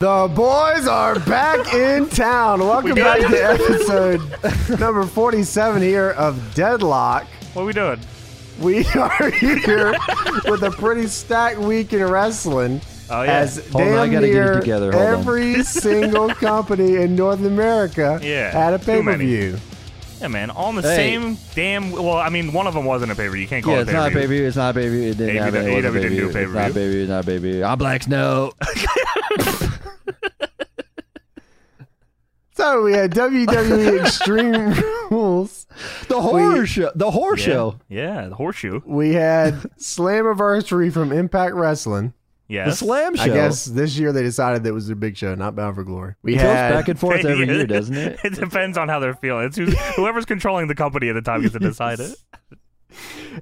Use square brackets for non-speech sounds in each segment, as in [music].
The boys are [laughs] back in town. Welcome back to episode number 47 here of Deadlock. What are we doing? We [laughs] are here with a pretty stacked week in wrestling. Oh, yeah. As Hold on, damn I gotta get it near together. Hold on. every [laughs] single company in North America Yeah, had a pay per too many. view. Yeah, man, all on the Hey. same damn. Well, I mean, one of them wasn't a paper. You can't call yeah, it it's not a pay-per-view. baby. It's not a baby. It didn't AEW happen. It wasn't didn't do baby. It's not pay-per-view. baby. It's not baby. I'm Black Snow. So we had [laughs] WWE Extreme Rules. [laughs] the horror show. The horror Yeah. show. Yeah, the horseshoe. We had Slammiversary from Impact Wrestling. Yeah, The slam show. I guess this year they decided that was their big show, not Bound for Glory. We It goes had back and forth every [laughs] [laughs] year, doesn't it? it depends on how they're feeling. It's [laughs] who's, whoever's controlling the company at the time gets to decide it.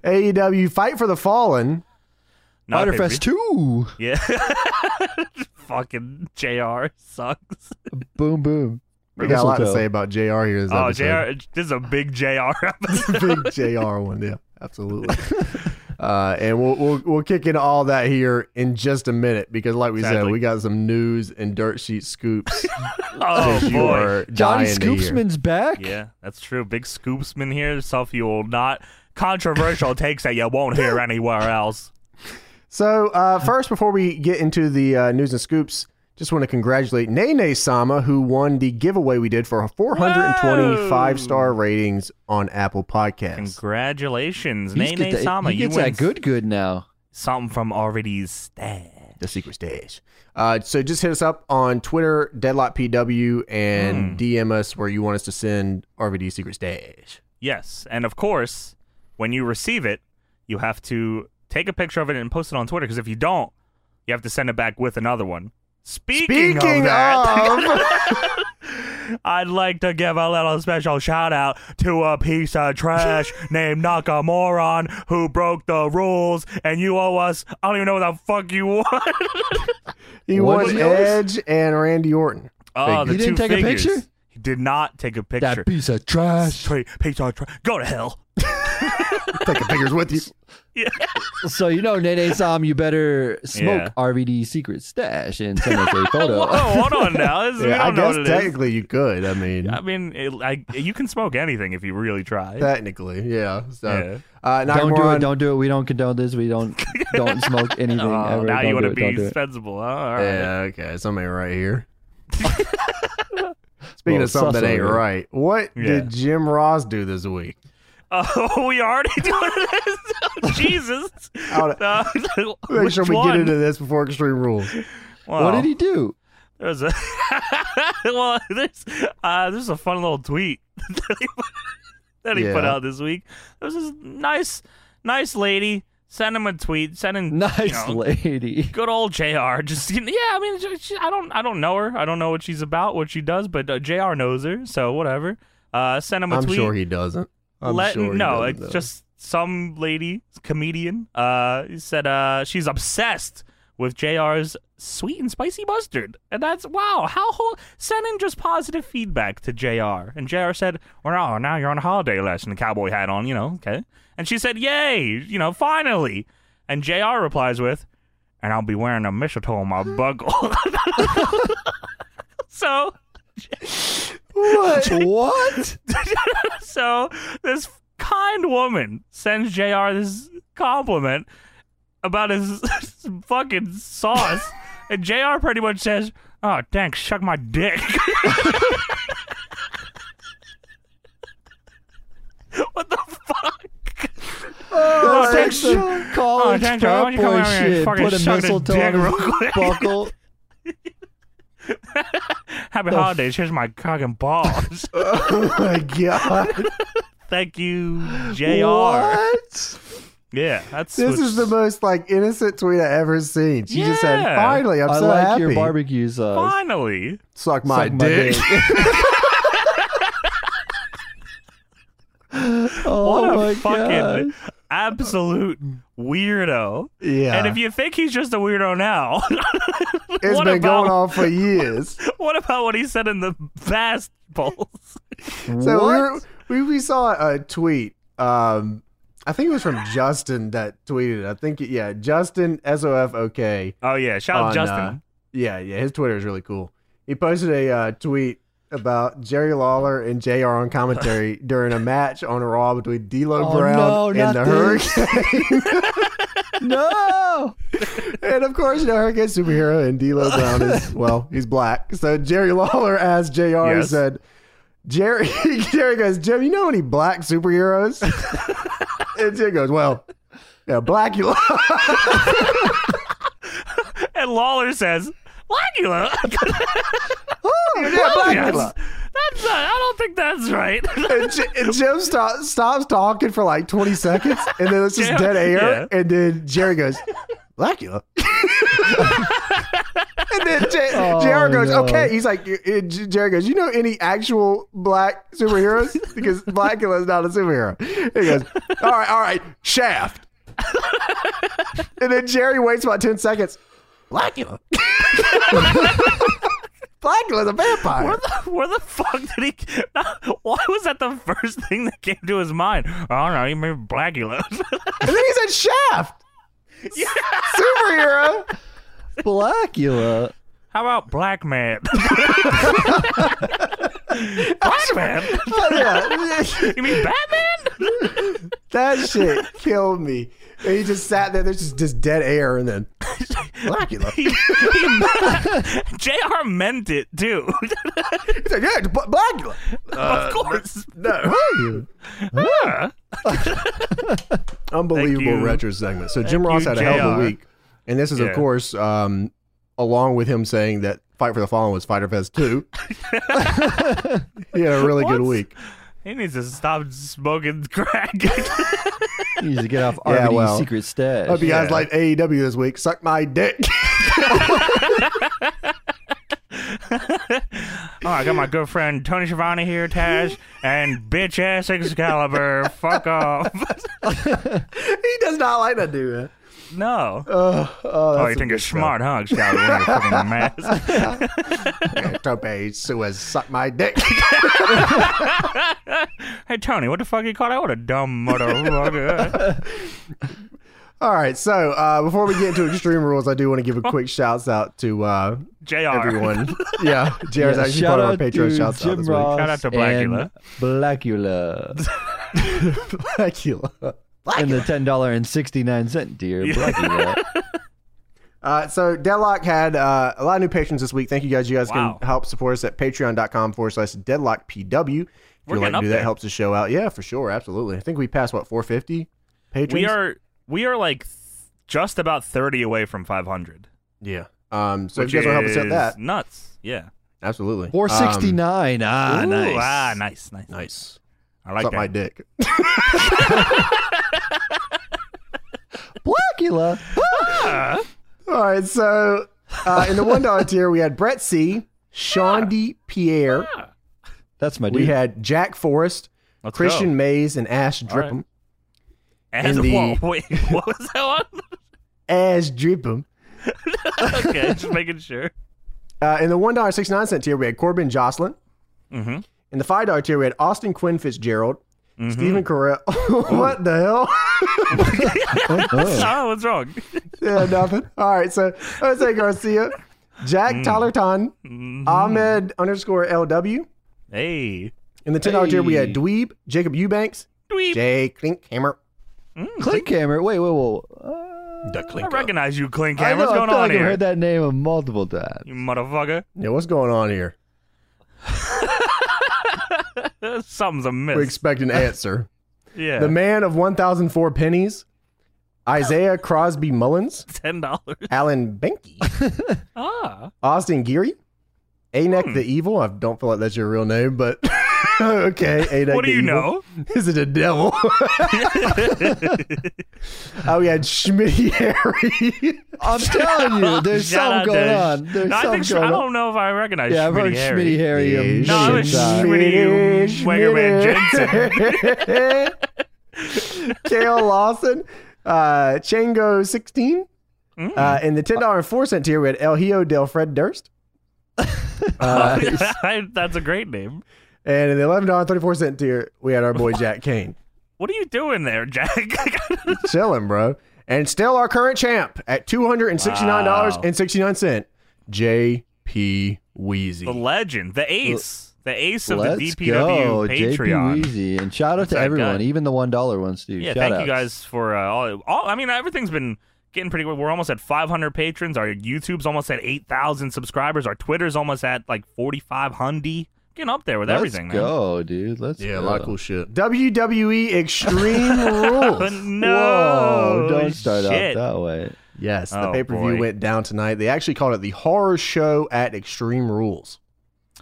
AEW E Fight for the Fallen. Not a pay-per-view. Fest two. Yeah. [laughs] Fucking JR sucks. Boom boom. We got a lot to Mistletoe. say about JR here. This Oh, episode. [laughs] JR. This is a big JR [laughs] [laughs] episode. Big JR one, yeah, absolutely. [laughs] uh, and we'll, we'll we'll kick into all that here in just a minute because, like we said, Exactly. we got some news and dirt sheet scoops. [laughs] Oh, that you boy. are Johnny dying to hear. Scoopsman's back. Yeah, that's true. Big scoopsman here. Stuff you will not controversial [laughs] takes that you won't hear anywhere else. So uh, first, before we get into the uh, news and scoops, just want to congratulate Nene Sama who won the giveaway we did for 420 Whoa. five star ratings on Apple Podcasts. Congratulations, He's Nene get that- Sama. He you gets win that good good now. something from already's stash. the secret stage. Uh, so just hit us up on Twitter, DeadlockPW, Hmm. and DM us where you want us to send RVD secret stage. Yes, and of course, when you receive it, you have to take a picture of it and post it on Twitter. Because if you don't, you have to send it back with another one. Speaking, Speaking of, that, of- I'd like to give a little special shout out to a piece of [laughs] trash named Nakamoron who broke the rules, and you owe us. I don't even know what the fuck you [laughs] want. [laughs] [laughs] he What wants was yours? Edge and Randy Orton. Oh, the You didn't two take a figures. picture? He did not take a picture. piece of trash. Straight piece of trash. Go to hell. Take your fingers [laughs] with you. [laughs] So you know, Nene Sam, you better smoke Yeah. RVD secret stash and send us [laughs] a photo. [laughs] Oh, hold on now. This, we Yeah, don't I know guess what it is. technically you could. I mean, I mean, it, I, you can smoke anything if you really try. technically, yeah. So, Yeah. Uh, Don't do Nakamura- it. Don't do it. We don't condone this. We don't don't [laughs] smoke anything Oh, ever. now Don't you do want to it. be Don't do it. sensible. huh? All right. Yeah, okay. Something ain't right [laughs] here. Speaking Well, of something sus that ain't over here. right, what Yeah. did Jim Ross do this week? [laughs] Oh, we already [laughs] doing this. Oh, Jesus. Out- Uh, Make which sure we one? get into this before Extreme Rules. Wow. What did he do? There's a [laughs] well, there's uh, there's a fun little tweet [laughs] that he, that he put Yeah. out this week. There was this nice, nice lady sent him a tweet, sending Nice you know, lady. [laughs] [laughs] good old Jr. Just yeah, I mean, she, she- I don't, I don't know her. I don't know what she's about, what she does, but uh, Jr. knows her, so whatever. Uh, sent him a I'm tweet. sure he doesn't. I'm let- sure he no, doesn't, it's though. just some lady, comedian. Uh, said uh, she's obsessed with Jr's sweet and spicy mustard, and that's wow. How ho- send in just positive feedback to Jr. And Jr. said, "Well, oh, now you're on a holiday less and the cowboy hat on, you know, okay." And she said, "Yay, you know, finally." And Jr. replies with, "And I'll be wearing a mistletoe [laughs] on my buckle." [laughs] so. What? what? so this kind woman sends JR this compliment about his [laughs] fucking sauce, and JR pretty much says, "Oh, thanks, suck my dick." [laughs] what the fuck? Oh, thanks, sexual college thanks, bro. Why don't frat you come boy over here and shit. fucking Put a suck his mistletoe dick on his real quick. [laughs] buckle. Happy holidays. Here's my cock [laughs] and balls. [laughs] Oh my god! [laughs] Thank you, JR. What? Yeah, that's This is the what's- most like innocent tweet I ever seen. She just said, Yeah. "Finally, I'm I so like happy." your barbecue sauce. finally. Suck my Suck [laughs] dick. oh What my a fucking [laughs] God. absolute weirdo. [laughs] yeah, And if you think he's just a weirdo now, [laughs] it's what been about- going on for [laughs] years. what about what he said in the past polls? So we, What? were, we we saw a tweet. Um, I think it was from Justin that tweeted. I think yeah, Justin SOF OK. Oh yeah, shout out on, Justin. uh, Yeah, yeah, his Twitter is really cool. He posted a uh, tweet about Jerry Lawler and JR on [laughs] commentary during a match on a Raw between D'Lo Oh, Brown no, and not the this. [laughs] Hurricane. [laughs] No. and of course, the Hurricane superhero and D'Lo Brown [laughs] is well, he's black. So Jerry Lawler asked JR, he Yes. said, "Jerry, [laughs] Jerry goes, Jim, you know any black [laughs] superheroes?" and Jim goes, "Well, yeah, [laughs] Blackula." And Lawler says, [laughs] Blackula. yeah, Blackula. Yes. That's not, I don't think that's right. [laughs] and, J- and Jim stop, stops talking for like 20 seconds, and then it's just Yeah. dead air. And then Jerry goes, Blackula. [laughs] and then J- Oh, Jerry goes, no. okay. He's like, y- and J- Jerry goes, you know any actual black superheroes? Because Blackula is not a superhero. And he goes, all right, all right, Shaft. [laughs] and then Jerry waits about 10 seconds. [laughs] Blackula. Blackula's a vampire. Where the, where the fuck did he? [laughs] Why was that the first thing that came to his mind? I don't know. He made Blackula. And then he said Shaft. Superhero. Blackula. [laughs] How about Black Man? [laughs] Black [laughs] Man? Oh, yeah. You mean Batman? [laughs] that shit killed me. And he just sat there. There's just, just dead air. And [laughs] then Blackula. [laughs] He, he, Jr. meant it too. [laughs] He's like, yeah, it's Bla- Blackula. of course. Uh, No. Huh. Unbelievable you. retro segment. So Jim Thank Ross you, had a hell of a JR. week. And this is, of Yeah. course, um, along with him saying that Fight for the Fallen was Fighter Fest 2. [laughs] he had a really good What? week. He needs to stop smoking [laughs] crack. You need to get [laughs] off Yeah, RVD's well. secret stash. Hope you guys Yeah. like AEW this week. Suck my dick. [laughs] Oh, I got my good friend Tony Schiavone here, Taj, and bitch ass Excalibur. [laughs] Fuck off. he does not like that dude. man. No. Oh, oh, oh, that's you some think good you're stuff. smart, huh? Excalibur? You're fucking [laughs] mask. Tope Suez suck my dick. [laughs] Hey, Tony, what the fuck you call that? What a dumb motherfucker. All right, so uh, before we get into extreme rules, I do want to give a quick shout out to uh, JR. everyone. [laughs] Yeah, Jared's Yeah, actually shout part of our out Patreon to shout out Jim this Ross Shout out to and Blackula. Blackula. week. [laughs] Blackula. and the ten dollar and sixty nine cent [laughs] dear Blackula. Uh, so Deadlock had uh, a lot of new patrons this week. Thank you guys. You guys Wow. can help support us at patreon.com forward slash deadlockpw. If We're you like getting to up do that, there. helps the show out. Yeah, for sure. Absolutely. I think we passed, what, 450 patrons? We are we are like th- just about 30 away from 500. Yeah. Um, so if which you guys want to help us is out that, nuts. Yeah. absolutely. Four sixty Um, nine. Ah, Ooh, nice. Ah, nice, nice. nice. I like suck that. my dick. Blackula. Uh, Ah, All right, so uh, in the one dollar tier, we had Brett C, Sean D. Pierre, That's my dude. we had Jack Forrest, let's Christian go. Mays, and Ash Dripham. And in the- whoa, wait, [laughs] what was that [laughs] one? Ash Dripham. okay, just making sure. Uh, in the one dollar sixty nine cent tier, we had Corbin Jocelyn. Mm-hmm, Mhm. In the five dollar tier, we had Austin Quinn Fitzgerald, Mm-hmm. [laughs] Stephen Carell. [laughs] what the hell? [laughs] Oh, what's [laughs] wrong? yeah, nothing. All right, so Jose Garcia, Jack Mm. Tollerton, Mm-hmm. Ahmed underscore LW. Hey. In the ten dollar tier, we Hey. had Dweeb, Jacob Eubanks, Dweeb. Jay Klinkhammer. Click hammer. Wait, wait, wait. Uh, The I Klinker. recognize you, Clink. I know, What's I going feel on like I've here? heard that name multiple times. [laughs] You motherfucker. Yeah, what's going on here? Something's We amiss. expect [laughs] an answer. Yeah. the man of 1004 pennies, Isaiah Crosby Mullins, [laughs] Ten dollars. Alan Benke, Ah. Austin Geary, Anek Hmm. the Evil. I don't feel like that's your real name, but [laughs] okay. [laughs] Anek What do the Evil. you know? [laughs] Is it a devil? [laughs] oh, we had Schmidt Harry. I'm [laughs] telling you, [laughs] there's Shout out something going to- on. There's No, I something think going I on. don't know if I recognize. Yeah, I've heard Schmitty Harry. Schmitty Harry a Yeah, No, it million was times. Schmitty, you Wangerman Schmitty. [laughs] Kale Lawson, uh, Chango 16. Mm. Uh, in the $10.04 tier, we had El Hio Del Fred Durst. Uh, [laughs] I- [laughs] that's a great name. and in the $11.34 tier, we had our [laughs] boy Jack Kane. What are you doing there, Jack? [laughs] Chilling, bro. And still our current champ at $269.69. J.P. Wheezy. [laughs] The legend, the ace, the ace of Let's the go, DPW JP Patreon. Weezy, and shout out That's to our everyone, guy. even the one dollar ones too. Yeah, shout thank out. you guys for uh, all, all. I mean, everything's been getting pretty good. We're almost at 500 patrons. Our YouTube's almost at 8,000 subscribers. Our Twitter's almost at like 4,500. Getting up there with Let's everything, man. go, dude. Let's Yeah, a go. lot of cool shit. WWE E [laughs] Extreme But Rules. no, Whoa, don't start shit. out that way. Yes, the Oh, pay per view boy. went down tonight. They actually called it the Horror Show at Extreme Rules.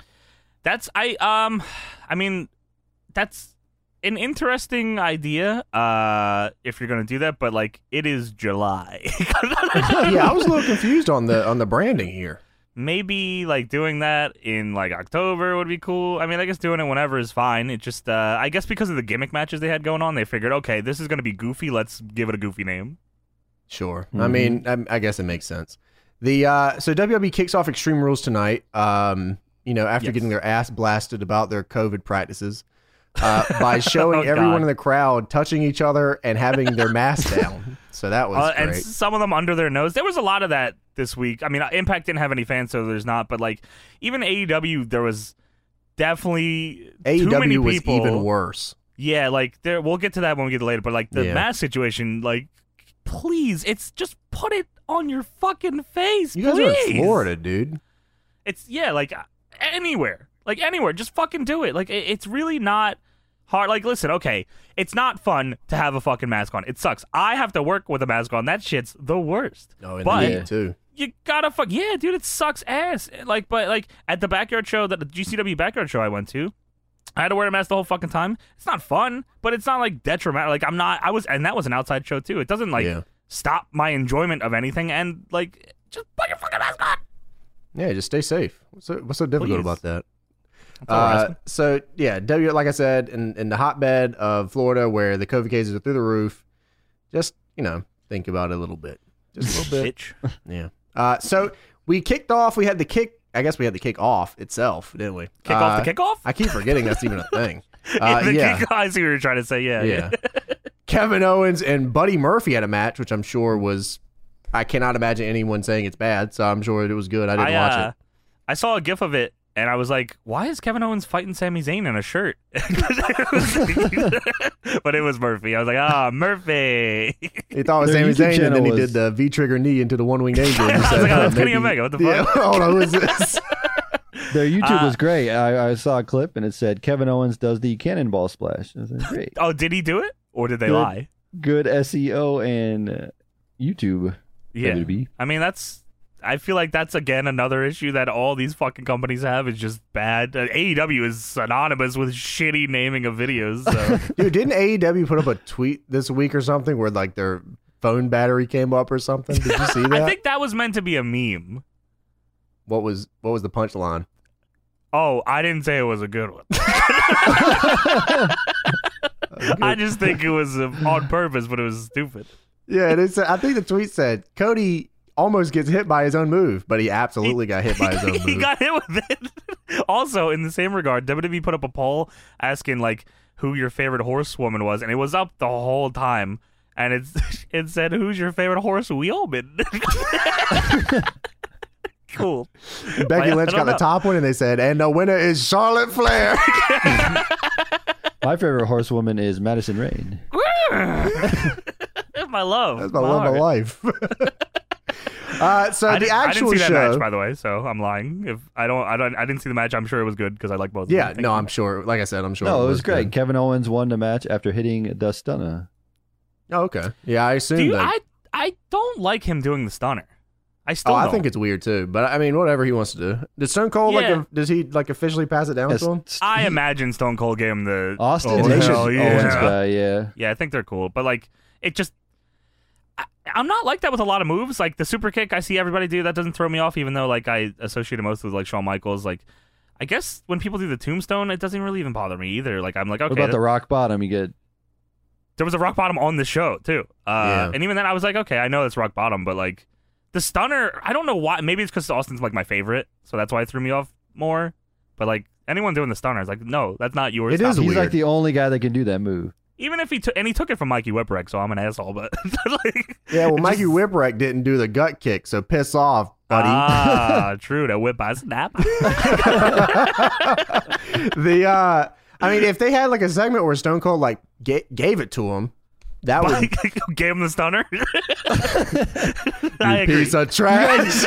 [laughs] That's I um, I mean, that's an interesting idea. Uh, if you're gonna do that, but like it is July. [laughs] yeah, I was a little confused on the on the branding here. maybe like doing that in like October would be cool. I mean, I guess doing it whenever is fine. It just, uh, I guess because of the gimmick matches they had going on, they figured, okay, this is going to be goofy. Let's give it a goofy name. Sure. I Mm-hmm. Mhm. mean, I, I guess it makes sense. The uh, so WWE kicks off Extreme Rules tonight. Um, you know, after Yes. getting their ass blasted about their COVID practices, uh, [laughs] by showing Oh, everyone God. in the crowd touching each other and having their [laughs] masks down. So that was Uh, great. and s- some of them under their nose. There was a lot of that this week. I mean, uh, Impact didn't have any fans, so there's not. But like, even AEW, there was definitely too AEW many E was people. even worse. Yeah, like there. We'll get to that when we get later. But like the Yeah. mask situation, like, please, it's just put it on your fucking face. You guys are in please. Florida, dude. It's yeah, like uh, anywhere, like anywhere. Just fucking do it. Like it, it's really not hard. Like listen, okay, it's not fun to have a fucking mask on. It sucks. I have to work with a mask on. That shit's the worst. No, Oh, in But- the heat, too. You gotta fuck yeah, dude. It sucks ass. Like but like at the backyard show that the GCW backyard show I went to. I had to wear a mask the whole fucking time. It's not fun, but it's not like detrimental. Like I'm not. I was, and that was an outside show too. It doesn't like yeah, stop my enjoyment of anything. And like, just put your fucking mask on. yeah. Just stay safe. What's so, what's so difficult Please. about that? all we're Uh, asking. so yeah, W. Like I said, in in the hotbed of Florida, where the COVID cases are through the roof, just you know, think about it a little bit. Just a little bit. Bitch. Yeah. Uh, so we kicked off. We had the kick. I guess we had the kick off itself, didn't we? Kick off Uh, the kickoff. I keep forgetting that's even a [laughs] thing. yeah, Uh, the yeah. kick- I see what you're trying to say. Yeah, yeah. Kevin Owens and Buddy Murphy had a match, which I'm sure was. I cannot imagine anyone saying it's bad, so I'm sure it was good. I didn't [laughs] I, watch uh, I saw a gif of it, and I was like, "Why is Kevin Owens fighting Sami Zayn in a shirt?" [laughs] but it was [laughs] Murphy. I was like, "Ah, Murphy." [laughs] it. He thought it was Sami their YouTube Zayn, and then channel he did was- the V trigger knee into the one [laughs] winged angel. and he I was said, like, oh, that's maybe- Kenny Omega. What the Yeah, fuck? [laughs] hold on, who [laughs] is this? Their YouTube Uh, was great. I, I saw a clip and it said Kevin Owens does the cannonball splash. I was like, great, Oh, did he do it, or did they Good. lie? good SEO and uh, YouTube. Yeah. WB. I mean, that's. I feel like that's again another issue that all these fucking companies have is just bad. Uh, AEW is synonymous with shitty naming of videos. So. [laughs] Dude, didn't AEW put up a tweet this week or something where like their phone battery came up or something? Did you see [laughs] that? I think that was meant to be a meme. what was what was the punchline? Oh, I didn't say it was a good one. [laughs] I just think it was uh, on purpose, but it was stupid. Yeah, and it said, I think the tweet said Cody almost gets hit by his own move, but he absolutely got hit [laughs] by his own [laughs] he move. got hit with it. [laughs] also, in the same regard, WWE put up a poll asking like who your favorite horsewoman was, and it was up the whole time. And it's [laughs] it said, "Who's your favorite horse wheelman?" [laughs] cool. Becky Like, I Lynch don't got the know. top one, and they said, and the winner is Charlotte [laughs] Flair. My favorite horsewoman is Madison Rain. That's my love. That's my love of heart. life. [laughs] [laughs] uh, so I the didn't, I didn't actual see that show. match, by the way. So I'm lying. If I don't, I don't, I didn't see the match. I'm sure it was good because I like both. yeah, of them. Thank no, you. I'm sure. Like I said, I'm sure. No, it was great. good. Kevin Owens won the match after hitting the stunner. Oh, okay. Yeah, I assume Do you, that. I I don't like him doing the stunner. I still. Oh, I don't. think it's weird too, but I mean, whatever he wants to do. Did Stone Cold like Yeah. like? Does he like officially pass it down Yes. to him? I imagine Stone Cold gave him the Austin Oh, Nation's hell Owens yeah. guy, yeah. Yeah, I think they're cool, but like it just. I, I'm not like that with a lot of moves. Like the super kick, I see everybody do. That doesn't throw me off, even though like I associate it most with like Shawn Michaels. Like, I guess when people do the tombstone, it doesn't really even bother me either. Like I'm like, okay, what about that- the rock bottom? You get there was a rock bottom on the show too. Uh, Yeah. And even then, I was like, okay, I know it's rock bottom, but like the stunner, I don't know why. Maybe it's because Austin's like my favorite, so that's why it threw me off more. But like anyone doing the stunner is like, no, that's not yours. It Stop. is he's weird. like the only guy that can do that move. Even if he took and he took it from Mikey Whipwreck, so I'm an asshole. But [laughs] like, Yeah, well, it Mikey just- Whipwreck didn't do the gut kick, so piss off, buddy. [laughs] Ah, true. That whip by snap. [laughs] the uh, I mean, if they had like a segment where Stone Cold like ga- gave it to him, that would [laughs] Gave him [laughs] the stunner. I agree. piece of [laughs] trash.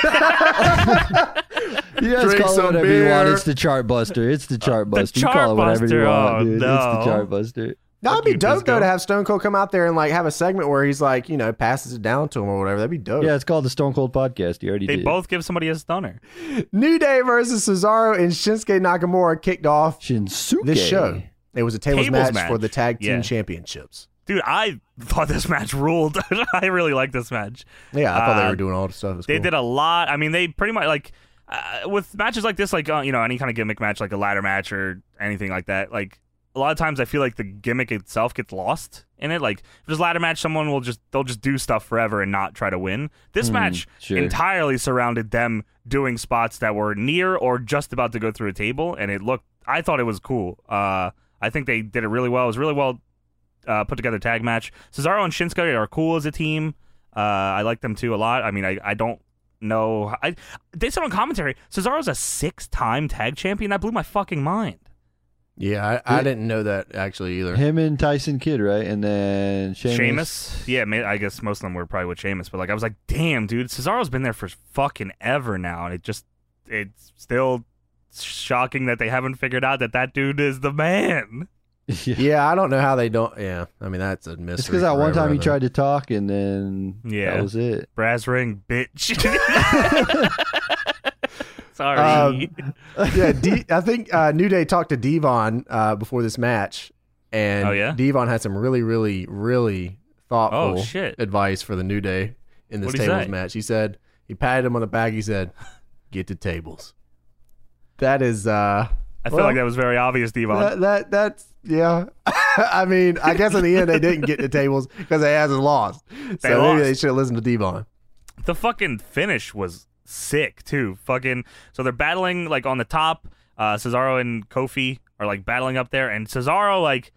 You guys Drink call it some whatever you want. beer. It's the chart buster. It's the chart buster. you Uh, chart call it whatever buster. you want, Oh, dude. It's no. the chart buster. That'd Fuck be you, dope Bisco. though to have Stone Cold come out there and like have a segment where he's like, you know, passes it down to him or whatever. That'd be dope. Yeah, it's called the Stone Cold Podcast. You already They did. both give somebody a stunner. New Day versus Cesaro and Shinsuke Nakamura kicked off Shinsuke. this show. It was a tables, Tables match, match. for the tag team Yeah. championships. Dude, I thought this match ruled. [laughs] I really like this match. Yeah, I thought they Uh, were doing all the stuff. It was They cool. did a lot. I mean, they pretty much like uh, with matches like this, like uh, you know, any kind of gimmick match, like a ladder match or anything like that. Like a lot of times, I feel like the gimmick itself gets lost in it. Like if there's a ladder match, someone will just they'll just do stuff forever and not try to win. This Hmm, match sure. entirely surrounded them doing spots that were near or just about to go through a table, and it looked. I thought it was cool. Uh, I think they did it really well. It was really well uh, put together tag match. Cesaro and Shinsuke are cool as a team. Uh, I like them too a lot. I mean, I, I don't know. I they said on commentary Cesaro's a six time tag champion. That blew my fucking mind. yeah, I, I didn't know that actually either. Him and Tyson Kidd, right? And then Sheamus. Sheamus, yeah, ma- I guess most of them were probably with Sheamus, but like I was like, damn, dude, Cesaro's been there for fucking ever now, and it just it's still shocking that they haven't figured out that that dude is the man. [laughs] yeah. Yeah, I don't know how they don't. Yeah, I mean that's a mystery. It's because that one forever, time he though. tried to talk, and then Yeah. that was it. Brass ring, bitch. [laughs] [laughs] Sorry. Um, yeah, D- I think uh, New Day talked to Devon uh, before this match, and Oh, yeah? Devon had some really, really, really thoughtful Oh, shit. advice for the New Day in this What'd he tables say? match. He said he patted him on the back. He said, "Get to tables." That is, uh, I feel well, like that was very obvious, Devon. that, that that's yeah. [laughs] I mean, I guess in the end they didn't get to tables because they hasn't lost. so lost. maybe they should have listened to Devon. the fucking finish was sick too. Fucking so they're battling like on the top. Uh, Cesaro and Kofi are like battling up there, and Cesaro like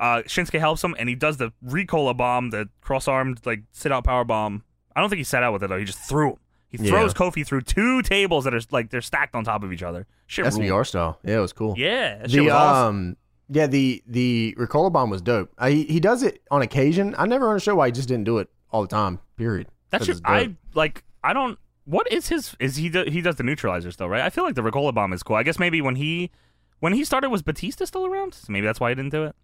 uh, Shinsuke helps him, and he does the Ricola bomb, the cross armed like sit out power bomb. I don't think he sat out with it though. He just threw him. He Yeah. throws Kofi through two tables that are like they're stacked on top of each other. Shit, That's ruled. New York style. Yeah, it was cool. Yeah, that shit the was awesome. um yeah the the Ricola bomb was dope. I, he he does it on occasion. I never understood why he just didn't do it all the time. Period. That 'Cause shit, it's dope. I like. I don't. What is his? Is he? The, he does the neutralizers though, right? I feel like the Ricola bomb is cool. I guess maybe when he, when he started, was Batista still around? So maybe that's why he didn't do it.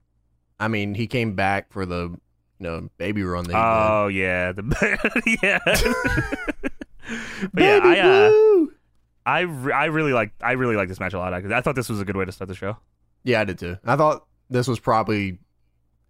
I mean he came back for the you know baby run that he Oh yeah, the [laughs] yeah. but did. yeah, Baby I uh, blue! I, re- I really like I really like this match a lot. I, I thought this was a good way to start the show. yeah I did too. I thought this was probably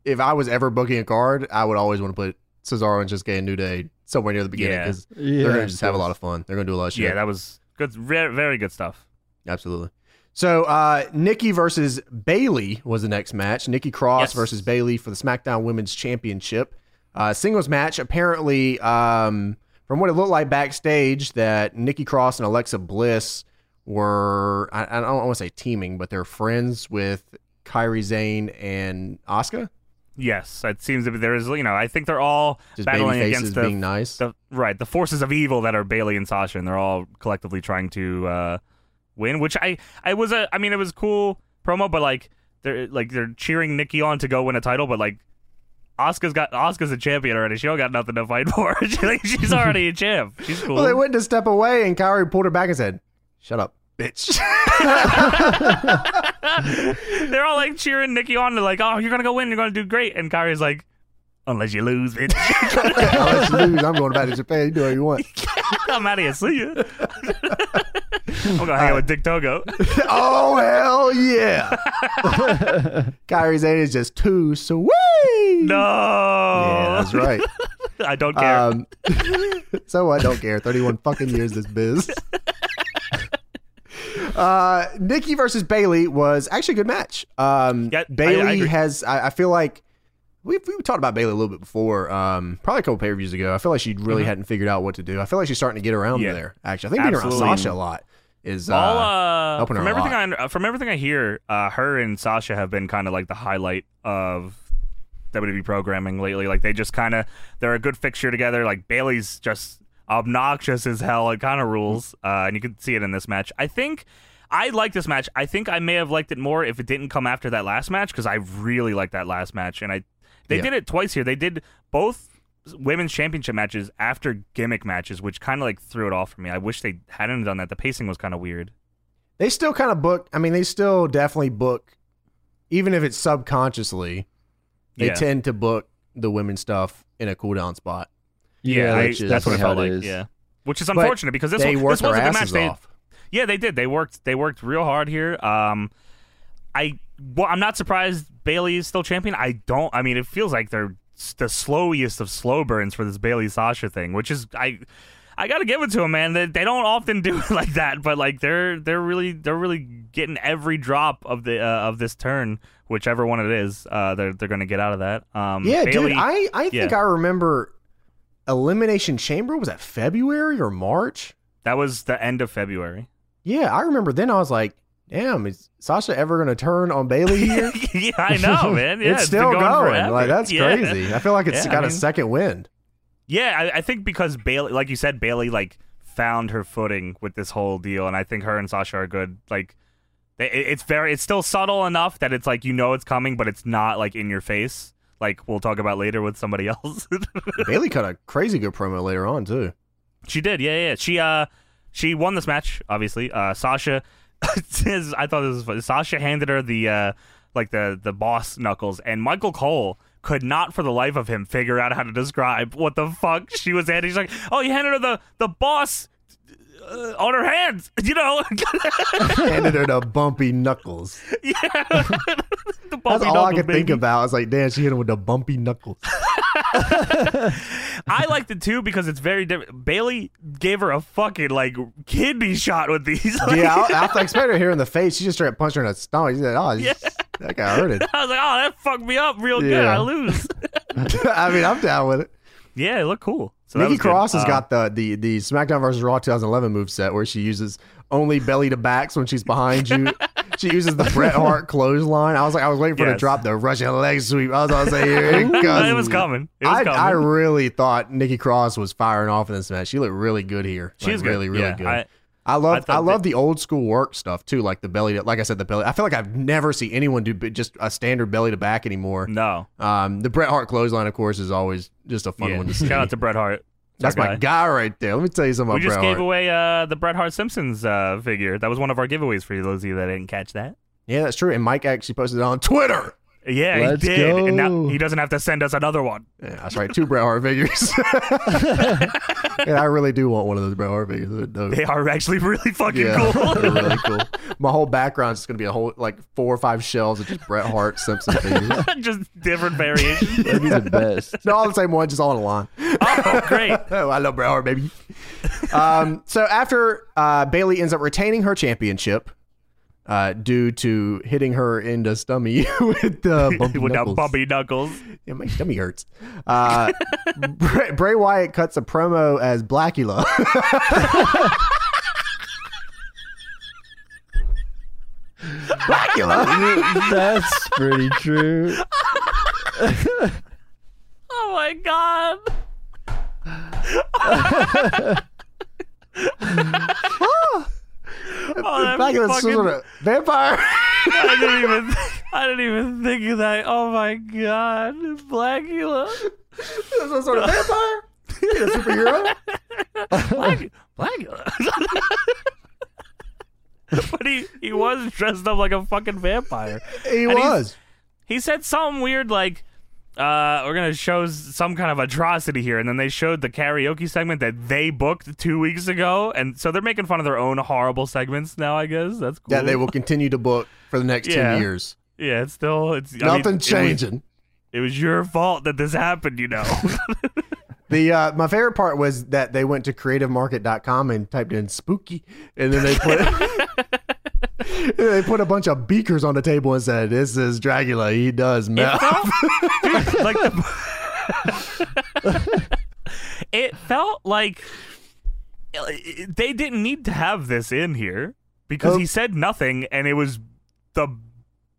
if I was ever booking a card, I would always want to put Cesaro and Shinsuke and New Day somewhere near the beginning Yeah. because Yeah, they're gonna just have a lot of fun. They're gonna do a lot of shit. Yeah, that was good. Very, very good stuff. Absolutely. So uh, Nikki versus Bailey was the next match. Nikki Cross Yes. versus Bailey for the SmackDown Women's Championship. Uh, singles match. Apparently, um, from what it looked like backstage, that Nikki Cross and Alexa Bliss were I, I don't want to say teaming, but they're friends with Kyrie Zane and Asuka. Yes, it seems to be there is you know I think they're all Just battling baby against faces the, being nice. the right the forces of evil that are Bailey and Sasha, and they're all collectively trying to uh, win. Which I I was a I mean it was cool promo, but like they're like they're cheering Nikki on to go win a title, but like Oscar's got Oscar's a champion already. She don't got nothing to fight for. [laughs] She- like, She's already a champ. She's cool. well, they went to step away, and Kyrie pulled her back and said, "Shut up, bitch." [laughs] [laughs] [laughs] they're all like cheering Nikki on. They're like, oh, you're gonna go win. You're gonna do great. And Kyrie's like, unless you lose, bitch. [laughs] I'll let you lose. I'm going back to Japan. You do what you want. I'm out of here. See ya. [laughs] I'm gonna hang out with Dick [laughs] Togo. oh hell yeah! [laughs] Kyrie Zane is just too sweet. No, yeah, that's right. I don't [laughs] care. Um, [laughs] so I don't care. Thirty-one fucking years this biz. [laughs] Uh, Nikki versus Bailey was actually a good match. Um, Yeah, I- I Bailey agree. has. I, I feel like we've we talked about Bailey a little bit before. Um, probably a couple pay reviews ago. I feel like she really hadn't figured out what to do. I feel like she's starting to get around Uh-huh. Yeah. there. Actually, I think being around Absolutely. Sasha a lot is uh, All uh, helping her from a everything I under- from everything I hear, uh, her and Sasha have been kind of like the highlight of E WWE programming lately. Like they just kind of they're a good fixture together. Like Bailey's just obnoxious as hell. It kind of rules, uh, and you can see it in this match. I think I like this match. I think I may have liked it more if it didn't come after that last match because I really liked that last match, and I they Yeah. did it twice here. They did both women's championship matches after gimmick matches, which kind of like threw it off for me. I wish they hadn't done that. The pacing was kind of weird. They still kind of book. I mean, they still definitely book, even if it's subconsciously. They yeah, tend to book the women's stuff in a cooldown spot. yeah, I- they- which is that's what it definitely felt how like. it is. Yeah, which is But unfortunate because this they one, work this their was a good match. asses They, off. Yeah, they did. They worked. They worked real hard here. Um, I well, I'm not surprised Bailey is still champion. I don't. I mean, it feels like they're s- the slowest of slow burns for this Bailey Sasha thing, which is I. I gotta give it to them, man. They, they don't often do [laughs] it like that, but like they're they're really they're really getting every drop of the uh, of this turn, whichever one it is. Uh, they're they're gonna get out of that. Um, Yeah, Bayley- dude. I I think yeah. I remember Elimination Chamber was that February or March? that was the end of February. Yeah, I remember. Then I was like, damn, is Sasha ever gonna turn on [laughs] Bailey here? yeah, [laughs] I know, man. Yeah, it's still been going. forever. Like that's [laughs] Yeah. crazy. I feel like it's Yeah, I got a mean- second [laughs] wind. Yeah, I, I think because Bailey, like you said, Bailey like found her footing with this whole deal, and I think her and Sasha are good. Like, they, it- it's very, it's still subtle enough that it's like you know it's coming, but it's not like in your face. Like we'll talk about later with somebody [laughs] else. Bailey cut a crazy good promo later on too. she did, yeah, yeah, yeah. She uh, she won this match, obviously. Uh, Sasha, [laughs] says- I thought this was funny. Sasha handed her the uh, like the the boss knuckles, and Michael Cole. Could not for the life of him figure out how to describe what the fuck she was handing. She's like, "Oh, you handed her the the boss uh, on her hands, [laughs] you know." Handed her the bumpy knuckles. yeah, the That's bumpy all I knuckles, could think baby. about. I was like, damn, she hit him with the bumpy knuckles. I liked it too because it's very different. Bailey gave her a fucking like kidney shot with these. [laughs] [laughs] Like, yeah, I, I expected her here in the face. She just straight up punched her in the stomach. She said, oh, she's- that guy hurted. I was like, "Oh, that fucked me up real good. Yeah. I lose." [laughs] I mean, I'm down with it. yeah, it looked cool. So that Nikki was good. Cross has Uh, got the, the the SmackDown versus Raw 2011 moveset where she uses only belly to backs when she's behind you. she uses the Bret Hart clothesline. I was like, I was waiting for her to Yes. drop the Russian leg sweep. I was, I was like, here it comes. It was coming. It was I, coming. I really thought Nikki Cross was firing off in this match. She looked really good here. She's like, good. really, really Yeah, good. I- I love I I, thought love the old school work stuff too, like the belly. To, like I said, the belly. I feel like I've never seen anyone do b- just a standard belly to back anymore. no. Um, the Bret Hart clothesline, of course, is always just a fun Yeah. one to see. Shout out to Bret Hart. That's our my guy right there. Let me tell you something We about just Bret gave Hart. away uh, the Bret Hart Simpsons uh, figure. That was one of our giveaways for those of you that didn't catch that. yeah, that's true. And Mike actually posted it on Twitter. Yeah, Let's he did. And now go. he doesn't have to send us another one. Yeah, that's right. Two Bret Hart figures. [laughs] and I really do want one of those Bret Hart figures. They're dope. They are actually [laughs] really fucking Yeah, cool. [laughs] they're really cool. My whole background's just gonna be a whole like four or five shelves of just Bret Hart Simpson figures. Just [laughs] different variations. That'd be [laughs] the best. No, all the same one, just all in a line. oh, great. [laughs] Oh, I love Bret Hart, baby. Um, so after uh, Bailey ends up retaining her championship uh, due to hitting her in the stomach [laughs] with the bumpy With that knuckles. bumpy knuckles. Yeah, my stomach hurts. Uh, Bray, Bray Wyatt cuts a promo as [laughs] Blackula. Blackula. That's pretty true. Oh my god. oh, that Blackula's some fucking, sort of vampire. [laughs] I didn't even I didn't even think of that. Oh my god. Blackula. some sort of vampire. He's a [laughs] superhero. Black, Blackula. [laughs] but he, he was dressed up like a fucking vampire. He And he's- was. he said something weird like uh, we're gonna show s- some kind of atrocity here, and then they showed the karaoke segment that they booked two weeks ago, and so they're making fun of their own horrible segments now. I guess that's cool. That they will continue to book for the next Mm-hmm. Yeah. 10 years. Yeah, it's still it's I mean, Nothing it was- changing. It was, your fault that this happened, you know. [laughs] The uh, my favorite part was that they went to creativemarket.com and typed in spooky, and then they [laughs] put and they put a bunch of beakers on the table and said, "This is Dracula. He does meth." Dude, like the, [laughs] it felt like they didn't need to have this in here because he Nope. said nothing, and it was the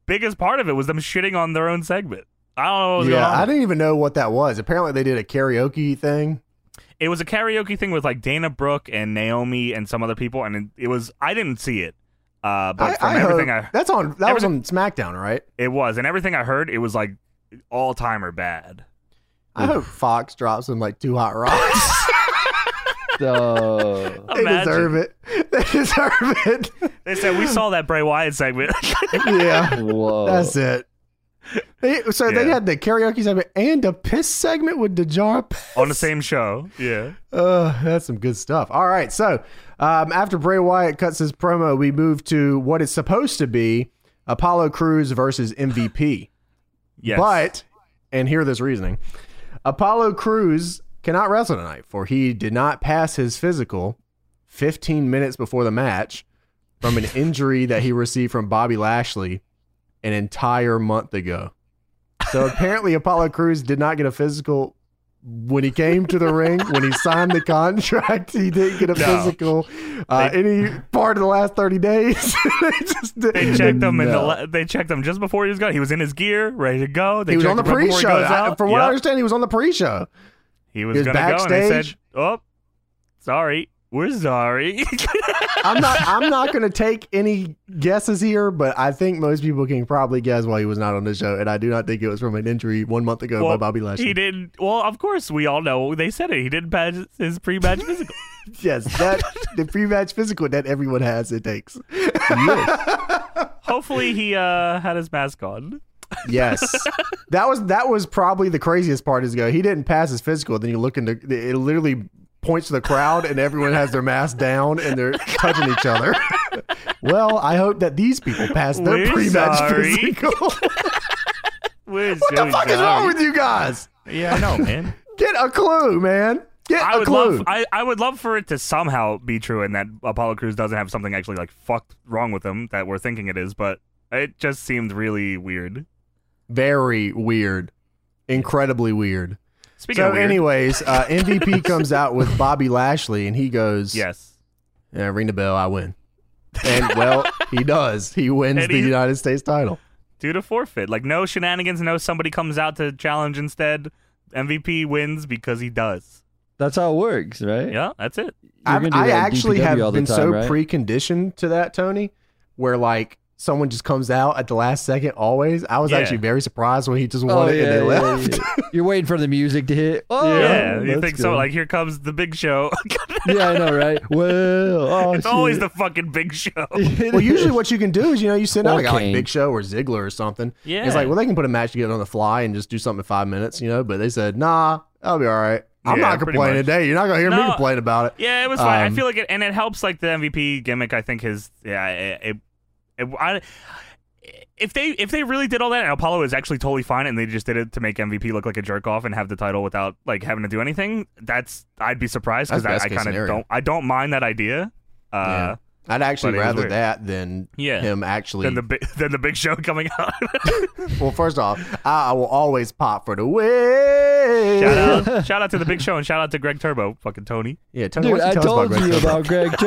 biggest part of it was them shitting on their own segment. I don't know. What was going yeah, on. I didn't even know what that was. Apparently, they did a karaoke thing. It was a karaoke thing with like Dana Brooke and Naomi and some other people, and it, it was I didn't see it, uh, but from heard- everything I that's on that was on SmackDown, right? it was and everything I heard, it was like all time or bad. I hope Fox drops them like two hot rocks. [laughs] So they deserve it. They deserve [laughs] it. They said we saw that Bray Wyatt [laughs] segment. yeah, whoa. that's it. They, so they Yeah. had the karaoke segment and a piss segment with Dejar. Piss. on the same show. Yeah. Uh, that's some good stuff. All right. So um, after Bray Wyatt cuts his promo, we move to what is supposed to be Apollo Crews versus MVP. Yes. But, and hear this reasoning Apollo Crews cannot wrestle tonight, for he did not pass his physical 15 minutes before the match from [laughs] an injury that he received from Bobby Lashley an entire month ago. [laughs] So apparently, Apollo Crews did not get a physical. When he came to the ring, when he signed the contract, he didn't get a No. physical uh, any part of the last thirty days. [laughs] they just did. they checked him in the No. la- they checked him just before he was gone. He was in his gear, ready to go. They he was on checked the him right before pre-show. He, goes I, out. from what I Yep. understand, he was on the pre-show. he he was was gonna go, and they said, backstage. "Oh, sorry, we're [laughs] sorry." I'm not. I'm not going to take any guesses here, but I think most people can probably guess why he was not on the show, and I do not think it was from an injury one month ago by Well, Bobby Lashley. he didn't. Well, of course, we all know they said it. He didn't pass his [laughs] pre-match physical. Yes, that the pre-match physical that everyone has it takes. Hopefully, he uh, had his mask on. Yes, that was that was probably the craziest part. Is go he didn't pass his physical. Then you look into it. Literally points to the crowd, and everyone has their mask down and they're touching each other. well, I hope that these people pass their We're pre-match sorry. physical. what We're the fuck is wrong with you guys? Yeah, I know, man. Get a clue, man. Get I a would clue. love. I, I would love for it to somehow be true, and that Apollo Crews doesn't have something actually like fucked wrong with him that we're thinking it is. But it just seemed really weird. Very weird. Incredibly weird. Speaking So, of weird, anyways, [laughs] uh, MVP comes out with Bobby Lashley and he goes, yes, "Yeah, ring the bell, I win. And, well, he does. He wins And the he- United States title. due to forfeit, like no shenanigans, no somebody comes out to challenge instead. MVP wins because he does. That's how it works, right? Yeah, that's it. You're I've, gonna do I that on actually DPW have all the been time, so right? preconditioned to that, Tony, where like someone just comes out at the last second always. I was Yeah. actually very surprised when he just won Oh, it yeah, and they yeah, left. [laughs] yeah. You're waiting for the music to hit. Oh, Yeah, you that's think so? good. Like here comes the big show. [laughs] [laughs] yeah, I know, right? Well, oh, it's always the fucking big show. Well, [laughs] usually what you can do is, you know, you send out Or a guy like Kane. Big Show or Ziggler or something. Yeah. It's like, well, they can put a match together on the fly and just do something in five minutes, you know. But they said, nah, I'll be all right. I'm Yeah, not pretty complaining much. today. You're not gonna hear me No. complain about it. Yeah, it was fine. Um, I feel like it, and it helps like the MVP gimmick. I think his yeah. It, it, it- I, if they if they really did all that, and Apollo is actually totally fine, and they just did it to make MVP look like a jerk off and have the title without like having to do anything. That's I'd be surprised because I, That's I best case kind of scenario. don't I don't mind that idea. Uh, I'd But actually it was rather weird. that than yeah. him actually. Then the big [laughs] then the big show coming out. [laughs] [laughs] well, first off, I, I will always pop for the win. shout out shout out to the big show and shout out to Greg Turbo, fucking Tony. Yeah, Tony, Dude, why I don't you tell us told about Greg you Turbo? about Greg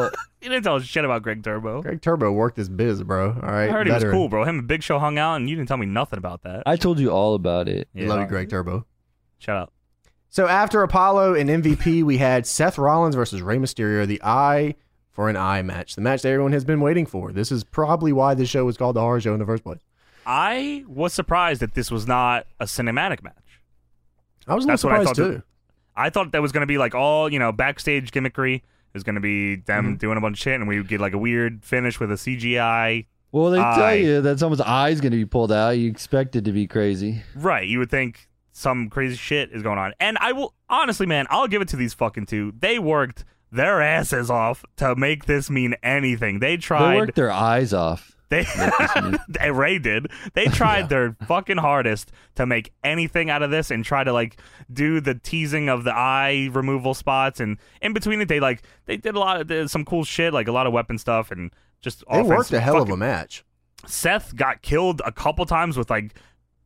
Turbo. You didn't tell us shit about Greg Turbo. Greg Turbo worked his biz, bro. All right, I heard he was veteran. cool, bro. Him and Big Show hung out, and you didn't tell me nothing about that. I told you all about it. Yeah. Love you, Greg Turbo. Shout out. So after Apollo and MVP, we had Seth Rollins versus Rey Mysterio, the eye for an eye match, the match that everyone has been waiting for. This is probably why this show was called the horror show in the first place. I was surprised that this was not a cinematic match. I was a little That's what I surprised thought. too. that- I thought that was going to be like all you know backstage gimmickry. Is going to be them doing a bunch of shit, and we would get like a weird finish with a CGI. Well, they Eye. tell you that someone's eye's going to be pulled out. You expect it to be crazy. Right? You would think some crazy shit is going on. And I will honestly, man, I'll give it to these fucking two. They worked their asses off to make this mean anything. They They tried. worked their eyes off. They, [laughs] they Ray did. They [laughs] tried Yeah. their fucking hardest to make anything out of this and try to like do the teasing of the eye removal spots and in between it they like they did a lot of did some cool shit like a lot of weapon stuff and just They offense. worked a hell Fucking- of a match. Seth got killed a couple times with like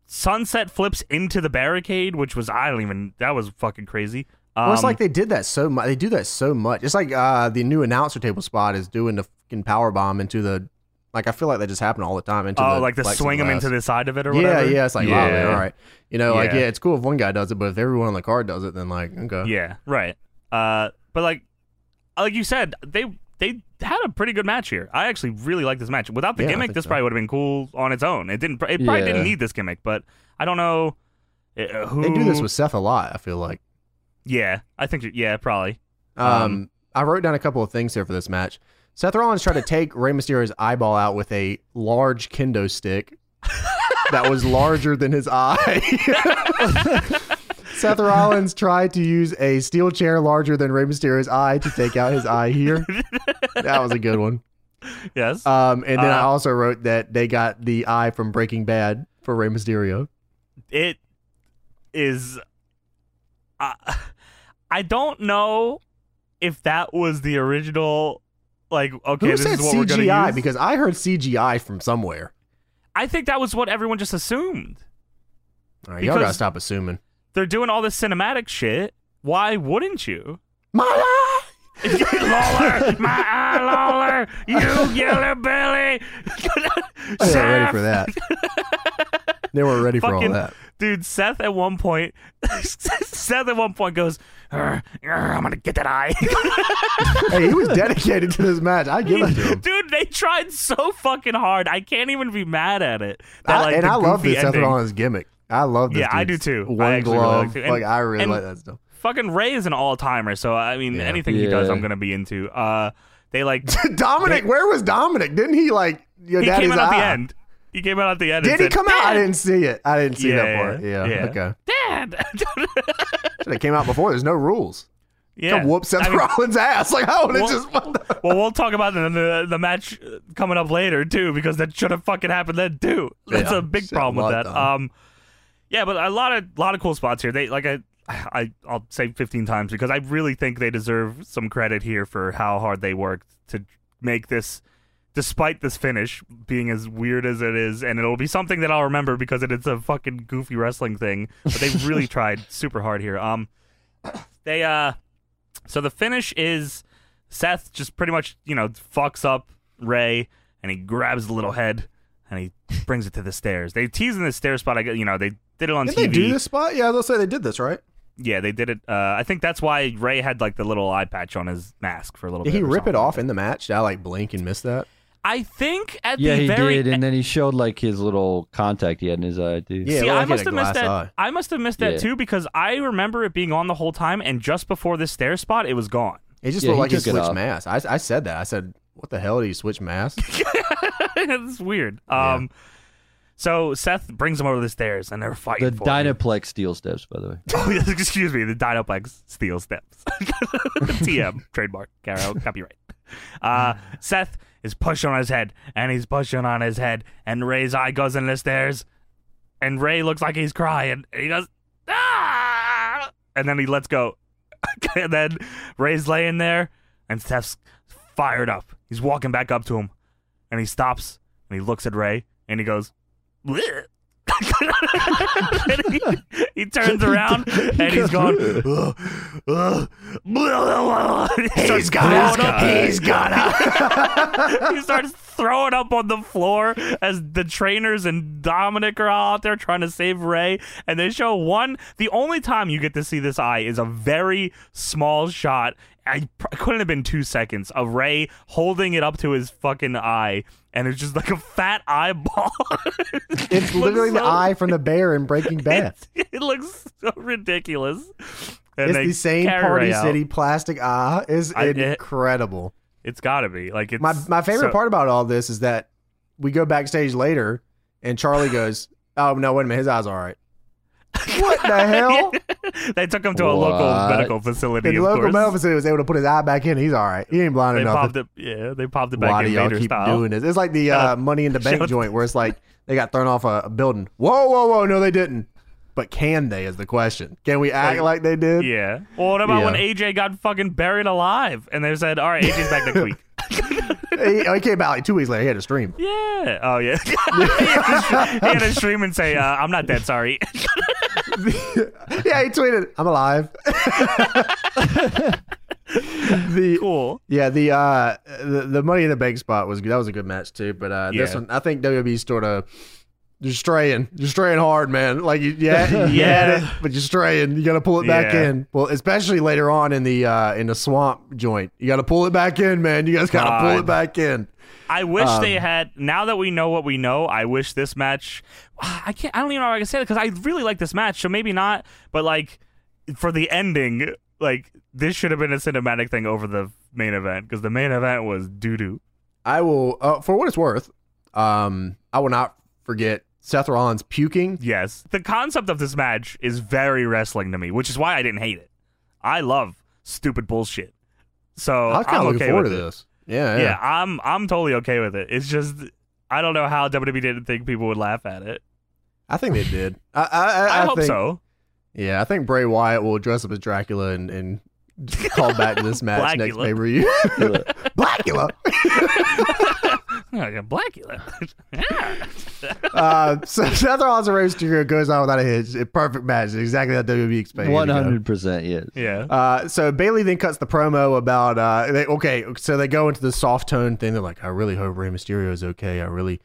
sunset flips into the barricade, which was I don't even that was fucking crazy. Um, well, it's like they did that so much. They do that so much. It's like uh, the new announcer table spot is doing the fucking power bomb into the Like I feel like that just happened all the time. Into Oh, the like to swing him plexiglass. into the side of it or Yeah, whatever. yeah. It's like, wow, man, all right. You know, like, Yeah. yeah, it's cool if one guy does it, but if everyone on the card does it, then like, okay. Yeah, right. Uh, but like, like you said, they they had a pretty good match here. I actually really like this match. Without the Yeah, I gimmick, think this so. probably would have been cool on its own. It didn't. It probably Yeah. didn't need this gimmick, but I don't know uh, who. They do this with Seth a lot. I feel like. Yeah, I think. Yeah, probably. Um, Um, I wrote down a couple of things here for this match. Seth Rollins [laughs] tried to take Rey Mysterio's eyeball out with a large kendo stick that was larger than his [laughs] eye. Seth Rollins tried to use a steel chair larger than Rey Mysterio's eye to take out his eye here. That was a good one. Yes. Um, and then I Uh, also wrote that they got the eye from Breaking Bad for Rey Mysterio. it is I [laughs] I don't know if that was the original like okay Who this said is what we're going to CGI? use Because I heard CGI from somewhere. I think that was what everyone just assumed. All right, y'all gotta Because- stop assuming. They're doing all this cinematic shit. Why wouldn't you? [laughs] My eye! Lawler, my eye, Lawler, you yellow belly. They were ready for [laughs] Seth. that. they were ready for all Fucking- that. dude seth at one point [laughs] seth at one point goes "Arr, arr, i'm gonna get that eye [laughs] Hey, he was dedicated to this match. I give it to him. dude they tried so fucking hard i can't even be mad at it That, I- like, and the I love goofy this Seth ending. Rollins gimmick. I love this. Yeah, I dude's do too. I One actually really like glove. it. And- like I really and- like that stuff. [laughs] fucking ray is an all-timer so i mean Yeah. anything he does Yeah. i'm gonna be into uh [laughs] they like Dominic, where was Dominic? Didn't he like your he daddy's came out at the eye? end he came out at the end Did and he said, come out? I "Dad, didn't see it. I didn't see that Yeah, part. Yeah. yeah. Okay. dad [laughs] Should have came out before. There's no rules. yeah Come whoop Seth I mean, Rollins' ass. [laughs] Like I would have Well- just. What the- [laughs] well, we'll talk about the, the the match coming up later too, because that should have fucking happened then too. That's Yeah. a big Shit, problem with lot that. done. Um, yeah, but a lot of lot of cool spots here. They like I, I I'll say fifteen times because I really think they deserve some credit here for how hard they worked to make this. Despite this finish being as weird as it is, and it'll be something that I'll remember because it is a fucking goofy wrestling thing. But they [laughs] really tried super hard here. Um, they uh, so the finish is Seth just pretty much, you know, fucks up Ray and he grabs the little head and he brings it to the stairs. They tease in the stair spot. I gu- you know, they did it on Did TV. they do this spot? Yeah, they'll say they did this, right? Yeah, they did it. Uh, I think that's why Ray had like the little eye patch on his mask for a little Did bit. he or rip something it like off that. in the match? Did I like blink and miss that? I think at Yeah, the he very did, and then he showed like his little contact he had in his eye too. Yeah, See, well, I like he must had a have missed glass that. eye. I must have missed that Yeah. too because I remember it being on the whole time, and just before this stair spot, it was gone. It just Yeah, looked he like he took it switched off. masks. I, I said that. I said, what the hell did he switch [laughs] masks? it's weird. Yeah. Um, so Seth brings him over the stairs, and they're fighting. The for it. Dynaplex steel steps, by the way. Oh, yes, [laughs] excuse me, the Dinoplex steel steps. [laughs] TM, trademark, Caro, copyright. Uh, Seth is pushing on his head, and he's pushing on his head, and Ray's eye goes in the stairs, and Ray looks like he's crying. And he goes, ah! And then he lets go. [laughs] and then Ray's laying there, and Seth's fired up. He's walking back up to him, and he stops, and he looks at Ray, and he goes, "Bleh." [laughs] and he, he turns around and he's going, "Ugh, ugh, blah, blah, blah." He starts throwing up- gotta. [laughs] he starts throwing up on the floor as the trainers and Dominic are all out there trying to save Ray. And they show one. The only time you get to see this eye is a very small shot. I pr- couldn't have been two seconds of Ray holding it up to his fucking eye, and it's just like a fat eyeball. [laughs] it's literally the so- [laughs] eye from the bear in Breaking Bad. it looks so ridiculous. And It's they the same carry Party out- City plastic eye. Is I- it- incredible. It's gotta be like it's My my favorite so- part about all this is that we go backstage later and Charlie goes, "Oh no, wait a minute, his eye's all [laughs] right." What the hell? they took him to a local What? medical facility. The of local course. medical facility was able to put his eye back in. He's all right. He ain't blind They enough. popped it. Yeah, they popped it back Why do in y'all later keep style. doing this? It's like [laughs] the uh, Money in the Bank Shut joint where it's [laughs] like they got thrown off a, a building. Whoa, whoa, whoa! No, they didn't. But can they? Is the question. Can we act like they did? Yeah. Well, what about Yeah. when AJ got fucking buried alive and they said, "All right, AJ's back next [laughs] week." he, he came out like two weeks later. He had a [laughs] stream. Yeah. Oh yeah. [laughs] he, had to, he had to stream and say, uh, "I'm not dead. Sorry." [laughs] [laughs] yeah, he tweeted, "I'm alive." the cool. yeah the uh the, the money in the bank spot was that was a good match too, but uh this Yeah. one I think WWE's sort of you're straying, you're straying hard, man. Like you, [laughs] yeah, you had Yeah. it, but you're straying. You got to pull it back Yeah. in. Well, especially later on in the uh in the swamp joint, you got to pull it back in, man. You guys got to pull God. it back in. I wish Um, they had. Now that we know what we know, I wish this match. I can't. I don't even know how I can say that because I really like this match. So maybe not. But like for the ending, like this should have been a cinematic thing over the main event because the main event was doo doo. I will, uh, for what it's worth, um, I will not forget Seth Rollins puking. Yes, the concept of this match is very wrestling to me, which is why I didn't hate it. I love stupid bullshit. So I was kind Oh, I'm of looking okay forward to with it. this. Yeah, Yeah. yeah. I'm I'm totally okay with it. It's just I don't know how WWE didn't think people would laugh at it. I think they did. I, I, I, I, I hope think, so. Yeah, I think Bray Wyatt will dress up as Dracula and, and call back to this match next Blackula. pay per view. Blackula. Yeah, Blackula. [laughs] Yeah. uh, so [laughs] Seth Rollins and Rey Mysterio goes on without a hitch. A perfect match. Exactly how WWE expected. it to go. One hundred percent, yes. yeah. Uh, so Bailey then cuts the promo about uh, they, okay, so they go into the soft tone thing. They're like, I really hope Rey Mysterio is okay. I really,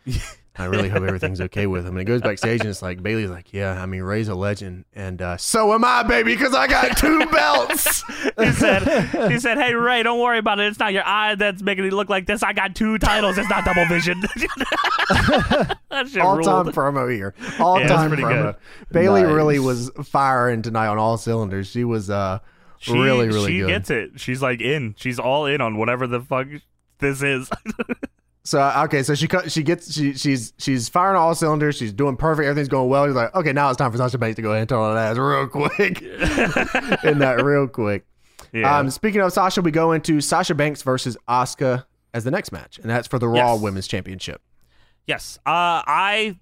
I really hope everything's okay with him. And it goes backstage, and it's like Bailey's like, yeah, I mean Ray's a legend, and uh, so am I, baby, because I got two [laughs] belts. He said, [laughs] he said, hey, Ray, don't worry about it. It's not your eye that's making it look like this. I got two titles. It's not double vision. [laughs] that shit all time ruled. promo here, all [laughs] Yeah, that's time pretty promo. Bailey Nice. really was firing tonight on all cylinders. She was uh, She, really, really she good. gets it. She's like in. She's all in on whatever the fuck this is. [laughs] So uh, okay, so she cut- she gets she she's she's firing all cylinders. She's doing perfect. Everything's going well. You're like, okay, now it's time for Sasha Banks to go ahead and turn on that ass real [laughs] quick. in that real quick. yeah. Um, speaking of Sasha, we go into Sasha Banks versus Asuka as the next match, and that's for the Raw Yes. Women's Championship. Yes. Uh, I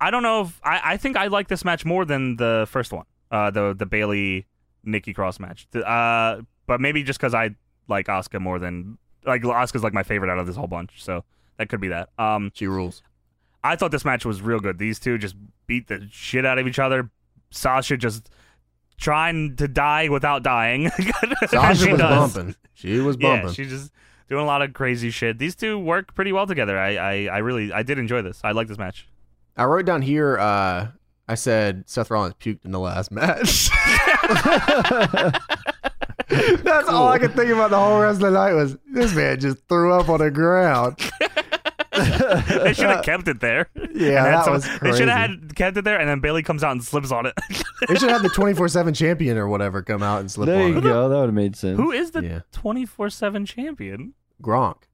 I don't know if I, I think I like this match more than the first one. Uh, the the Bailey Nikki Cross match. The- Uh, but maybe just because I like Oscar more than like Oscar's like my favorite out of this whole bunch. So that could be that. Um, She rules. I thought this match was real good. These two just beat the shit out of each other. Sasha just trying to die without dying. [laughs] Sasha [laughs] She was does. bumping. She was bumping. Yeah, she's just doing a lot of crazy shit. These two work pretty well together. I, I, I really I did enjoy this. I like this match. [laughs] I wrote down here. Uh, I said Seth Rollins puked in the last match. [laughs] That's all I could think about the whole rest of the night was this man just threw up on the ground. they [laughs] should have kept it there. Yeah, And had that some- was They should crazy. have had kept it there, and then Bailey comes out and slips on it. [laughs] They should have the twenty four seven champion or whatever come out and slip There on you him. go. That would have made sense. Who is Yeah. the twenty four seven champion? Gronk.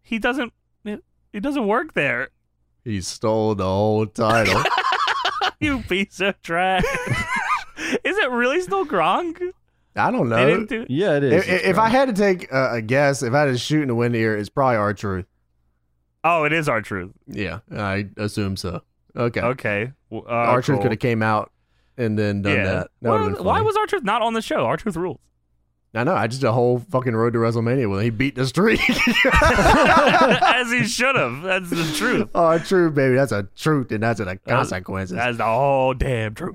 He doesn't. He doesn't work there. [laughs] He stole the whole title. You piece of trash. [laughs] is it really still Gronk? I don't They know. didn't do. Yeah, it is. If, if I had to take a, a guess, if I had to shoot in the wind here, it's probably our truth. Oh, it is our truth. Yeah, I assume so. Okay, Okay. Well, Uh, our truth cool. could have came out and then done Yeah. that. that Why- would've been why funny. was our truth not on the show? Our [laughs] truth rules. [laughs] I know. I just did a whole fucking road to WrestleMania when he beat the streak. [laughs] As he should have. That's the truth. oh, true, baby. That's a truth, and that's a consequences. That's the whole damn truth.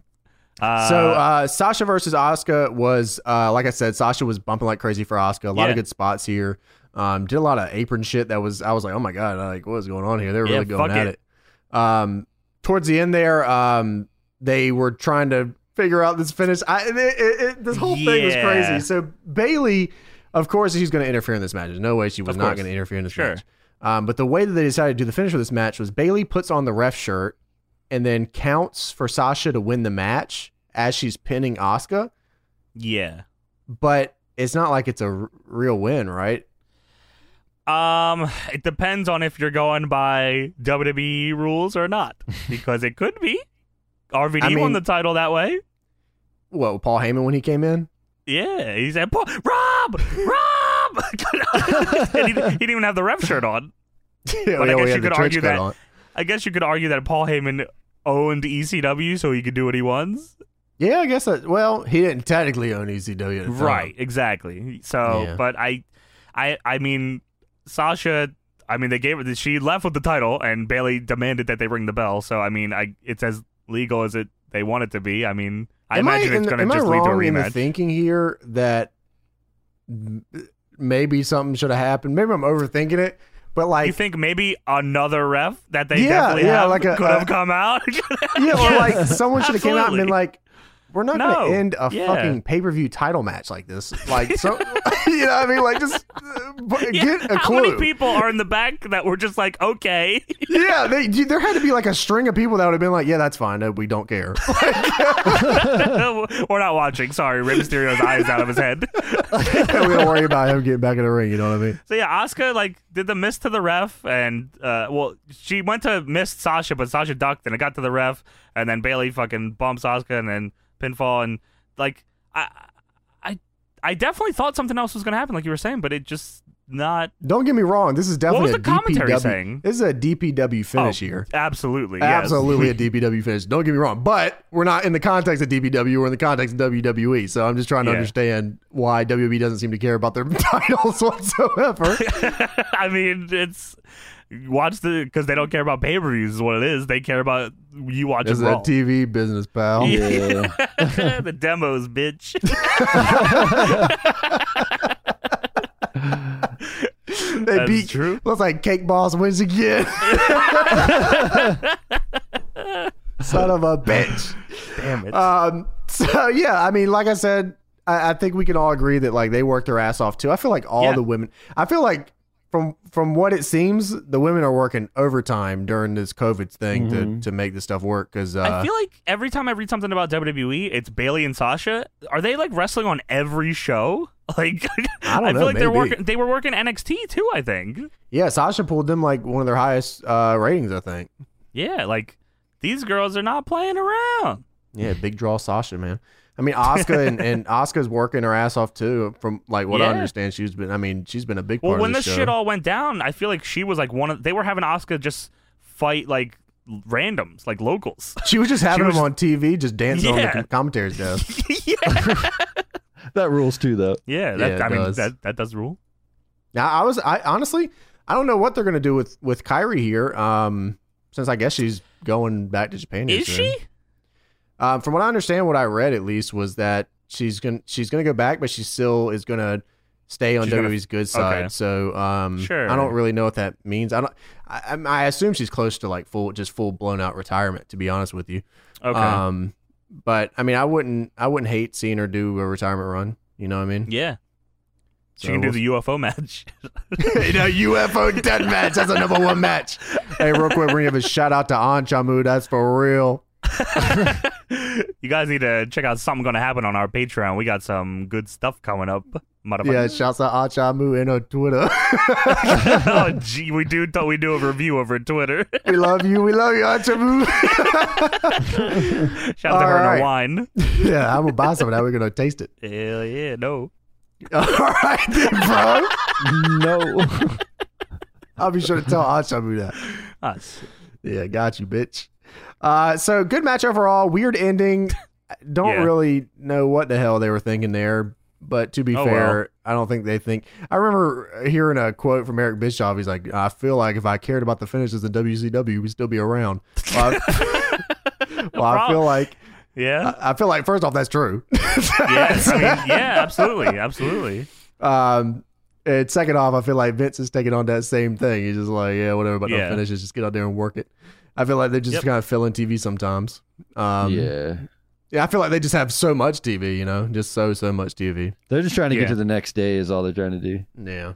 Uh, so uh, Sasha versus Oscar was, uh, like I said, Sasha was bumping like crazy for Oscar. A lot Yeah. of good spots here. Um, did a lot of apron shit that was. I was like, oh my god, like what is going on here? They were Yeah, really going fuck at it. it. Um, towards the end there, um, they were trying to figure out this finish. I it, it, it- this whole thing was Yeah. crazy. So Bailey, of course, she's going to interfere in this match. There's no way she was Of not course. going to interfere in this Sure. match. Um, but the way that they decided to do the finish for this match was Bailey puts on the ref shirt and then counts for Sasha to win the match as she's pinning Asuka. yeah. But it's not like it's a r- real win, right? Um, it depends on if you're going by WWE rules [laughs] or not, because it could be. RVD I mean- won the title that way. What Paul Heyman when he came in? [laughs] Yeah, he said, "Pa- "Rob, Rob," [laughs] and he, he didn't even have the ref shirt on. yeah, But I we had guess the you could trench argue coat that- on. I guess you could argue that Paul Heyman owned ECW, so he could do what he wants. Yeah, I guess that. Well, he didn't technically own ECW, at the time. Right, exactly. So, uh, Yeah. but I, I, I mean, Sasha. I mean, they gave her. She left with the title, and Bailey demanded that they ring the bell. So, I mean, I it's as legal as it they want it to be. I mean, I Am imagine in it's the- going to am just I lead to a wrong in the rematch. thinking here that m- maybe something should have happened. Maybe I'm overthinking it, but like You think maybe another ref that they Yeah, definitely yeah, have like a- could have uh, come out? [laughs] yeah, or like someone should have came out and been Absolutely. like, "We're not going No. to end a Yeah. fucking pay per view title match like this." Like, [laughs] so [laughs] you know, what I mean, like, just uh, bu- Yeah, get a How clue. many people are in the back that were just [laughs] like, okay, [laughs] yeah, they, dude, there had to be like a string of people that would have been like, "Yeah, that's fine. No, we don't [laughs] care." [laughs] we're not watching. Sorry, Rey Mysterio's eyes out of his head. we don't worry about him getting back in the ring. You know what I mean? So yeah, Asuka like did the miss to the ref, and uh, well, she went to miss Sasha, but Sasha ducked, and it got to the ref, and then Bailey fucking bumps Asuka, and then pinfall, and like I, I, I definitely thought something else was gonna happen, like you were saying, but it just not. Don't get me wrong. This is What definitely was the a commentary DPW. saying? This is a DPW finish Oh, here. Absolutely, yes. Absolutely a DPW finish. Don't get me wrong, but we're not in the context of DPW. We're in the context of WWE. So I'm just trying to Yeah. understand why WWE doesn't seem to care about their [laughs] titles [laughs] whatsoever. [laughs] I mean, it's watch the because they don't care about pay per views is what it is. They care about you watching This is a Raw. [laughs] TV business, pal. Yeah. the demos, bitch. [laughs] They That's beat true. Looks like Cake Boss wins [laughs] again. Son of a bitch. Damn it. Um, so yeah, I mean, like I said, I, I think we can all agree that like they worked their ass off too. I feel like all Yeah. the women. I feel like from from what it seems, the women are working overtime during this COVID thing to Mhm. to make this stuff work. Because uh, Mm-hmm. I feel like every time I read something about WWE, it's Bailey and Sasha. Are they like wrestling on every show? [laughs] Like I don't feel know, like they're maybe. working they were working NXT too, I think. yeah, Sasha pulled them like one of their highest uh, ratings. I think. Yeah, like these girls are not playing around. Yeah, big draw Sasha, man. I mean, Oscar and, [laughs] and Oscar's working her ass off too. From like what I Yeah. understand, she's been. I mean, she's been a big Well, part when of this this show. shit all went down, I feel like she was like one of they were having Oscar just fight like randoms, like locals. [laughs] [laughs] she was just having was them on TV, just dancing on the Yeah. com- commentary desk. yeah. [laughs] That rules too, [laughs] though. Yeah, Yeah, that, it I mean does. that that does rule. Now, I was, I honestly, I don't know what they're gonna do with with Kyrie here. Um, since I guess she's going back to Japan. here Is soon. she? Um, from what I understand, what I read at least was that she's gonna she's gonna go back, but she still is gonna stay on She's gonna- WWE's good side. okay. So um, Sure. I don't really know what that means. I don't. I, I'm- I assume she's close to like full just full blown out retirement. To be honest with you. Okay. Um, but I mean, I wouldn't I wouldn't hate seeing her do a retirement run. You know what I [laughs] mean? [laughs] yeah. She So can do we'll- the UFO [laughs] match. you know, UFO dead match. That's a number one match. Hey, real quick, we're gonna give a shout out to Anchamu. That's for real. you guys need to check out something gonna happen on our Patreon. We got some good stuff coming up. Yeah, [laughs] motherfucker. shouts out Anchamu and on Twitter. [laughs] oh, gee, we do we do a review over Twitter. [laughs] we love you. We love you, Anchamu. Shout out to her and Alright. her wine. [laughs] yeah, I'm gonna buy some of that. We're gonna taste it. Hell yeah, no. [laughs] All right, then, bro. No. I'll be sure to tell Anchamu that. Us. Yeah, got you, bitch. Uh, so good match overall. Weird ending. Don't Yeah. really know what the hell they were thinking there. But to be Oh, fair, I don't think they think. I remember hearing a quote from Eric Bischoff. He's like, "I feel like if I cared about the finishes in WCW, we'd still be around." [laughs] Well, I, [laughs] well, I Prob- feel like Yeah. I feel like first off, that's true. Uh, [laughs] yes. I mean, yeah, absolutely. Absolutely. Um, and second off, I feel like Vince is taking on that same thing. He's just like, yeah, whatever about Yeah. the finishes, just get out there and work it. I feel like they're just Yep. kind of filling TV sometimes. Um, yeah. yeah, I feel like they just have so much TV, you know, just so so much TV. They're just trying to Yeah. get to the next day, is all they're trying to do. Yeah.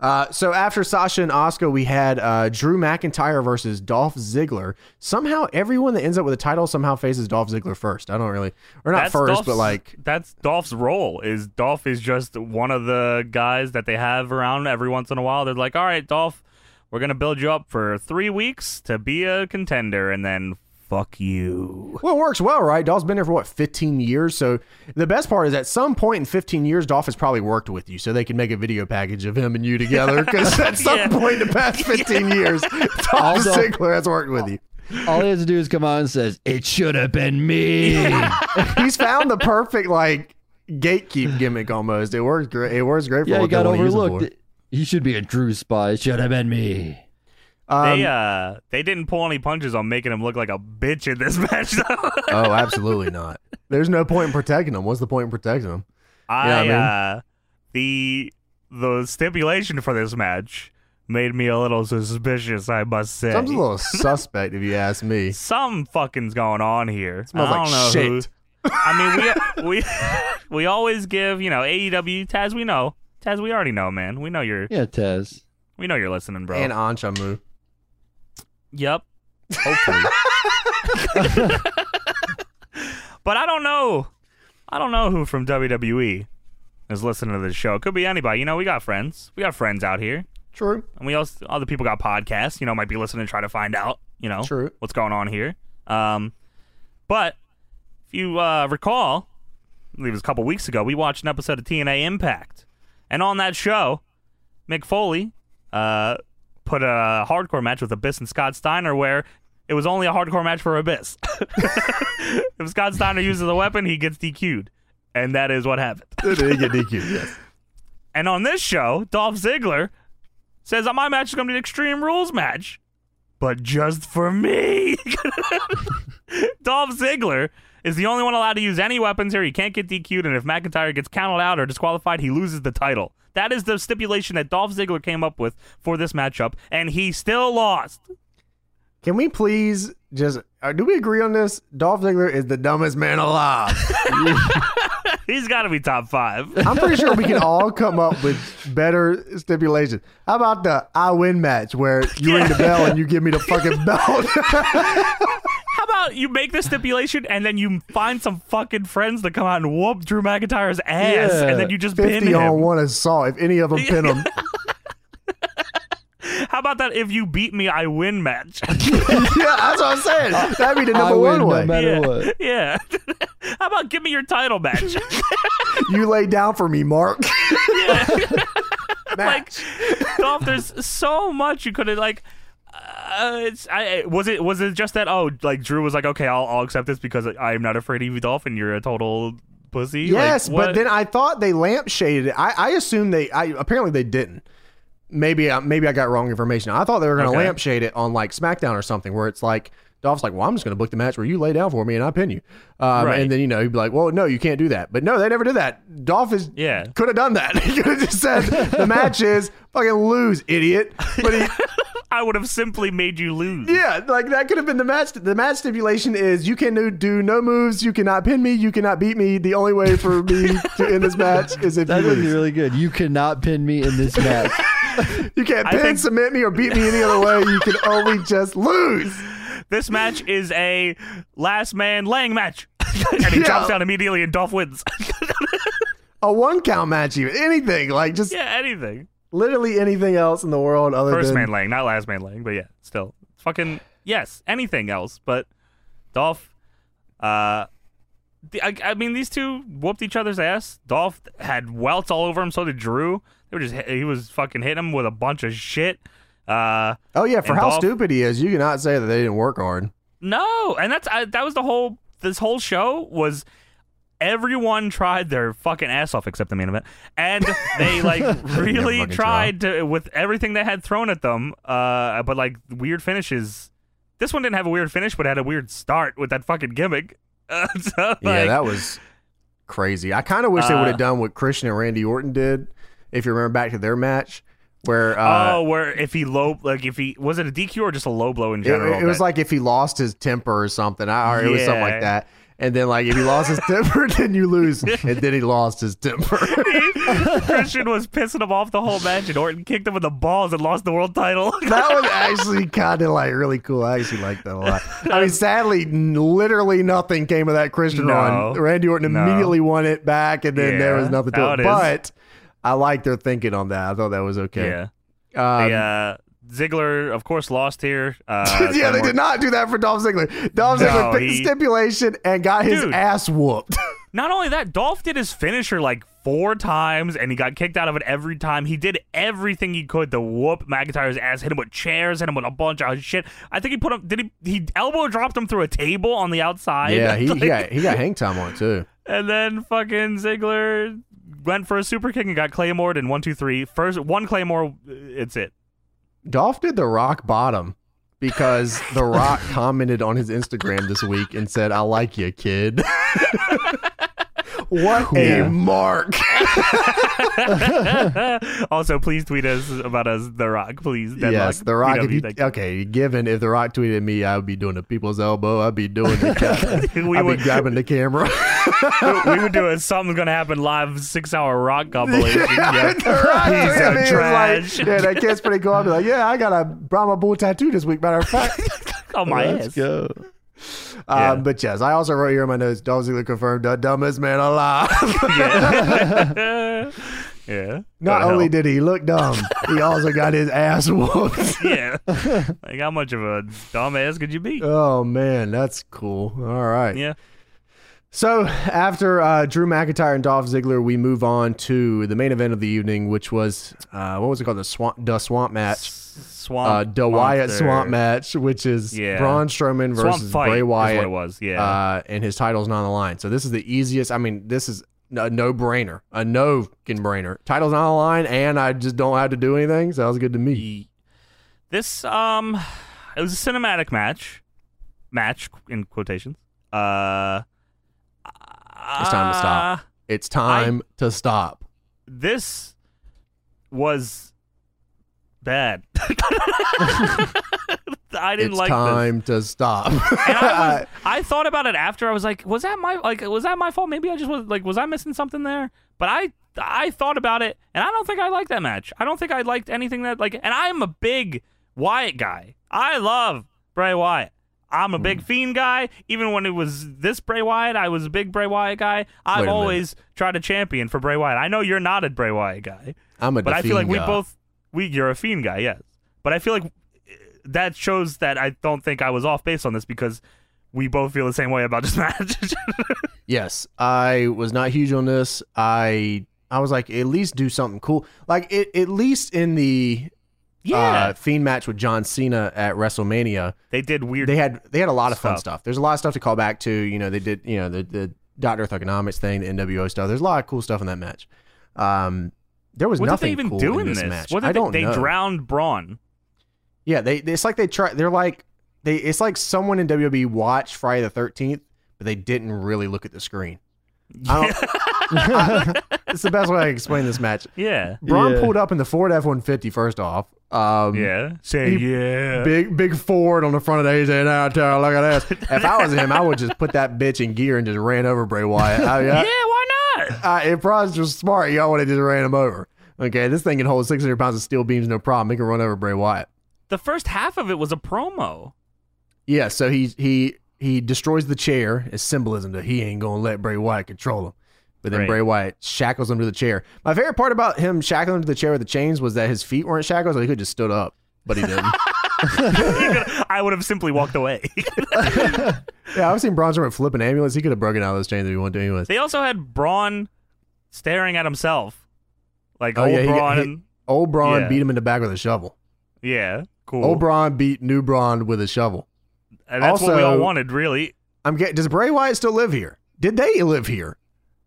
Uh, so after Sasha and Oscar, we had uh, Drew McIntyre versus Dolph Ziggler. Somehow, everyone that ends up with a title somehow faces Dolph Ziggler first. I don't really, or not That's first, but Dolph's- like, that's Dolph's role. Is Dolph is just one of the guys that they have around every once in a while. They're like, all right, Dolph, we're gonna build you up for three weeks to be a contender, and then fuck you. Well, it works well, right? Dolph's been there for what, 15 years? So the best part is at some point in 15 years, Dolph has probably worked with you. So they can make a video package of him and you together. Because at some Yeah. point in the past 15 years, Dolph Also- Ziggler has worked with you. All he has to do is come out and says, "It should have been me." [laughs] Yeah, He's found the perfect, like, gatekeep gimmick almost. It works great. It works great for he what they got want to use him for. overlooked. He should be a Drew spy. It should have been me. Um, they uh they didn't pull any punches on making him look like a bitch in this [laughs] match though. oh, absolutely not. There's no point in protecting him. What's the point in protecting him? I I mean. uh the the stipulation for this match made me a little suspicious, I must say. Sounds a little suspect if you ask me. Some fucking's going on here. smells I don't like know shit. who. I mean, we [laughs] we we always give you know AEW Taz. We know Taz. We already know, man. We know you're Yeah, Tez. we know you're listening, [laughs] bro. And Anchamu. Yep. Hopefully. but I don't know. I don't know who from WWE is listening to this show. It could be anybody. You know, we got friends. We got friends out here. [laughs] True. And we also other people got podcasts, you know, might be listening to try to find out, you know, True. what's going on here. Um but if you uh recall, I believe it was a couple weeks ago, we watched an episode of TNA Impact. And on that show, Mick Foley uh put a hardcore match with Abyss and Scott Steiner where it was only a hardcore match for Abyss. [laughs] if Scott Steiner uses a weapon, he gets DQ'd. And that is what happened. Did he get DQ? Yes. And on this show, Dolph Ziggler says that my match is going to be an Extreme Rules match, but just for me. [laughs] Dolph Ziggler is the only one allowed to use any weapons here. He can't get DQ'd, and if McIntyre gets counted out or disqualified, he loses the title. That is the stipulation that Dolph Ziggler came up with for this matchup, and he still lost. Can we please just uh, do we agree on this? Dolph Ziggler is the dumbest man alive. He's got to be top five. I'm pretty sure we can all come up with better stipulations. How about the I win match where you ring the bell and you give me the fucking belt? [laughs] How about you make the stipulation and then you find some fucking friends to come out and whoop Drew McIntyre's ass, Yeah. and then you just pin 50 him. on one assault if any of them pin [laughs] him. How about that if you beat me, I [laughs] win match? yeah, that's what I'm saying. That'd be the Uh, I number win one way. no matter yeah. what. [laughs] Yeah. How about give me your [laughs] title match? you lay down for me, Mark. [laughs] like, [laughs] Match. Dolph, there's so much you could have, like, uh, it's, I, I- was it was it just that oh like Drew was like okay I'll, I'll accept this because I am not afraid of you Dolph and you're a total pussy yes, like, what- but then I thought they lampshaded it. I, I assumed they. I apparently they didn't. Maybe I, maybe I got wrong information. I thought they were going to Okay. lampshade it on like SmackDown or something, where it's like Dolph's like, "Well, I'm just going to book the match where you lay down for me and I pin you," um, Right. and then you know he'd be like, "Well, no, you can't do that." But no, they never did that. Dolph is Yeah. could have done that. [laughs] he could have just said the match is fucking lose, idiot. But he I would have simply made you lose Yeah, like that could have been the match. The match stipulation is you can do- do no moves, you cannot pin me, you cannot beat me. The only way for me to end this match is [laughs] if you That would be lose. really good. You cannot pin me [laughs] in this match. You can't pin, think- submit me, or beat me any other way. You can only just lose. this match is a last man laying [laughs] match and he Yeah. jumps down immediately and [laughs] Dolph wins A one count match, even anything like just yeah anything literally anything else in the world other First than man Lang, not last man Lang, but yeah, still. Fucking yes, anything else, but Dolph uh the, I, I mean these two whooped each other's ass. Dolph had welts all over him, so did Drew. They were just hit- he was fucking hitting him with a bunch of shit. Uh Oh yeah, for And how Dolph- stupid he is, you cannot say that they didn't work hard. no, and that's I, that was the whole this whole show was everyone tried their fucking ass off except the main event, and [laughs] they like really fucking tried to with everything they had thrown at them. Uh, but like weird finishes. This one didn't have a weird finish, but had a weird start with that fucking gimmick. [laughs] Uh, so, yeah, like, that was crazy. I kind of wish they Uh, would have done what Christian and Randy Orton did. If you remember back to their match, where uh, oh, where if he low like if he was it a DQ or just a low blow in It- general? It, was that- like if he lost his temper or something, I- or it was something Yeah. like that. And then like if he lost his temper, [laughs] then you lose. And then he lost his temper. [laughs] [laughs] Christian was pissing him off the whole match, and Orton kicked him in the balls and lost the [laughs] world title. that was actually kind of like really cool. I actually liked that a lot. I mean, sadly, n- literally nothing came of that Christian No. run. Randy Orton No. immedially won it back, and then there Yeah, was nothing how to it. it is. But I liked their thinking on that. I thought that was okay. Yeah. Um, [laughs] the, uh, Ziggler, of course, lost here. Uh, yeah, they Dunmore- did not do that for Dolph Ziggler. Dolph No, Ziggler picked he- the stipulation and got his Dude. ass whooped. Not only that, Dolph did his finisher like four times, and he got kicked out of it every time. He did everything he could to whoop McIntyre's ass, hit him with chairs, hit him with a bunch of shit. I think he put him. Did he? He elbow dropped him through a table on the outside. [laughs] yeah, he, he Like, got he got hang time on it too. And then fucking Ziggler went for a super kick and got Claymored in one, two, three. First one Claymore, [laughs] it's it. [laughs] Dolph did the rock bottom because The [laughs] Rock [laughs] commented on his Instagram this week and said, I like you, kid. What Yeah. a mark. also, please tweet us about us, The Rock, please. Deadlock. yes, The Rock. We If you, [laughs] don't need that- okay, given if The Rock tweeted me, I would be doing a people's elbow. I'd be doing the [laughs] We I'd would- be grabbing the camera. [laughs] we would do it. Something's gonna happen live. Six hour rock compilation. [laughs] yeah, [laughs] Yeah. The Rock Piece tweeted of me, he was trash. Like, yeah, that kid's pretty cool. I'd be like, yeah, I got a Brahma Bull tattoo this week, matter of fact. oh my Let's ass. go. [laughs] Yeah. Um, but yes, I also wrote here in my notes, Dolph Ziggler confirmed the dumbest man alive. [laughs] Yeah. yeah. Not Go to only hell. did he look dumb, he also got his ass [laughs] whooped. [laughs] yeah. [laughs] Like how much of a dumbass could you be? Oh man, that's cool. All right. yeah. So after uh, Drew McIntyre and Dolph Ziggler, we move on to the main event of the evening, which was uh, what was it called? The swamp, the swamp match, Swamp. uh, the Wyatt monster. swamp match, which is Yeah. Braun Strowman Swamp versus fight Bray Is Wyatt, what it was. Yeah. uh, and his title's not on the line. So this is the easiest. I mean, this is a no-brainer, a no-kin brainer. Title's not on the line, and I just don't have to do anything. Sounds good to me. Ye- This um, it was a cinematic match, match in quotations. Uh, It's time to stop. uh, It's time to stop. This was bad. [laughs] I didn't It's like this. time to stop. And [laughs] I, was, I thought about it after. I was like, was that my like was that my fault? Maybe I just was like, was I missing something there? But I I thought about it, and I don't think I liked that match. I don't think I liked anything that like. And I'm a big Wyatt guy. I love Bray Wyatt. I'm a Hmm. big Fiend guy. Even when it was this Bray Wyatt, I was a big Bray Wyatt guy. I've minute. always tried a champion for Bray Wyatt. I know you're not a Bray Wyatt guy I'm a but I feel like we Dafinga. both we you're a fiend guy, yes. But I feel like eh, that shows that I don't think I was off base on this because we both feel the same way about this [laughs] match. Yes, I was not huge on this. I I was like, at least do something cool. Like it, at least in the uh, Fiend match with John Cena at WrestleMania, they did weird. they had they had a lot of fun Stuff. stuff. There's a lot of stuff to call back to. You know, they did you know the the Doctor Economics thing, the NWO stuff. There's a lot of cool stuff in that match. Um, there was what did nothing they even cool do in this, this? match. What did I they, don't they know. drowned Braun. Yeah, they they- it's like they try. They're like they. It's like someone in WWE watched Friday the Thirteenth, but they didn't really look at the screen. I don't, [laughs] [laughs] it's the best way I can explain this match. Yeah. Braun Yeah. pulled up in the Ford F one fifty. First off, um, Yeah. Say yeah. big big Ford on the front of the AJ now tower. Look at [laughs] this. If I was him, I would just put that bitch in gear and just ran over Bray Wyatt. I, yeah, I, why not? I, if Braun's was smart, y'all would have just ran him over. Okay, this thing can hold six hundred pounds of steel beams, no problem. It can run over Bray Wyatt. The first half of it was [laughs] a promo. Yeah, so he he he destroys the chair as symbolism that he ain't gonna let Bray Wyatt control him. But then Right. Bray Wyatt shackles him to the chair. My favorite part about him shackling him to the chair with the chains was that his feet weren't shackled, so he could just stood up, but he didn't. [laughs] I would have simply [laughs] walked away. yeah, I've seen Braun Strowman flip an ambulance. He could have broken out of those chains if he wanted to, anyways. they also had Braun staring at himself, like Oh, old yeah, he got Braun. hit- Old Braun Yeah. beat him in the back with a shovel. yeah, cool. Old Braun beat new Braun with a shovel. And that's what we all Also- wanted, really. I'm get, does Bray Wyatt still live here? Did they live here?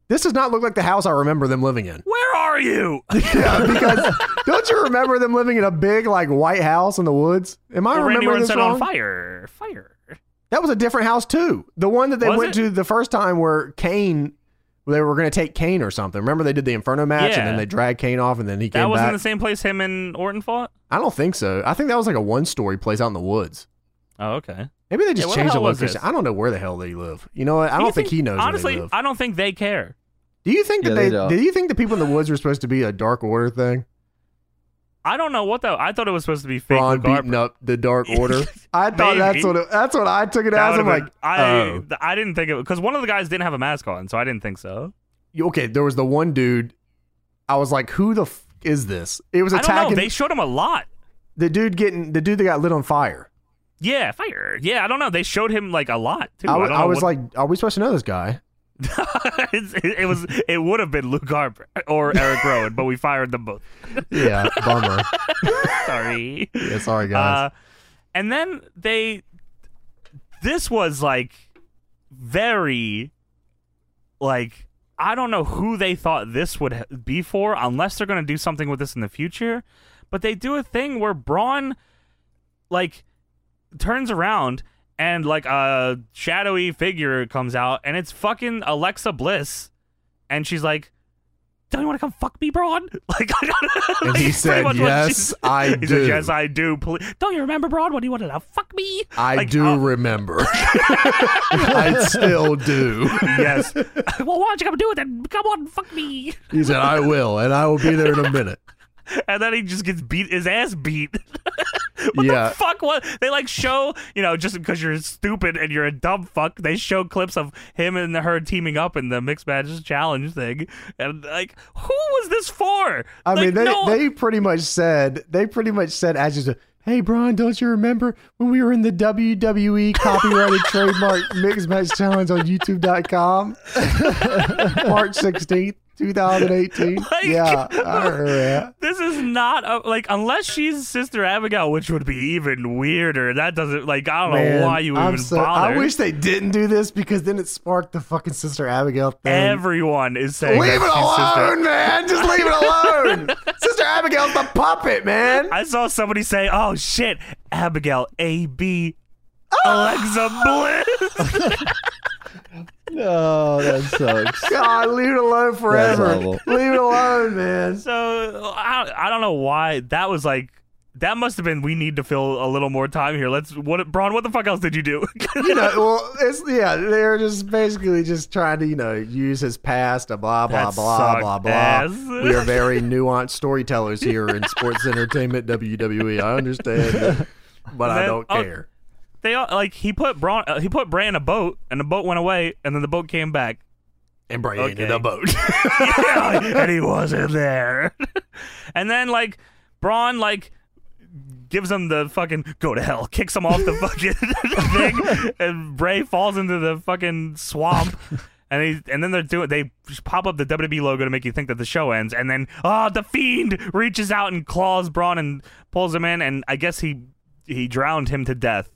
This does not look like the house I remember them living in. Where are you? [laughs] Yeah, Uh, because don't you remember them living in a big like white house in the woods? Am I Well, Randy remembering Orton this set wrong? on fire. Fire. That was a different house too. The one that they Was went it? to the first time where Kane, they were going to take Kane or something. Remember they did the Inferno match and Yeah. then they dragged Kane off and then he That came wasn't back. the same place him and Orton fought? I don't think so. I think that was like a one-story place out in the woods. Oh, okay. Maybe they just where the changed the hell was location. this? I don't know where the hell they live. You know what? I don't think, he knows Honestly, where they live. I don't think they care. do you think Yeah, that they? they don't. do you think the people in the woods were supposed to be a Dark Order thing? I don't know what that. I thought it was supposed to be fake. Braun Luke Harper. beating up the [laughs] Dark Order. I thought that's Maybe. what it, that's what I took it That as. I'm would've like, been- I oh. th- I didn't think it because one of the guys didn't have a mask on, so I didn't think so. okay, there was the one dude. I was like, who the f- is this? It was I don't know. attacking They showed him a lot. the dude getting the dude that got lit on fire. Yeah, fire. Yeah, I don't know. They showed him like a lot too. I, I, w- don't I know was what- like, are we supposed to know this guy? [laughs] It's- it, it was. It would have been Luke Harper or Eric Rowan, but we fired them both. [laughs] Yeah, bummer. Sorry. yeah, sorry guys. [laughs] Uh, and then they, this was like very, like I don't know who they thought this would ha- be for, unless they're gonna do something with this in the future. But they do a thing where Braun, like, turns around and like a shadowy figure comes out, and it's fucking Alexa Bliss. and she's like, "Don't you want to come fuck me, Braun?" [laughs] Like, I got And he said, "Yes, [laughs] I [laughs] He said, do." "Yes, I do." Please. Don't you remember, Braun, when you wanted to fuck me? I Like, do [laughs] uh, remember. I still [laughs] do. yes. [laughs] well, why don't you come do it then? Come on, fuck me. He said, I will, and I will be there in a minute. And then he just gets beat his ass beat. what Yeah. the [laughs] fuck was they like show, you know, just because you're stupid and you're a dumb fuck, they show clips of him and her teaming up in the mixed matches challenge thing. And like, who was this for? I Like, mean, they, no- they pretty much said, they pretty much said, as you said, hey, Brian, don't you remember when we were in the WWE [laughs] copyrighted trademark mixed match challenge on YouTube.com? March 16th, 2018. Like- yeah. I remember that. This is not a, like unless she's Sister Abigail, which would be even weirder. That doesn't like I don't Man, know why you I'm even so- bother. I wish they didn't do this because then it sparked the fucking Sister Abigail thing. Everyone is saying Leave it that she's Sister- alone, man. Just leave it [laughs] alone. Sister Abigail's the puppet, man. I saw somebody say, "Oh shit, Abigail A B Ah! Alexa Bliss." [laughs] No, that sucks. God, leave it alone forever. horrible. Leave it alone, man. so I, I don't know why that was like that must have been we need to fill a little more time here. Let's what Braun, what the fuck else did you do? [laughs] You know, well, it's yeah. They're just basically just trying to you know use his past, a blah blah That blah blah sucked blah. ass. We are very nuanced storytellers here in sports entertainment WWE. I understand, but I Then- don't oh, care. they all, like he put Braun uh, he put Bray in a boat and the boat went away and then the boat came back. And Brian okay. in a boat. [laughs] Yeah, and he wasn't there. [laughs] and then like Braun like gives him the fucking go to hell, kicks him off the fucking [laughs] thing, and Bray falls into the fucking swamp. And he, and then they're doing they just pop up the WWE logo to make you think that the show ends, and then oh the fiend reaches out and claws Braun and pulls him in, and I guess he he drowned him to death,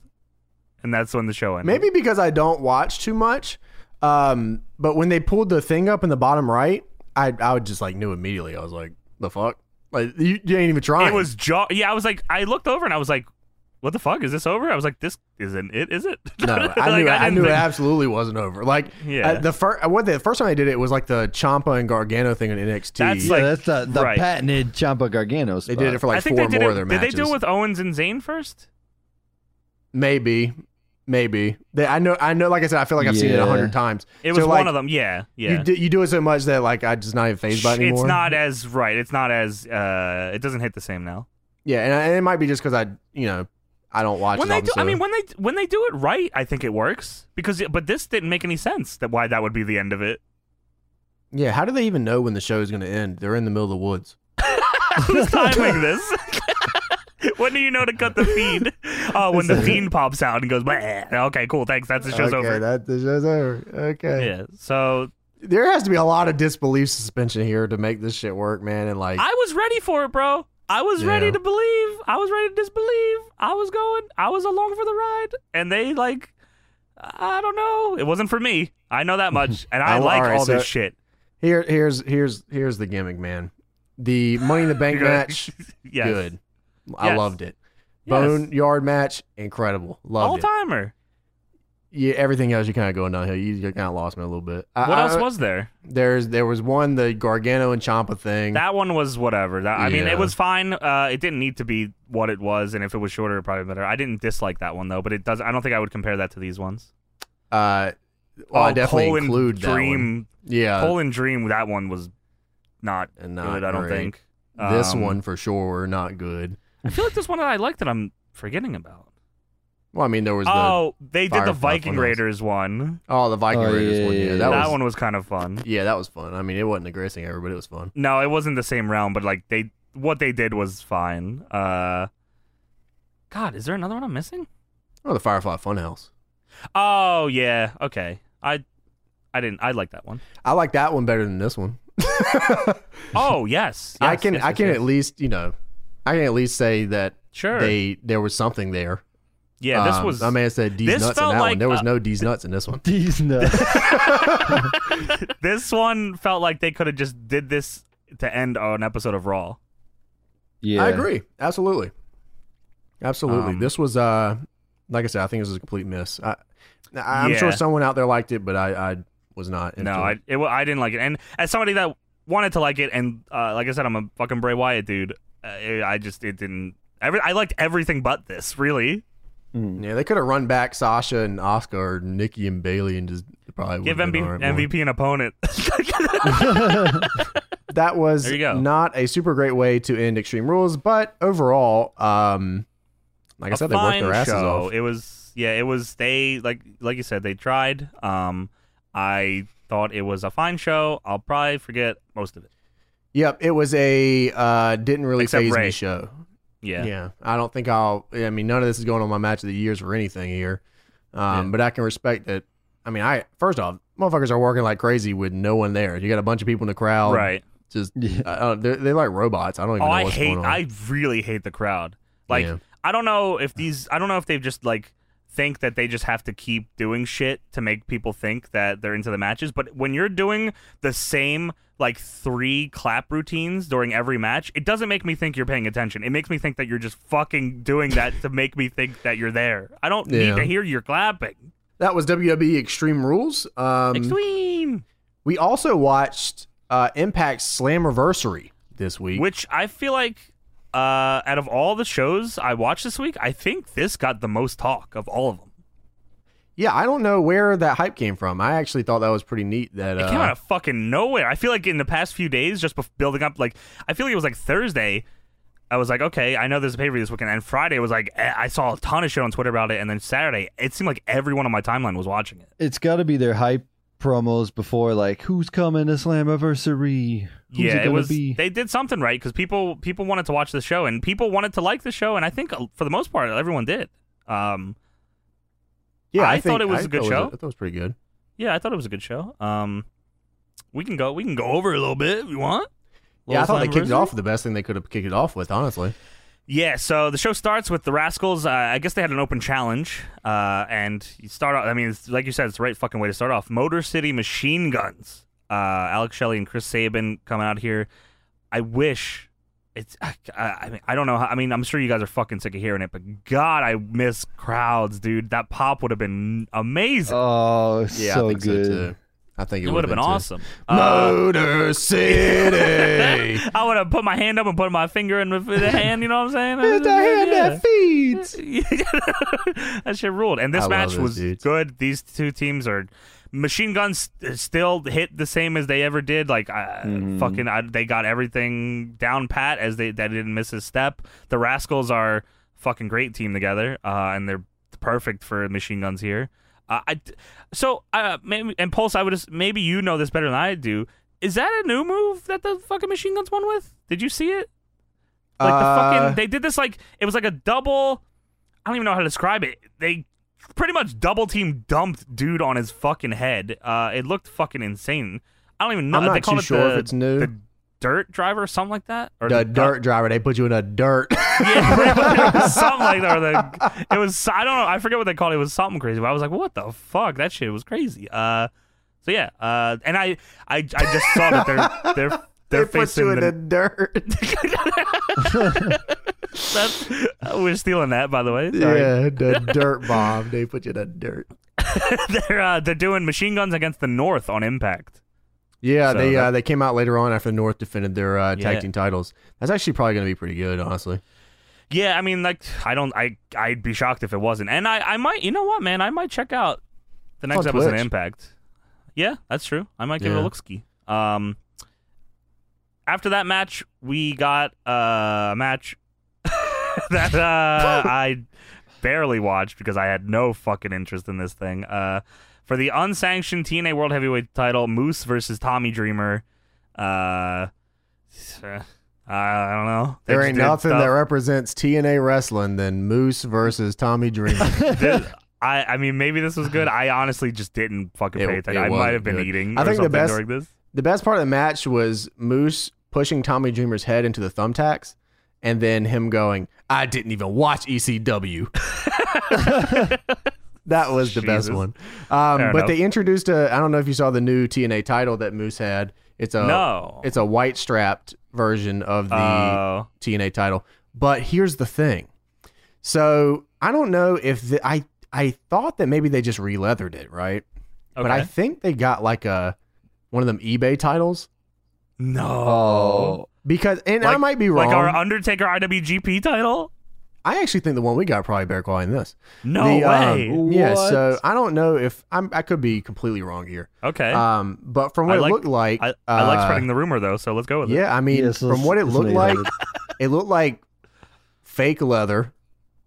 and that's when the show ended. Maybe because I don't watch too much. Um, but when they pulled the thing up in the bottom right, I I would just like knew immediately. I was like, the fuck? Like you, you ain't even trying. It was jaw. Yeah, I was like, I looked over and I was like, what the fuck is this over? I was like, this isn't it, is it? [laughs] [laughs] no. I Like, knew I, didn't knew it think- absolutely wasn't over. Like Yeah. uh, the first what the first time I did it was like the Champa and Gargano thing in NXT. That's Yeah, like- that's the, the right. patented Champa Gargano they spot. did it for I like think four they more did it- of their Did matches. they do it with Owens and Zayn first? maybe, maybe. They, I know. I know. Like I said, I feel like I've seen it a Yeah. hundred times. It So, was like, one of them. Yeah, yeah. You do, you do it so much that like I just not even phased by it Sh- anymore. It's not as right. It's not as. uh It doesn't hit the same now. Yeah, and, I- and it might be just because I, you know, I don't watch. When it they often, do, I so- mean, when they when they do it right, I think it works because. But this didn't make any sense. That why that would be the end of it. [laughs] Yeah, how do they even know when the show is going to end? They're in the middle of the woods. Who's timing this? [laughs] when do you know to cut [laughs] the feed? Oh, when the fiend pops out and goes. "Bleh." Okay, cool. Thanks. That's the show's okay, over. That, the show's over. Okay. Yeah. So There has to be a lot of disbelief suspension here to make this shit work, man. And like, I was ready for it, bro. I was Yeah. ready to believe. I was ready to disbelieve. I was going. I was along for the ride, and they like. I don't know. It wasn't for me. I know [laughs] that much, and I Oh, like all, alright, so- this shit. here, here's, here's, here's the gimmick, man. The Money in the Bank [laughs] Good. match, Yes. good. I Yes. loved it. Yes. Bone yard match, incredible. Loved All it. timer. Yeah, everything else you kind of going downhill. You kind of lost me a little bit. I- What I- else was there? There's there was one the Gargano and Champa thing. That one was whatever. That, I mean, Yeah. it was fine. Uh, it didn't need to be what it was, and if it was shorter, it probably better. I didn't dislike that one though, but it does. I don't think I would compare that to these ones. uh, well, I Oh, definitely Cole and include that one. Dream. Yeah, Cole and Dream. That one was not and not good. I don't great. think. This Um, one for sure, not good. I feel like there's one that I like that I'm forgetting about. Well, I mean, there was the Oh, they did the Firefly Viking one also. Raiders one. oh the Viking Oh, Raiders yeah, one. Yeah, yeah, that, That, was one was kind of fun. yeah, that was fun. I mean, it wasn't the greatest thing ever, but it was fun. No, it wasn't the same round, but like they what they did was fine. Uh God, is there another one I'm missing? Oh, the Firefly Funhouse. Oh yeah, okay. I I didn't I like that one. [laughs] I like that one better than this one. Oh yes. I yes, can yes, I yes, can yes. at least you know I can at least say that Sure. they there was something there. yeah, this Um, was I may have said D's this nuts in felt that like, one. There was uh, no D's nuts in this one. [laughs] [laughs] These nuts. this one felt like they could have just did this to end an episode of Raw. Yeah. I agree. Absolutely. Absolutely. Um, this was uh like I said, I think this was a complete miss. I I'm sure Yeah. someone out there liked it, but I I was not. into No, it. I it, wa- I didn't like it. And as somebody that wanted to like it, and uh, like I said, I'm a fucking Bray Wyatt dude. Uh, it- I just it didn't. Every, I liked everything but this. Really, Mm. [laughs] Yeah, they could have run back Sasha and Oscar or Nikki and Bailey and just it probably give would've been MB, all right more. MVP an opponent. [laughs] That was There you go. not a super great way to end Extreme Rules, but overall, um, like I A said, they worked fine their asses show. off. It was yeah, it was they like like you said they tried. Um, I thought it was a fine show. I'll probably forget most of it. Yep, it was a uh, didn't really Except phase me Ray. show. Yeah. I don't think I'll. I mean, none of this is going on my match of the years or anything here, um, Yeah. but I can respect that. I mean, I first off, motherfuckers are working like crazy with no one there. You got a bunch of people in the crowd, right. Just Yeah. uh, uh, they're, they're like robots. I don't even Oh, know I what's hate. going on. I really hate the crowd. Like Yeah. I don't know if these. I don't know if they've just like think that they just have to keep doing shit to make people think that they're into the matches. But when you're doing the same like three clap routines during every match, it doesn't make me think you're paying attention. It makes me think that you're just fucking doing that to make me think that you're there. I don't Yeah. need to hear your clapping. That was WWE Extreme Rules. Um, Extreme. We also watched uh, Impact Slammiversary this week. Which I feel like. Uh, out of all the shows I watched this week, I think this got the most talk of all of them. yeah, I don't know where that hype came from. I actually thought that was pretty neat. That It uh, came out of fucking nowhere. I feel like in the past few days, just bef- building up, like I feel like it was like Thursday. I was like, okay, I know there's a pay per view this weekend, and Friday was like, eh, I saw a ton of shit on Twitter about it, and then Saturday, it seemed like everyone on my timeline was watching it. It's got to be their hype promos before, like, who's coming to Slammiversary? Who's yeah, it it gonna was. be? They did something right because people people wanted to watch the show, and people wanted to like the show, and I think uh, for the most part, everyone did. Um, yeah, I, I think- thought it was I a good thought show. I thought it was pretty good. yeah, I thought it was a good show. Um, we can go we can go over it a little bit if you want. Yeah, I thought they kicked it Slammiversary? off with the best thing they could have kicked it off with. Honestly, Yeah, so the show starts with the Rascals. Uh, I guess they had an open challenge, uh, and you start off. I mean, it's, like you said, it's the right fucking way to start off. Motor City Machine Guns. Uh, Alex Shelley and Chris Sabin coming out here. I wish it's. I, I I mean, I don't know. How, I mean, I'm sure you guys are fucking sick of hearing it, but God, I miss crowds, dude. That pop would have been amazing. Oh, it's yeah, so I think good. so too. I think it, it would have been too. awesome. Uh, [laughs] Motor City. I would have put my hand up and put my finger in the, the hand. You know what I'm saying? It's the hand Yeah. that feeds. [laughs] that shit ruled. And this I love match those was dudes. good. These two teams are machine guns st- still hit the same as they ever did. Like I, Mm-hmm. Mhm. fucking, I, they got everything down pat as they they didn't miss a step. The Rascals are fucking great team together, uh, and they're perfect for machine guns here. Uh, I d- so uh, maybe and Pulse, I would just maybe you know this better than I do. Is that a new move that the fucking machine guns won with? Did you see it? Like the Uh, fucking they did this like it was like a double I don't even know how to describe it. They pretty much double team dumped dude on his fucking head. Uh it looked fucking insane. I don't even know I'm they not call too it sure the, if it's new. the dirt driver or something like that. Or the dirt driver. They put you in a dirt. Yeah, [laughs] pretty much, it was something like that. [laughs] Or the, it was I don't know, I forget what they called it. It was something crazy, but I was like, What the fuck? That shit was crazy. Uh so yeah, uh and I I, I just saw that they're they're [laughs] they're they put you facing in the the [laughs] dirt. That's, we're stealing that, by the way. Sorry. yeah, the [laughs] dirt bomb. They put you in the dirt. they're uh, they're doing machine guns against the North on Impact. Yeah, So they uh, that- they came out later on after North defended their uh, tag Yeah. team titles. That's actually probably going to be pretty good, honestly. Yeah, I mean, like I don't, I I'd be shocked if it wasn't. And I I might, you know what, man, I might check out the next on episode of Twitch. Impact. Yeah, that's true. I might give it Yeah. a look ski. Um, after that match, we got uh, a match [laughs] [laughs] that uh, I barely watched because I had no fucking interest in this thing. Uh, for the unsanctioned TNA World Heavyweight title, Moose versus Tommy Dreamer. Uh, [sighs] uh, I don't know. They There just ain't did nothing stuff. that represents TNA wrestling than Moose versus Tommy Dreamer. [laughs] [laughs] This- I, I mean, maybe this was good. I honestly just didn't fucking It- pay attention. it I might wasn't have been good. eating. I or think the something best- during this. the best part of the match was Moose pushing Tommy Dreamer's head into the thumbtacks, and then him going, "I didn't even watch E [laughs] ECW." [laughs] that was the best Jesus. one. Um, Fair but enough. they introduced a. I don't know if you saw the new TNA title that Moose had. It's a no. It's a white strapped version of the Oh. TNA title. But here's the thing. So I don't know if the, I I thought that maybe they just re-leathered it, right? Okay. But I think they got like a one of them eBay titles no. Oh, because, and I Like- might be wrong. Like our Undertaker IWGP title? I actually think the one we got probably Bear Claw in this. No The, um, way. Yeah, What? so I don't know if I'm. I could be completely wrong here. okay. Um, but from I what like- it looked like, I, I like uh, spreading the rumor though, so let's go with it. Yeah, I mean, Yes, from let's- what it let's looked make it like, happen. it looked like fake leather,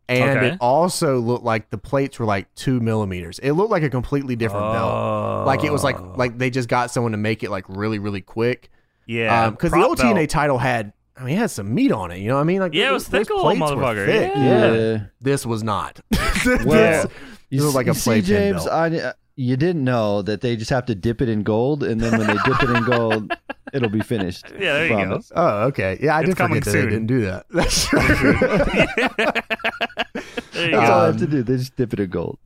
and Okay. it also looked like the plates were like two millimeters. It looked like a completely different belt. Like it was like Oh. like they just got someone to make it like really really quick. yeah, because um, the prop old TNA belt. title had. I mean, it had some meat on it. You know what I mean? Like Yeah, it those- was thick those old plates were motherfucker, thick. yeah. This was not. [laughs] Well, This you is like s- a you play see, pin James, belt. I you didn't know that they just have to dip it in gold, and then when they dip it [laughs] in gold, it'll be finished. Yeah, there you go. Promise. oh, okay. Yeah, I It's did coming forget that they soon. didn't do that. [laughs] That's true. There you That's go. all I have Um, to do. They just dip it in gold.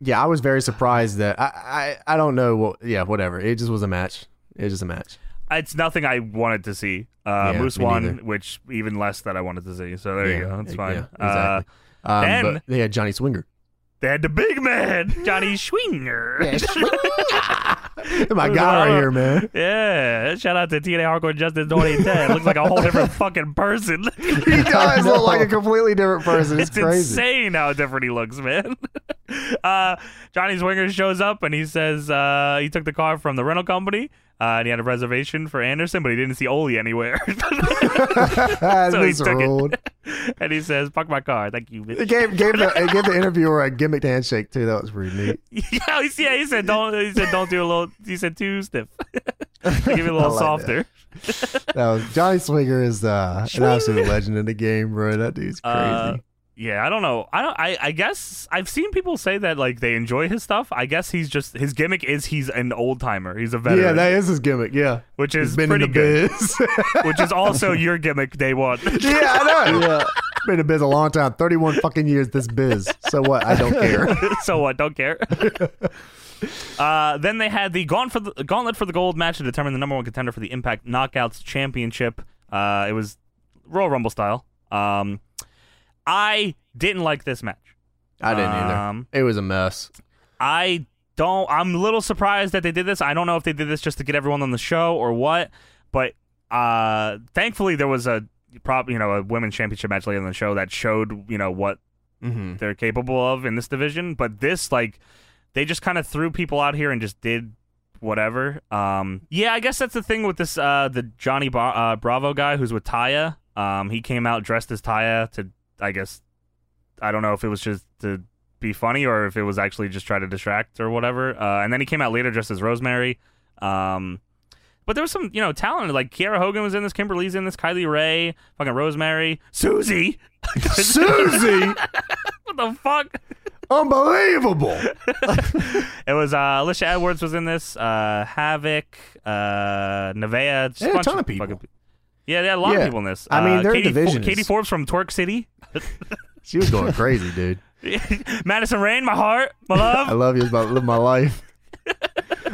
yeah, I was very surprised that I, I I don't know what. Yeah, whatever. It just was a match. It was just a match. It's nothing I wanted to see. Uh, Yeah, Moose me won, neither. which even less that I wanted to see. So there you Yeah, go. That's yeah, fine. yeah, Uh, exactly. Um, then- but they had Johnny [laughs] Swinger. they had the big man, [laughs] Johnny Schwinger. [laughs] My guy right here, man. Yeah, shout out to TNA Hardcore Justice 2010. Looks like a whole different fucking person. [laughs] He does I know. look like a completely different [laughs] person. It's, it's crazy. insane how different he looks, man. [laughs] uh, Johnny Swinger shows up and he says uh, he took the car from the rental company uh, and he had a reservation for Anderson, but he didn't see Ole anywhere. [laughs] So he This took it. ruled. and he says, "Fuck my car, thank you." It [laughs] Bitch. [laughs] gave gave the it gave the interviewer a gimmicked handshake too. That was pretty neat. yeah, he, yeah, he said, "Don't." He said, "Don't do a little." He said, "Too stiff." [laughs] Give it a I little like softer. That was Johnny Swinger is uh, an absolute legend in the game, bro. That dude's crazy. Uh, yeah, I don't know. I don't. I, I guess I've seen people say that like they enjoy his stuff. I guess he's just his gimmick is he's an old timer. He's a veteran, yeah, that is his gimmick. Yeah, which he's is been in pretty the good. biz. [laughs] which is also your gimmick day one. [laughs] yeah, I [laughs] know. Yeah, Been in the biz a long time. Thirty-one fucking years. This biz. So what? I don't care. so what? Don't care. uh, then they had the gaunt for the, gauntlet for the gold match to determine the number one contender for the Impact Knockouts Championship. Uh, it was Royal Rumble style. Um, I didn't like this match. [laughs] I didn't either. Um, Uh, It was a mess. I don't. I'm a little surprised that they did this. I don't know if they did this just to get everyone on the show or what, but uh, thankfully there was a prop, you know, a women's championship match later in the show that showed, you know, what Mm-hmm. they're capable of in this division. But this, like, they just kind of threw people out here and just did whatever. Um, yeah, I guess that's the thing with this uh, the Johnny Ba uh, Bravo guy who's with Taya. Um, he came out dressed as Taya to, I guess, I don't know if it was just to be funny or if it was actually just try to distract or whatever. Uh, and then he came out later dressed as Rosemary. Um, but there was some, you know, talent. Like Kiara Hogan was in this, Kimberly's in this, Kylie Ray, fucking Rosemary, Susie. Susie, What the fuck? unbelievable. It was uh, Alicia Edwards was in this. Uh, Havoc, uh, Nevaeh. just They had a bunch ton of people. fucking pe- Yeah, they had a lot Yeah. of people in this. I mean, uh, their Katie, division is- Katie Forbes from Torque City. [laughs] She was going crazy, dude. Madison Rain, my heart, my [laughs] I love. love you. It's about to live my life.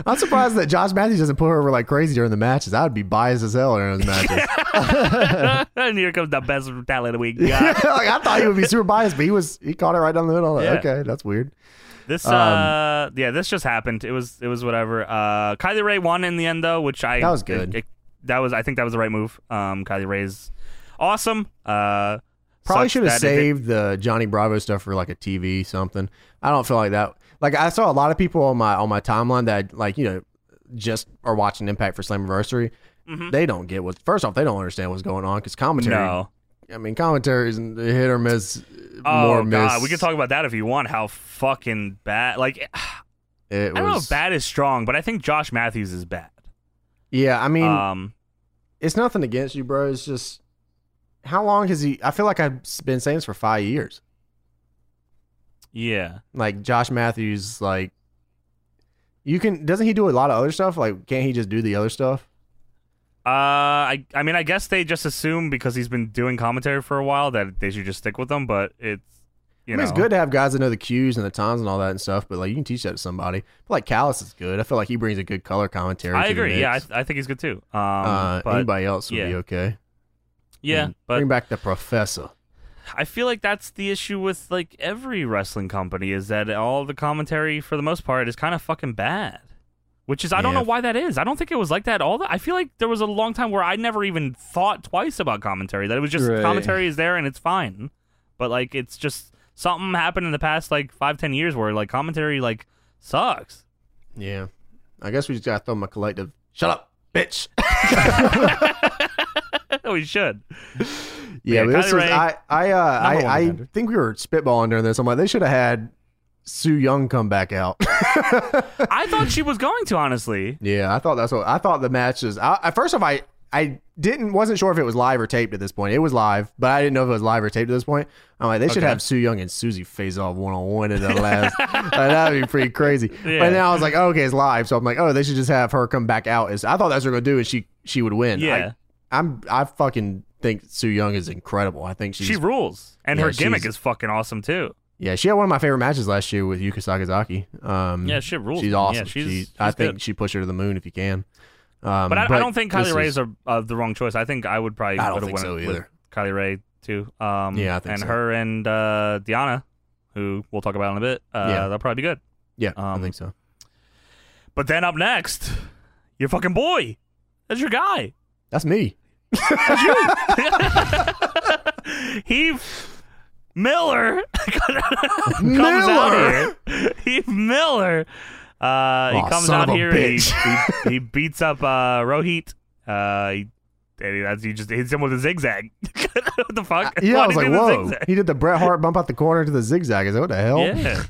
I'm surprised that Josh Matthews doesn't put her over like crazy during the matches. I would be biased as hell during those matches. [laughs] and here comes the best talent we Yeah, got. [laughs] like, I thought he would be super biased, but he was he caught it right down the middle. Like, Yeah. Okay, that's weird. This, Um, uh, yeah, this just happened. It was, it was whatever. Uh, Kylie Ray won in the end though, which I That was good. It, it- that was, I think, that was the right move. Um, Kylie Ray's awesome. Uh, Probably sucks should have that it- saved the Johnny Bravo stuff for like a TV something. I don't feel like that. Like I saw a lot of people on my on my timeline that like you know just are watching Impact for Slammiversary. They don't get what. First off, they don't understand what's going on because commentary. Mm-hmm. No, I mean, commentary is hit or miss. Oh more miss. god, we could talk about that if you want. How fucking bad? Like It I don't know was, if bad is strong, but I think Josh Matthews is bad. Yeah, I mean, um, it's nothing against you, bro. It's just how long has he? I feel like I've been saying this for five years. yeah, Like Josh Matthews, like you can doesn't he do a lot of other stuff? Like can't he just do the other stuff? uh, I I mean, I guess they just assume because he's been doing commentary for a while that they should just stick with him. But it's you I mean, know, it's good to have guys that know the cues and the times and all that and stuff, but like you can teach that to somebody. But like Callis is good. I feel like he brings a good color commentary. I to the agree. Yeah, mix. I, I think he's good too. Um, uh, but anybody else would yeah. be okay. yeah, Bring but back the professor. I feel like that's the issue with like every wrestling company is that all the commentary for the most part is kind of fucking bad. Which is I don't Yeah. know why that is. I don't think it was like that all the I feel like there was a long time where I never even thought twice about commentary. That it was just Right. commentary is there and it's fine. But like it's just something happened in the past like five, ten years where like commentary like sucks. [laughs] Yeah. I guess we just gotta throw my collective. Shut up, bitch. [laughs] we should. Yeah, Yeah, but this is Kylie Rae, I I uh, number one I, I contender. think we were spitballing during this. I'm like, they should have had Sue Young come back out. I thought she was going to, honestly. yeah, I thought that's what I thought the matches. I, I first off, I I didn't wasn't sure if it was live or taped at this point. It was live, but I didn't know if it was live or taped at this point. I'm like, they should Okay. have Sue Young and Susie face off one on one in [laughs] the last. like, that'd be pretty crazy. Yeah. But now I was like, oh, okay, it's live, so I'm like, oh, they should just have her come back out. As I thought that's what they're gonna do, and she she would win. yeah. I, I'm I fucking think Sue Young is incredible. I think she's she rules. And Yeah, her gimmick she's- is fucking awesome too. Yeah, she had one of my favorite matches last year with Yuka Sakazaki. Um, Yeah, shit rules. she's man. awesome. Yeah, she's, She- she's I think good. she pushed her to the moon if you can. Um, but I, I don't think this Kylie Rae is- is a, uh, the wrong choice. I think I would probably I don't would have think won so it with either. Kylie Rae too. Um, Yeah, I think and so. her and uh, Diana, who we'll talk about in a bit, uh, Yeah. they'll probably be good. Yeah, I um, think so. But then up next, your fucking boy. That's your guy. [laughs] That's me. Heath Miller comes out here. [laughs] Heath Miller. Uh, he Aw, comes son out of a here. and [laughs] He, he, he beats up uh, Rohit. Uh, he, and he, that's, he just hits him with a zigzag. [laughs] what the fuck? Uh, Yeah, Why'd I was he like, do the whoa. zigzag? He did the Bret Hart bump out the corner to the zigzag. Is that what the hell? Yeah.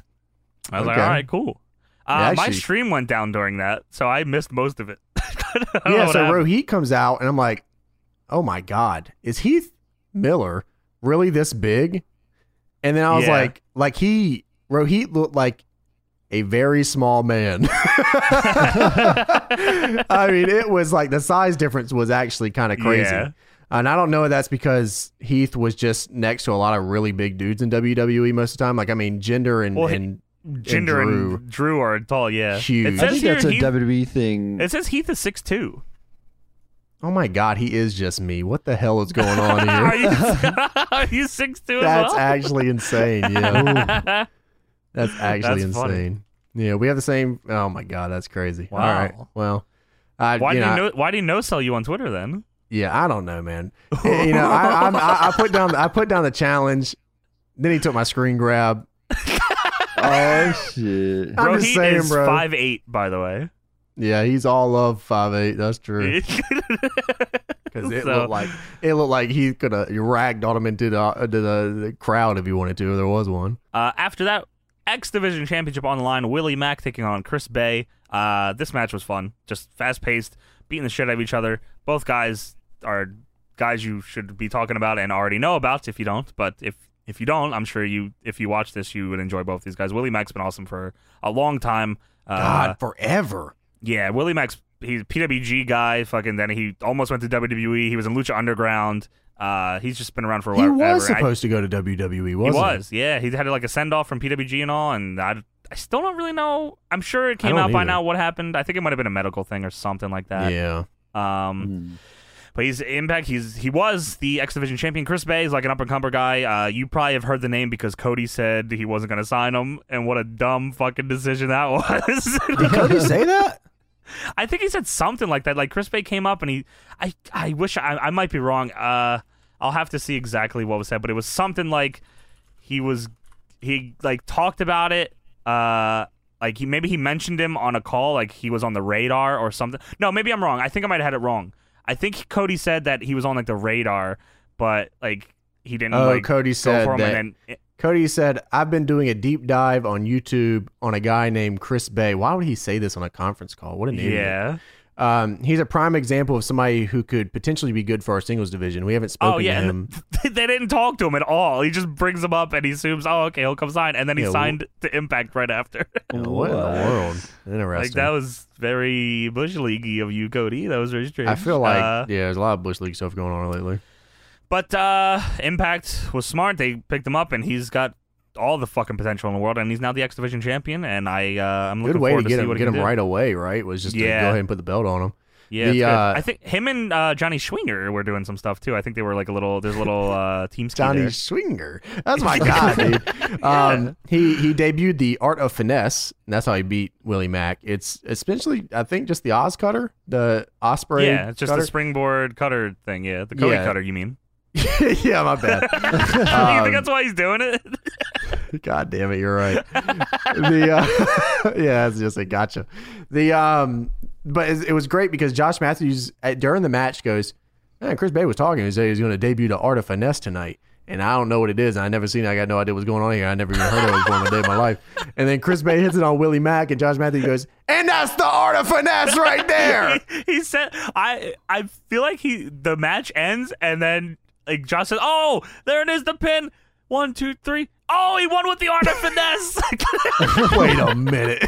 I was like, Oh. Okay. all right, cool. Uh, Yeah, my actually- stream went down during that, so I missed most of it. [laughs] I don't know Yeah, what so happened. Rohit comes out, and I'm like, oh my God, is Heath Miller really this big? And then I was Yeah. like, like he, Rohit looked like a very small man. [laughs] I mean, it was like the size difference was actually kind of crazy. Yeah. And I don't know if that's because Heath was just next to a lot of really big dudes in WWE most of the time. Like, I mean, gender and, Well, he- and Jinder and Drew. are tall, yeah. Huge. I It I says think here that's a Heath- WWE [laughs] thing. It says Heath is six two. oh my God, he is just me. What the hell is going [laughs] [laughs] on here? are you [laughs] are you six two as That's well? actually insane. [laughs] Yeah. That's actually That's funny. insane. Yeah, we have the same. Oh my god, that's crazy. Wow. All right. Well, I, why you do know, you know? Why do you know sell you on Twitter then? Yeah, I don't know, man. you know, I, I'm, I, I put down I put down the challenge. Then he took my screen grab. [laughs] oh shit! I'm bro, just he saying, is bro. five eight, by the way. Yeah, he's all love five eight. That's true. [laughs] Because it So- looked like it looked like he could have ragged on him into the, into the, uh, the crowd if he wanted to. If there was one. Uh, after that, X Division Championship on the line. Willie Mack taking on Chris Bay. Uh, this match was fun. Just fast paced, beating the shit out of each other. Both guys are guys you should be talking about and already know about if you don't. But if if you don't, I'm sure you if you watch this, you would enjoy both these guys. Willie Mack's been awesome for a long time. Uh, God, forever. Yeah, Willie Max, he's a PWG guy. Fucking then he almost went to WWE. He was in Lucha Underground. Uh, he's just been around for a He while. was supposed to go to WWE. he Wasn't was, yeah. He had like a send off from PWG and all, and I, I still don't really know. I'm sure it came don't out by either. now what happened. I think it might have been a medical thing or something like that. Yeah. Mm-hmm. Um, Mm. but he's Impact. He's he was the X Division champion. Chris Bay is like an up and comer guy. Uh, you probably have heard the name because Cody said he wasn't going to sign him, and what a dumb fucking decision that [laughs] was. Did Cody say that? I think he said something like that. Like Chris Bay came up and he, I, I wish I, I might be wrong. Uh, I'll have to see exactly what was said, but it was something like he was, he like talked about it. Uh, like he maybe he mentioned him on a call, like he was on the radar or something. No, maybe I'm wrong. I think I might have had it wrong. I think Cody said that he was on like the radar, but like he didn't Oh, like Cody go said for him. that. And then Cody said, I've been doing a deep dive on YouTube on a guy named Chris Bay. Why would he say this on a conference call? What an idiot. yeah, Um, he's a prime example of somebody who could potentially be good for our singles division. We haven't spoken oh yeah, to and him. [laughs] they didn't talk to him at all. He just brings him up and he assumes, oh, okay, he'll come sign, and then he Yeah, wh- signed to Impact right after. [laughs] You know, what in the [laughs] world? Interesting. like that was very bush leaguey of you, Cody. That was very strange. I feel like, Uh, yeah, there's a lot of Bush League stuff going on lately. but uh, Impact was smart. They picked him up, and he's got all the fucking potential in the world, and he's now the X Division champion. And I, uh, I'm looking Good way to forward get see him, what get he him can do. right away, right? Was just to Yeah. go ahead and put the belt on him. Yeah, The, it's good. uh, I think him and uh, Johnny Schwinger were doing some stuff too. I think they were like a little. There's a little uh, team ski Johnny there. Swinger. That's my [laughs] guy, dude. um, he he debuted the art of finesse, and that's how he beat Willie Mack. It's essentially, I think, just the Oz cutter, the Osprey. Yeah, it's just cutter. the springboard cutter thing. Yeah, the Cody Yeah. cutter. You mean? [laughs] yeah, my [laughs] bad. you Um, think that's why he's doing it? [laughs] God damn it, you're right. the uh, [laughs] yeah, it's just a gotcha. The um, but it, it was great because Josh Matthews at, during the match goes, man, Chris Bay was talking. He said he was going to debut the Art of Finesse tonight, and I don't know what it is. I never seen. it. I got no idea what's going on here. I never even heard of it before in my day of my life. And then Chris Bay hits it on Willie Mack, and Josh Matthews goes, and that's the Art of Finesse right there. he, he said, "I I feel like he the match ends and then like Josh says, oh, there it is, the pin. One, two, three. Oh, he won with the art of finesse. [laughs] [laughs] Wait a minute.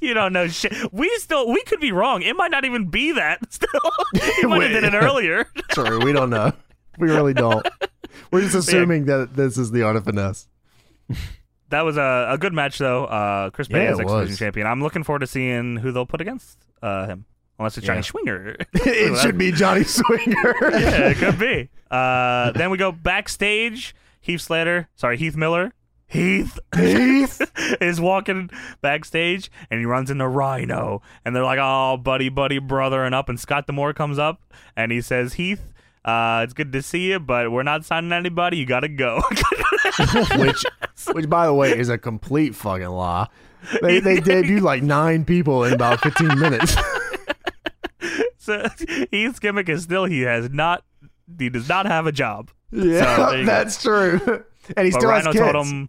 you don't know shit. We still we could be wrong. It might not even be that. [laughs] Still, he might Wait. have did it earlier. [laughs] True, we don't know. We really don't. We're just assuming that this is the Art of Finesse. That was a, a good match though. Uh, Chris Yeah, Bay is it X was. Division champion. I'm looking forward to seeing who they'll put against uh, him. Unless it's Johnny Yeah. [laughs] Schwinger. it [laughs] should be [laughs] Johnny Swinger. yeah, it [laughs] could be. Uh, then we go backstage. Heath Slater, sorry, Heath Miller. Heath Heath. [laughs] is walking backstage and he runs into Rhino. And they're like, oh, buddy, buddy, brother, and up. And Scott Demore comes up and he says, Heath, uh, it's good to see you, but we're not signing anybody. You got to go. [laughs] which, which by the way, is a complete fucking lie. They, [laughs] they debuted like nine people in about 15 minutes. [laughs] so Heath's gimmick is still he has not, he does not have a job. So, [laughs] yeah, there you go. that's true. And he But still Rhino has kids. Mm-hmm. told him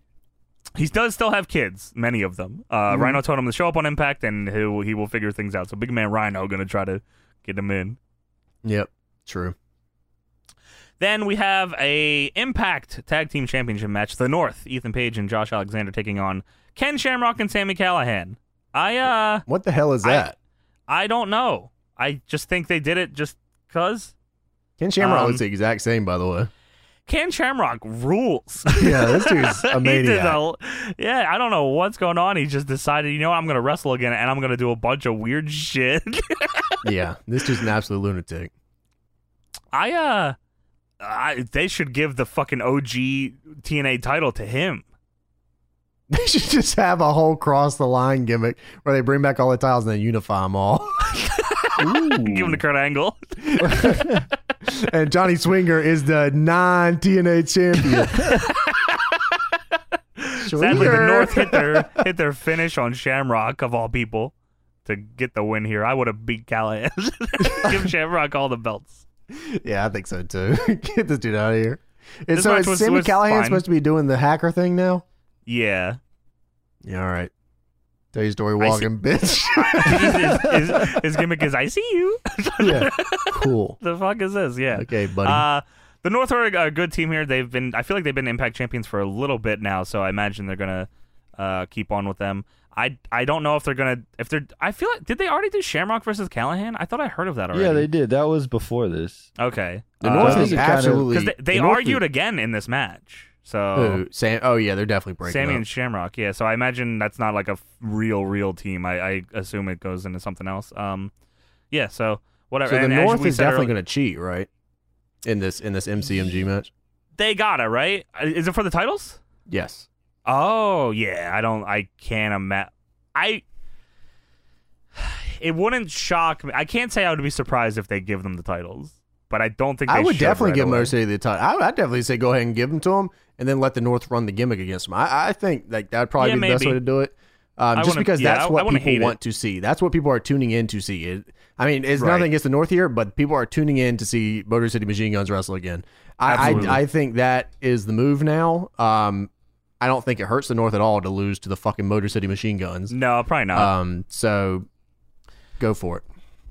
he does still have kids, many of them. Uh, Rhino told him to show up on Impact, and he will, he will figure things out. So Big Man Rhino gonna try to get him in. Yep, true. Then we have a Impact Tag Team Championship match: The North, Ethan Page and Josh Alexander taking on Ken Shamrock and Sammy Callahan. I uh What the hell is I- that? I don't know. I just think they did it just cause Ken Shamrock um, looks the exact same, by the way. Ken Shamrock rules. Yeah, this [laughs] dude's a [laughs] He did maniac. a- yeah, I don't know what's going on. He just decided, you know what, I'm going to wrestle again and I'm going to do a bunch of weird [laughs] shit. yeah, this dude's an absolute lunatic. [laughs] I, uh, I, they should give the fucking OG TNA title to him. They should just have a whole cross the line gimmick where they bring back all the tiles and then unify them all. [laughs] Give him to Kurt Angle. [laughs] and Johnny Swinger is the non TNA champion. Sadly, the Swinger. North hit their, hit their finish on Shamrock, of all people, to get the win here. I would have beat Callahan. [laughs] give Shamrock all the belts. Yeah, I think so too. [laughs] Get this dude out of here. And This so match is was- Sammy was Callahan fine. supposed to be doing the hacker thing now? Yeah. [laughs] Yeah, all right. Tell your story I see. walking, bitch. [laughs] his, his, his, his gimmick is, I see you. yeah. Cool. the fuck is this? Yeah. Okay, buddy. Uh, the North are a good team here. They've been, I feel like they've been Impact champions for a little bit now, so I imagine they're gonna uh, keep on with them. I I don't know if they're gonna if they're. I feel like did they already do Shamrock versus Callahan? I thought I heard of that already. Yeah, they did. That was before this. Okay. the uh, North I is think it kinda- absolutely. because they, they the North argued is- again in this match. So Who? Sam, oh, yeah, they're definitely breaking Sammy up. and Shamrock, yeah. So I imagine that's not like a f- real real team. I, I assume it goes into something else. Um, yeah. So so whatever. the And as North we is said definitely earlier- going to cheat, right? In this in this MCMG match? They got it right. Uh, Is it for the titles? Yes. Oh yeah, I don't. I can't imagine. I. [sighs] It wouldn't shock me. I can't say I would be surprised if they give them the titles, but I don't think they I would should definitely right give away. Motor City the title. I would definitely say go ahead and give them to him, and then let the North run the gimmick against them. I, I think like that would probably Yeah, be the best maybe. way to do it. Um, just wouldn't- because yeah, that's I- I what wouldn't people hate it. want to see. That's what people are tuning in to see. It, I mean, it's Right. nothing against the North here, but people are tuning in to see Motor City Machine Guns wrestle again. I, Absolutely. I I think that is the move now. Um, I don't think it hurts the North at all to lose to the fucking Motor City Machine Guns. No, probably not. Um, so go for it.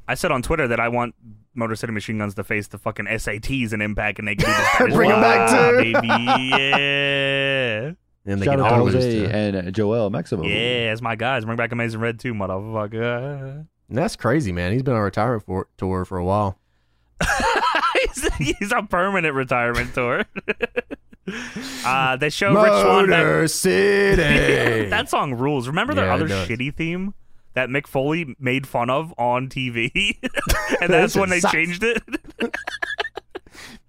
I said on Twitter that I want Motor City Machine Guns to face the fucking SATs in Impact, and they can do [laughs] this as Bring 'em back, well, too. [laughs] baby. Yeah, And they Shout can out to all lose Jose to- and uh, Joel Maximo. yeah. As my guys, bring back Amazing Red too, motherfucker. [laughs] And that's crazy, man. He's been on retirement for, tour for a while. he's, he's on permanent retirement tour. [laughs] uh, they show Rich Swan back. City. [laughs] that song rules. Remember their Yeah, it other does. shitty theme? that Mick Foley made fun of on TV, [laughs] and that's when they Sucks. changed it. [laughs]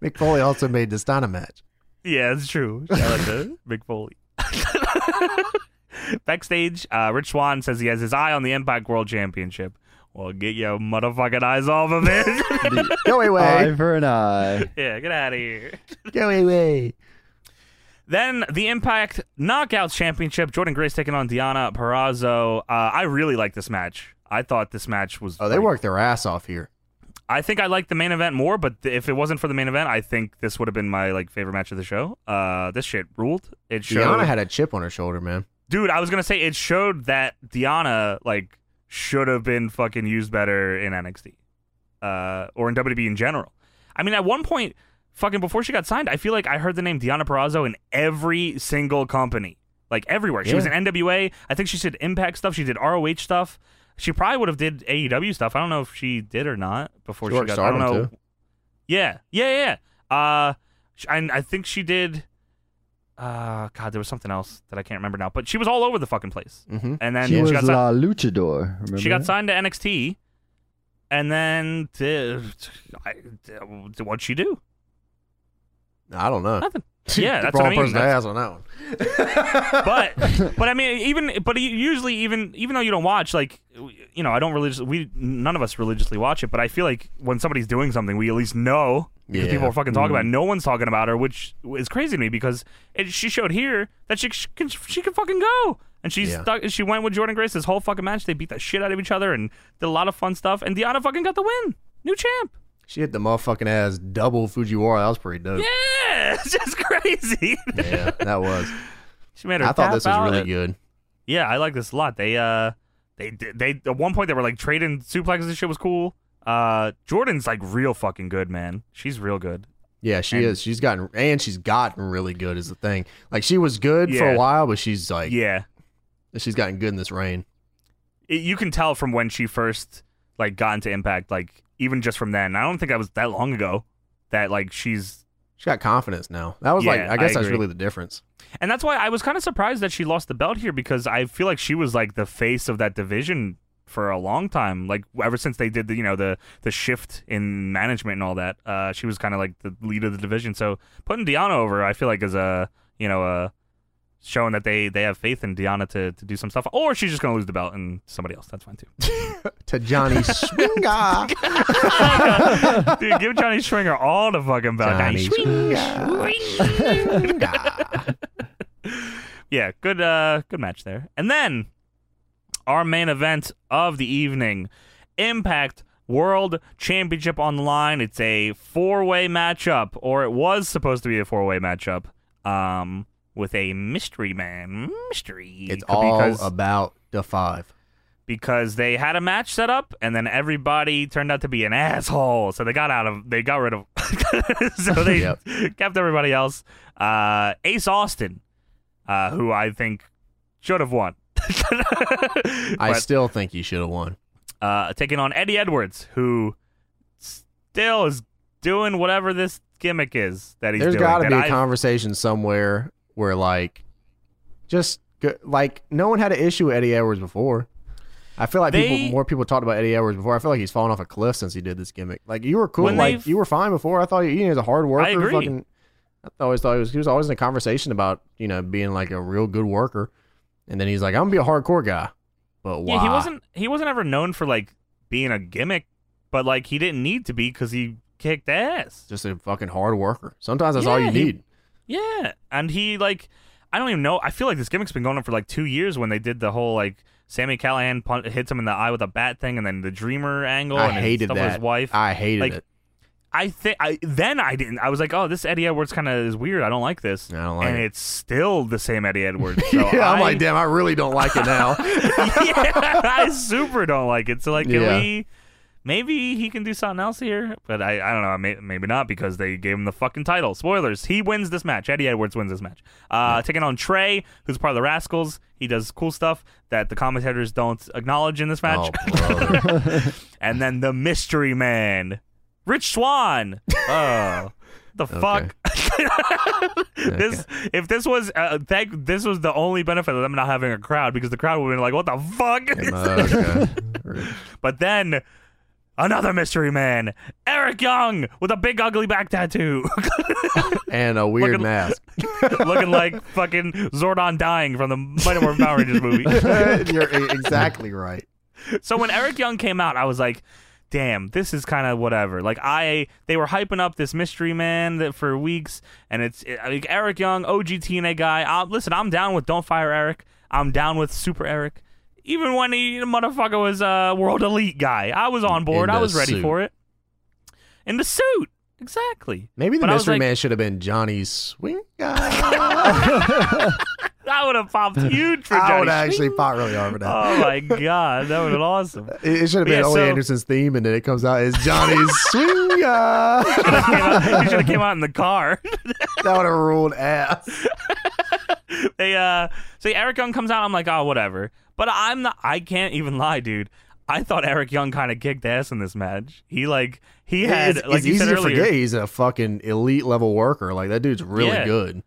Mick Foley also made the Steiner match. Yeah, it's true. Shout out to [laughs] Mick Foley. [laughs] Backstage, uh, Rich Swan says he has his eye on the Impact World Championship. Well, get your motherfucking eyes off of it. [laughs] [laughs] The Go away. eye for an eye. yeah, get out of here. Go away. Then the Impact Knockouts Championship. Jordan Grace taking on Diana Perrazzo. Uh, I really like this match. I thought this match was. Oh, they like- worked their ass off here. I think I liked the main event more, but th- if it wasn't for the main event, I think this would have been my like favorite match of the show. Uh, this shit ruled. It showed. Gianna had a chip on her shoulder, man. dude i was gonna say it showed that diana like should have been fucking used better in nxt uh or in wwe in general i mean at one point fucking before she got signed i feel like i heard the name diana Perrazzo in every single company like everywhere she was in Yeah. nwa i think she did impact stuff she did roh stuff she probably would have did aew stuff i don't know if she did or not before She she, worked got i don't Stardom, know too. yeah yeah yeah uh sh- and i think she did uh god there was something else that i can't remember now but she was all over the fucking place Mm-hmm. [laughs] and then she she, was got La Luchador. Remember si- she got that? signed to NXT, and then uh, I, uh, what'd she do? I don't know. [laughs] Nothing. Yeah, that's Wrong what I mean. person to That's- ask on that one. But but I mean, even but you- usually even even though you don't watch, like you know, I don't religiously we none of us religiously watch it, but I feel like when somebody's doing something, we at least know because Yeah. Mm-hmm. people are fucking talking about. It. No one's talking about her, which is crazy to me because it, she showed here that she she can, she can fucking go. And she Yeah. stuck. She went with Jordan Grace this whole fucking match. They beat the shit out of each other and did a lot of fun stuff. And Deanna fucking got the win. New champ. she hit the motherfucking ass double Fujiwara. That was pretty dope. Yeah, [laughs] it's just crazy. Uh, [laughs] Yeah, that was. she made her. I thought tap this was out. really good. Yeah, I like this a lot. They uh they did- they at one point they were like trading suplexes and shit was cool. Uh Jordan's like real fucking good, man. She's real good. Yeah, she And- is. She's gotten and she's gotten really good is the thing. Like she was good for Yeah. a while, but she's like Yeah. she's gotten good in this reign. It, you can tell from when she first like got into Impact like even just from then. I don't think that was that long ago that like she's She got confidence now. That was like Yeah, I guess I that's agree. really the difference. And that's why I was kind of surprised that she lost the belt here because I feel like she was like the face of that division for a long time. Like ever since they did the you know the the shift in management and all that, uh, she was kind of like the lead of the division. So putting Deanna over, I feel like is a you know a showing that they they have faith in Deanna to to do some stuff. Or she's just gonna lose the belt and somebody else. That's fine too. [laughs] To Johnny Swinga. Dude, give Johnny Swinger all the fucking belt. Johnny Swinger. yeah, good uh good match there. And then our main event of the evening, Impact World Championship on the line. It's a four-way matchup or it was supposed to be a four-way matchup. Um with a mystery man. Mystery. It's all because, about the five. because they had a match set up and then everybody turned out to be an asshole. So they got out of they got rid of [laughs] so they Yep. kept everybody else. Uh Ace Austin, uh, who I think should have won. [laughs] I But, still think you should have won. uh, taking on Eddie Edwards, who still is doing whatever this gimmick is that he's There's doing. got to that be a I- conversation somewhere where like just go- like no one had an issue with Eddie Edwards before. I feel like They- people more people talked about Eddie Edwards before. I feel like he's fallen off a cliff since he did this gimmick. Like you were cool, When like they've- you were fine before. I thought you, you know, he was a hard worker. I agree. Fucking, I always thought he was he was always in a conversation about you know being like a real good worker, and then he's like, I'm gonna be a hardcore guy, but why? Yeah, he wasn't he wasn't ever known for like being a gimmick, but like he didn't need to be because he kicked ass. just a fucking hard worker. Sometimes that's all Yeah, you he- need. Yeah, and he like I don't even know. I feel like this gimmick's been going on for like two years when they did the whole like Sammy Callahan pun- hits him in the eye with a bat thing, and then the Dreamer angle. I and his hated stuff With that. his wife. I hated Like, it. I think I then I didn't. I was like, oh, this Eddie Edwards kind of is weird. I don't like this. I don't like and it. it's still the same [laughs] Eddie Edwards. So yeah, [laughs] I, I'm like, damn, I really don't like it [laughs] now. yeah, I super don't like it. So like, can Yeah. we? Maybe he can do something else here, but I, I don't know. May, maybe not because they gave him the fucking title. Spoilers. He wins this match. Eddie Edwards wins this match. Uh, Taking on Trey, who's part of the Rascals. He does cool stuff that the commentators don't acknowledge in this match. Oh, brother. [laughs] and then [laughs] the Mystery Man, Rich Swan. Oh, the fuck. [laughs] this if this was uh, thank this was the only benefit of them not having a crowd because the crowd would have been like, "What the fuck?" is [laughs] Okay. But then another mystery man, Eric Young, with a big ugly back tattoo, [laughs] and a weird Look at- mask. looking like fucking Zordon dying from the Mighty Morphin Power Rangers movie. [laughs] You're e- exactly right. So when Eric Young came out, I was like, "Damn, this is kind of whatever." Like I, they were hyping up this mystery man that for weeks, and it's it, like Eric Young, OG TNA guy. I, listen, I'm down with Don't Fire Eric. I'm down with Super Eric. Even when he motherfucker was a world elite guy, I was on board. In I the was ready suit. for it. In the suit, exactly. Maybe the But I was mystery like- man should have been Johnny Swing. [laughs] That would have popped huge for I would Johnny. have actually Swing. fought really hard for that. Oh [laughs] my god, that would have been awesome. It, it should have been Yeah, Ole so- Anderson's theme, and then it comes out as [laughs] Johnny's swing. uh, Came out- He should have came out in the car. that would have ruled ass. [laughs] they uh so Eric Young comes out, I'm like, oh whatever. But I'm not I can't even lie, dude. I thought Eric Young kind of kicked ass in this match. He like he had it's, like it's you easy said to earlier, forget he's a fucking elite level worker. Like that dude's really Yeah. good.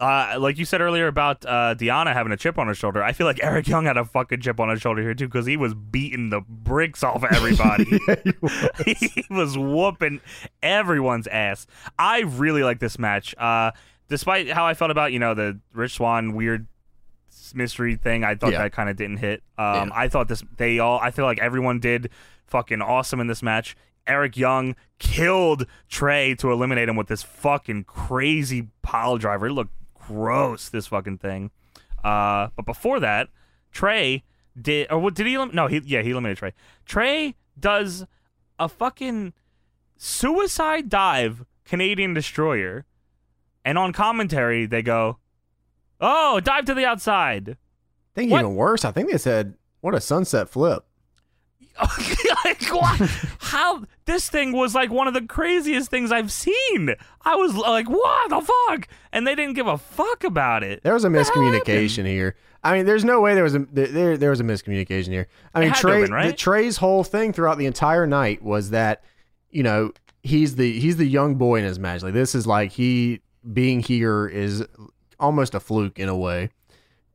uh, like you said earlier about uh, Deanna having a chip on her shoulder. I feel like Eric Young had a fucking chip on his shoulder here too because he was beating the bricks off of everybody. [laughs] he was whooping everyone's ass. I really like this match. Uh, despite how I felt about you know the Rich Swan weird mystery thing, I thought Yeah. that kind of didn't hit. Um, Yeah. I thought this they all. I feel like everyone did fucking awesome in this match. Eric Young killed Trey to eliminate him with this fucking crazy pile driver. It looked gross. This fucking thing. Uh, but before that, Trey did or what did he elim- no he yeah he eliminated Trey. Trey does a fucking suicide dive Canadian destroyer, and on commentary they go, "Oh, dive to the outside." [laughs] I think What? even worse. I think they said, "What a sunset flip." like, what? How this thing was like one of the craziest things I've seen. I was like, "What the fuck?" And they didn't give a fuck about it. There was a the hell miscommunication here. I mean, there's no way there was a there- there, there was a miscommunication here. I mean, had to Trey, have been, right? the- Trey's whole thing throughout the entire night was that, you know, he's the he's the young boy in his match. Like this is like he being here is almost a fluke in a way.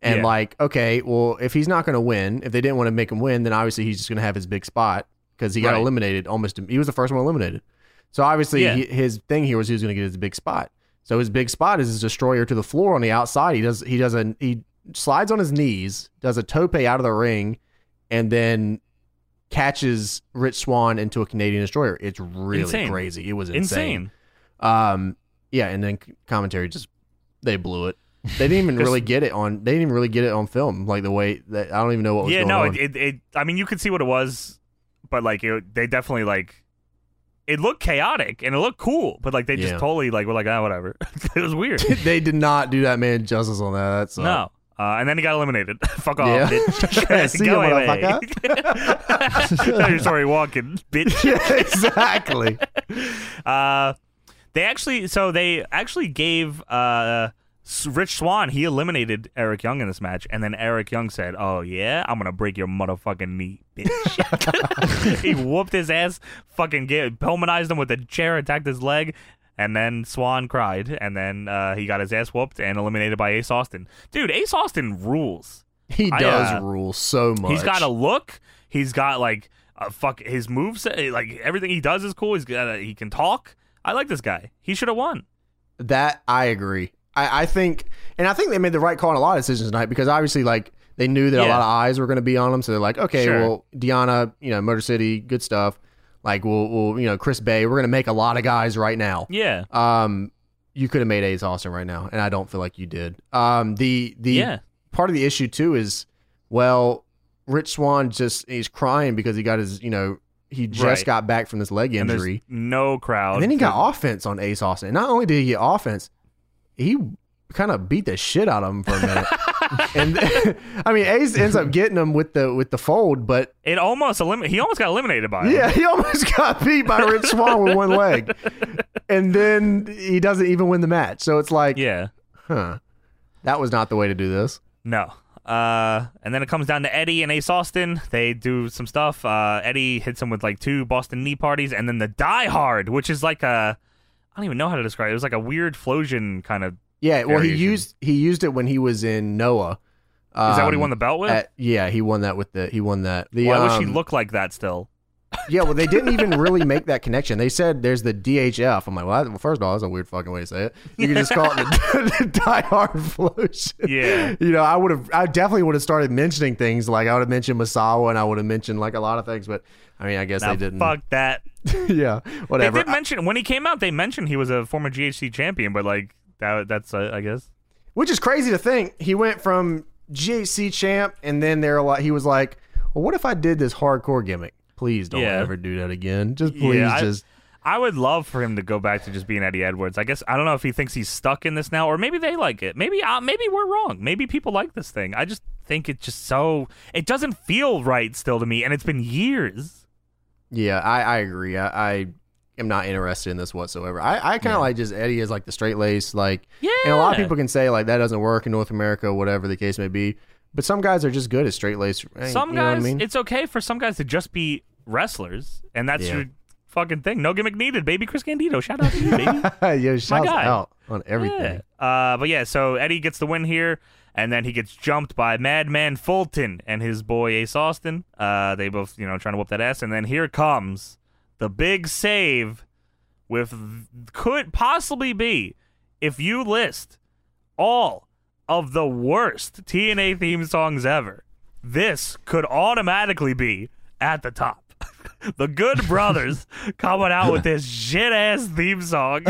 And Yeah. like, okay, well, if he's not going to win, if they didn't want to make him win, then obviously he's just going to have his big spot because he got Right. eliminated almost. He was the first one eliminated, so obviously Yeah. he, his thing here was he was going to get his big spot. So his big spot is his destroyer to the floor on the outside. He does he does a he slides on his knees, does a tope out of the ring, and then catches Rich Swan into a Canadian destroyer. It's really Insane. crazy. It was insane. Insane. Um, yeah, and then c- commentary just they blew it. They didn't even [laughs] 'Cause- really get it on. They didn't even really get it on film. Like the way that I don't even know what was yeah, Oh, going no, on. it, it, it. I mean, you could see what it was, but like, it, they definitely like. It looked chaotic and it looked cool, but like they just Yeah. totally like were like, ah, whatever. [laughs] it was weird. [laughs] they did not do that man justice on that. That's No. Uh, and then he got eliminated. [laughs] Fuck off, Yeah. [laughs] bitch. See [laughs] Go ya, away. [laughs] motherfucker. Tell your story walking, [laughs] bitch. yeah, exactly. Uh, they actually, so they actually gave uh, S- Rich Swan, he eliminated Eric Young in this match. And then Eric Young said, Oh, yeah, I'm going to break your motherfucking knee, bitch. [laughs] he whooped his ass, fucking ga- pulmonized him with a chair, attacked his leg. And then Swan cried, and then uh, he got his ass whooped and eliminated by Ace Austin. Dude, Ace Austin rules. He I, does uh, rule so much. He's got a look. He's got like a fuck. His moves, eh, like everything he does is cool. He's got a, he can talk. I like this guy. He should have won. That I agree. I, I think, and I think they made the right call on a lot of decisions tonight because obviously, like they knew that a Yeah. lot of eyes were going to be on them, so they're like, okay, Sure. well, Deanna, you know, Motor City, good stuff. Like, we'll, we'll, you know, Chris Bay, we're going to make a lot of guys right now. Yeah, Um, you could have made Ace Austin right now, and I don't feel like you did. Um, the the yeah. part of the issue too is, well, Rich Swan just he's crying because he got his, you know, he just Right. got back from this leg And there's injury. no crowd. And then he got offense on Ace Austin. And not only did he get offense, he kind of beat the shit out of him for a [laughs] minute. and [laughs] I mean, Ace ends up getting him with the with the fold, but It almost elimin. He almost got eliminated by. him. yeah, he [laughs] almost got beat by Rich Swan with one leg. And then he doesn't even win the match. So it's like, Yeah. huh, that was not the way to do this. No. Uh, and then it comes down to Eddie and Ace Austin. They do some stuff. Uh, Eddie hits him with like two Boston knee parties, and then the Die Hard, which is like a I don't even know how to describe it. It was like a weird Flosion kind of. Yeah, well, he Variation. used he used it when he was in Noah. Is that what he Um, won the belt with? at- yeah, he won that with the he won that. The, Why would she um, look like that still? Yeah, well, they didn't even really make that connection. They said there's the DHF. I'm like, well, that- well, first of all, that's a weird fucking way to say it. You can just call it the, [laughs] the Die Hard Flotion. Yeah. You know, I would have, I definitely would have started mentioning things like I would have mentioned Masawa and I would have mentioned like a lot of things, but I mean, I guess Nah, they didn't. Fuck that. [laughs] yeah, whatever. They did mention when he came out. They mentioned he was a former GHC champion, but like that, that's uh, I guess. Which is crazy to think. He went from GHC champ, and then they're like, he was like, "Well, what if I did this hardcore gimmick? Please don't Yeah. ever do that again. Just please, I- just I would love for him to go back to just being Eddie Edwards. I guess I don't know if he thinks he's stuck in this now, or maybe they like it. Maybe uh, maybe we're wrong. Maybe people like this thing. I just think it's just so it doesn't feel right still to me, and it's been years. yeah." I, I agree. I, I am not interested in this whatsoever. I, I kind of like just Eddie is like the straight lace, like, Yeah, and a lot of people can say like that doesn't work in North America, whatever the case may be. But some guys are just good at straight lace. Some you know what guys, I [laughs] mean? it's okay for some guys to just be wrestlers, and that's Yeah. your fucking thing. No gimmick needed, baby. Chris Candido, shout out to [laughs] you, baby. Yo, shouts guy. out on everything. Yeah. Uh, but yeah, so Eddie gets the win here, and then he gets jumped by Madman Fulton and his boy Ace Austin. Uh, they both, you know, trying to whoop that ass, and then here comes the big save with could possibly be if you list all of the worst TNA theme songs ever, this could automatically be at the top. [laughs] The Good Brothers coming out with this shit ass theme song.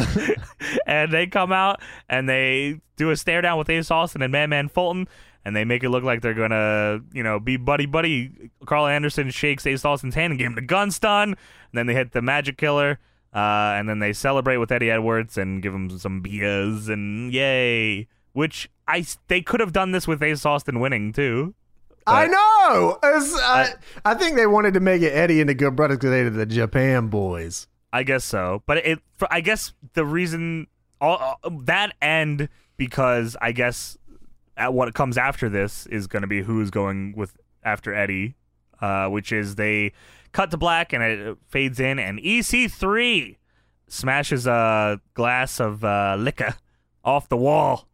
and they come out and they do a stare down with Ace Austin and Madman Fulton. And they make it look like they're going to, you know, be buddy buddy. Carl Anderson shakes Ace Austin's hand and gives him the gun stun. And then they hit the Magic Killer. Uh, and then they celebrate with Eddie Edwards and give him some beers and yay. Which I s- they could have done this with Ace Austin winning too. I know. It's- I, I think they wanted to make it Eddie and the Good Brothers because they did the Japan boys. I guess so, but it. For, I guess the reason all, uh, that end because I guess at what comes after this is going to be who's going with after Eddie, uh, which is they cut to black and it fades in and EC3 smashes a glass of uh, liquor off the wall,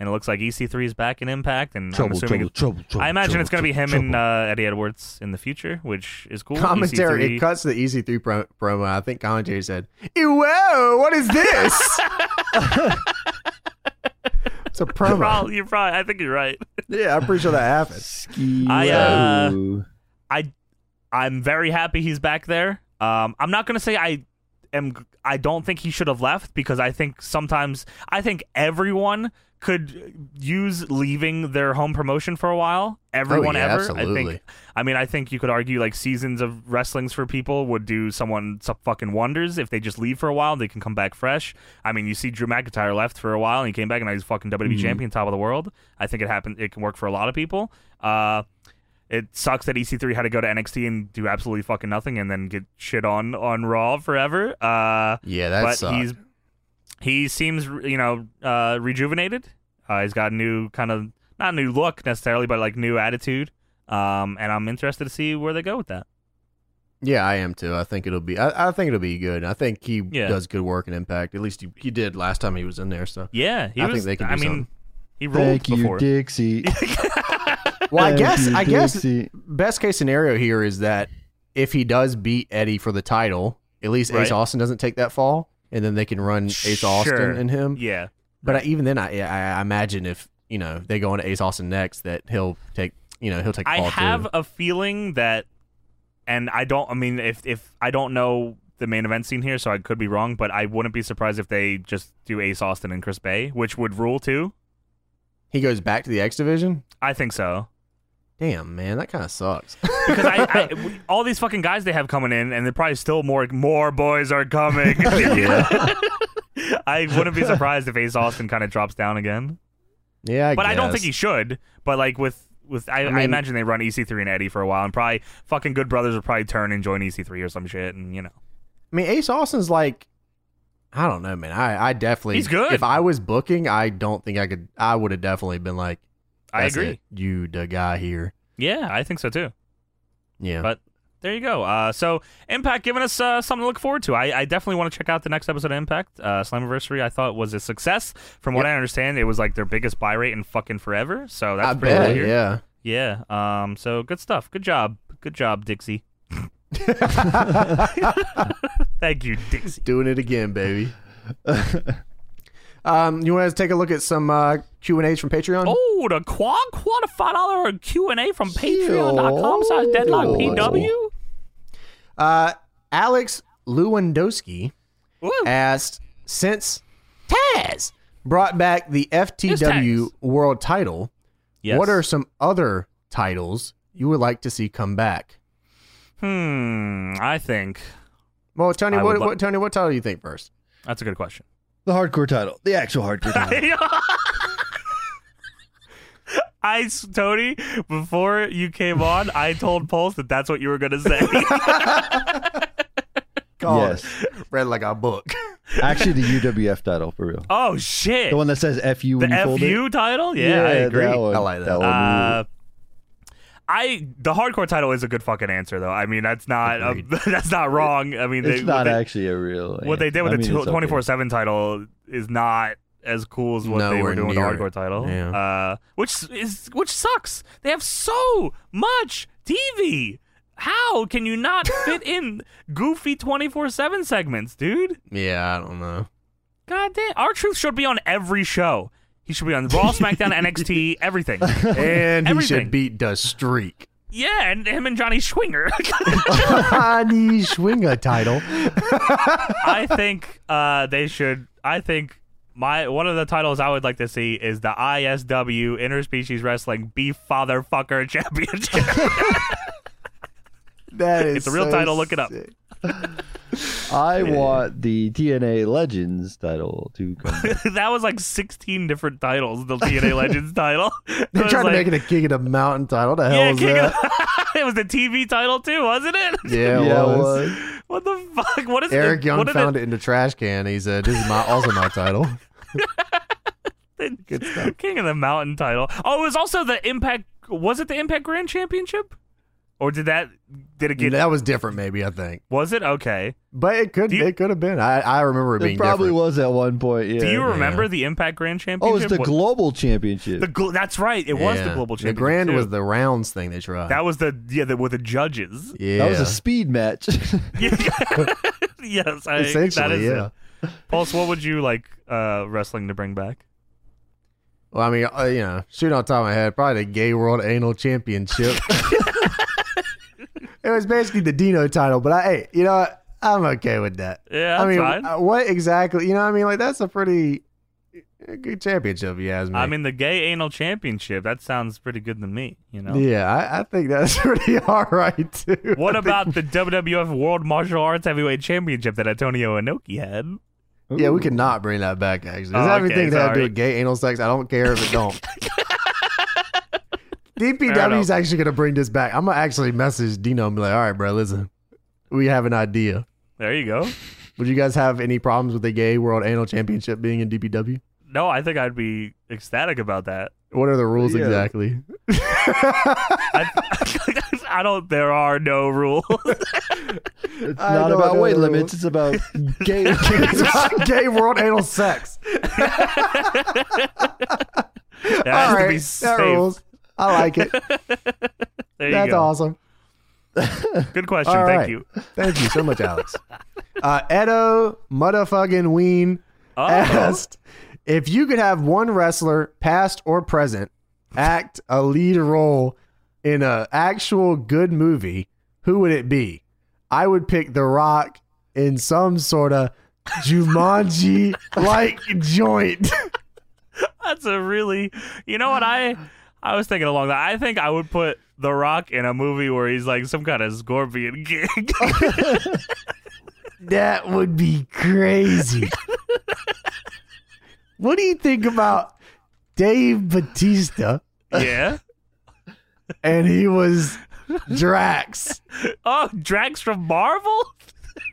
and it looks like EC3 is back in Impact, and I'm Trouble, assuming. trouble, it- trouble, trouble. I imagine it's going to be him trouble, and uh, Eddie Edwards in the future, which is cool. E commentary EC3 it cuts the easy three pro- promo i think commentary said "Ew, whoa what is [laughs] this it's a promo Probably- you're probably. I think you're right. yeah i'm pretty sure [laughs] that happened Ski. I, uh, I'm very happy he's back there. Um, I'm not gonna say I am. I don't think he should have left because I think sometimes I think everyone could use leaving their home promotion for a while. Everyone Oh, yeah, ever. I absolutely. think. I mean, I think you could argue like seasons of wrestlings for people would do someone some fucking wonders if they just leave for a while. They can come back fresh. I mean, you see Drew McIntyre left for a while and he came back and now he's fucking WWE Mhm. champion, top of the world. I think it happened. It can work for a lot of people. Uh, it sucks that EC3 had to go to NXT and do absolutely fucking nothing and then get shit on on Raw forever. Uh, yeah that but sucked. he's he seems you know uh, rejuvenated. Uh, he's got a new kind of not new look necessarily, but like new attitude. Um, and I'm interested to see where they go with that. yeah i am too i think it'll be i, I think it'll be good i think he Yeah. does good work and impact at least he, he did last time he was in there so Yeah, he I was. think they can do I mean, something. he rolled Thank you, before. Dixie. well i [laughs] Thank guess you, i guess Dixie. best case scenario here is that if he does beat eddie for the title at least ace Right. austin doesn't take that fall and then they can run ace Sure. austin and him yeah, But I, even then, I, I I imagine if you know they go into Ace Austin next, that he'll take you know he'll take. the I fall have too. a feeling that, and I don't. I mean, if if I don't know the main event scene here, so I could be wrong, but I wouldn't be surprised if they just do Ace Austin and Chris Bay, which would rule too. He goes back to the X division. I think so. Damn man, that kind of sucks. because I, [laughs] I w- all these fucking guys they have coming in, and they're probably still more more boys [laughs] are coming. [laughs] I wouldn't be surprised if Ace Austin kind of drops down again, yeah, I but I don't guess. think he should. But like with with I, I, mean- imagine they run EC3 and Eddie for a while, and probably fucking Good Brothers will probably turn and join EC3 or some shit, and you know. I mean, Ace Austin's like, I don't know, man. I I definitely He's good. If I was booking, I don't think I could. I would have definitely been like, I "That's agree. it. You the guy here. Yeah, I think so too. Yeah, But there you go. Uh, so Impact giving us uh, something to look forward to. I, I definitely want to check out the next episode of Impact. Uh, Slammiversary, I thought was a success. From what I understand, it was like their biggest buy rate in fucking forever. So that's I pretty bet. weird. Yeah. Yeah. Um. So good stuff. Good job. Good [laughs] job, Dixie. [laughs] Thank you, Dixie. Doing it again, baby. [laughs] um, you want to take a look at some uh, Q and A's from Patreon? Oh, the quad quad a five dollar Q and A from Patreon.com slash Deadlock PW. Oh. Uh, Alex Lewandowski Woo. asked, since Taz brought back the FTW Taz. World Title, Yes. what are some other titles you would like to see come back? Hmm. I think Well, Tony, I what, would li- what Tony, what title do you think first? that's a good question. The hardcore title, the actual [laughs] hardcore title. I s- Tony, before you came on, I told Pulse that that's what you were gonna [laughs] say. God, yes, read like a book. actually the UWF title for real. oh shit! The one that says "fu" when you the fold it. FU title? Yeah, I agree. That one, I like that. one. Uh, I the hardcore title is a good fucking answer though. I mean that's not uh, Agreed. [laughs] that's not wrong. I mean it's they, not what, they, actually a real. what they did with I the mean, it's okay. twenty four seven title is not as cool as what they Nowhere were doing with the near it. hardcore title. Yeah. Uh, which is which sucks. They have so much TV. How can [laughs] you not fit in goofy twenty four seven segments, dude? [laughs] yeah, I don't know. God damn, our truth should be on every show. He should be [laughs] on Raw, SmackDown, NXT, everything. And he Everything. should beat the streak. [laughs] Yeah, and him and Johnny Schwinger. [laughs] Johnny Schwinger title. I think uh, they should. I think my one of the titles I would like to see is the ISW Interspecies Wrestling Beef Father Fucker Championship. [laughs] That is It's a real so title, look it up. sick. I want the TNA Legends title to [laughs] come. back. [laughs] that was like sixteen different titles. The TNA Legends title. [laughs] They're trying to make it a King of the Mountain title. The hell Yeah, is King that? of the- [laughs] it was the TV title too, wasn't it? [laughs] Yeah, it Yeah, it was. was. What the fuck? What is Eric it? Young what did found it? in the trash can. He said, "This is my also my title." it- Good stuff. King of the Mountain title. Oh, it was also the Impact. Was it the Impact Grand Championship? Or did that? Did it [laughs] get? that was different, maybe I think, Was it okay? but it could Do you- it could have been. I, I remember it being It probably different. was at one point. Yeah. Do you remember the Impact Grand Championship? oh, it's the What- global championship. the gl- that's right. It was the Yeah. global championship. The grand too. was the rounds thing they tried. that was the yeah the, with [laughs] the judges. [laughs] yeah, That was a speed match. [laughs] yes, I, that essentially is yeah. it. Pulse, what would you like uh, wrestling to bring back? Well, I mean, uh, you know, shoot on top of my head, probably the Gay World Anal [laughs] Championship. [laughs] it was basically the Dino title, but I, hey, you know, what? I'm okay with that. Yeah, that's I mean, fine. uh, what exactly? You know, what I mean, like that's a pretty uh, good championship, if you ask me. I mean the gay anal championship. That sounds pretty good to me. You know. yeah, I, I think that's [laughs] pretty all right too. [laughs] What I think- about the WWF World Martial Arts Heavyweight Championship that Antonio Inoki had? Yeah, we cannot bring that back. Actually, does Oh, okay, everything that have to do sorry. with gay anal sex? I don't care if it [laughs] don't. DPW is actually gonna bring this back. I'm gonna actually message Dino and be like, "All right, bro, listen, we have an idea. There you go. Would you guys have any problems with the Gay World Anal Championship being in DPW? No, I think I'd be ecstatic about that. [laughs] What are the rules Yeah. exactly? [laughs] I, I don't. There are [laughs] no rules. It's I not don't about know weight the limits. It's about gay. It's not gay World Anal Sex. It has All to be right, safe. that rules. I like [laughs] it. There you That's go. awesome. Good question. All Thank right. [laughs] you. Thank you so much, Alex. Uh, Edo motherfucking Ween Oh. asked if you could have one wrestler, past or present, act a lead role in an actual good movie. Who would it be? I would pick The Rock in some sort of Jumanji [laughs] like joint. [laughs] That's a really, you know what I, I was thinking along that. I think I would put The Rock in a movie where he's like some kind of scorpion [laughs] [laughs] gig. That would be crazy. what do you think about Dave Batista? yeah. and he was Drax. Oh, Drax from Marvel.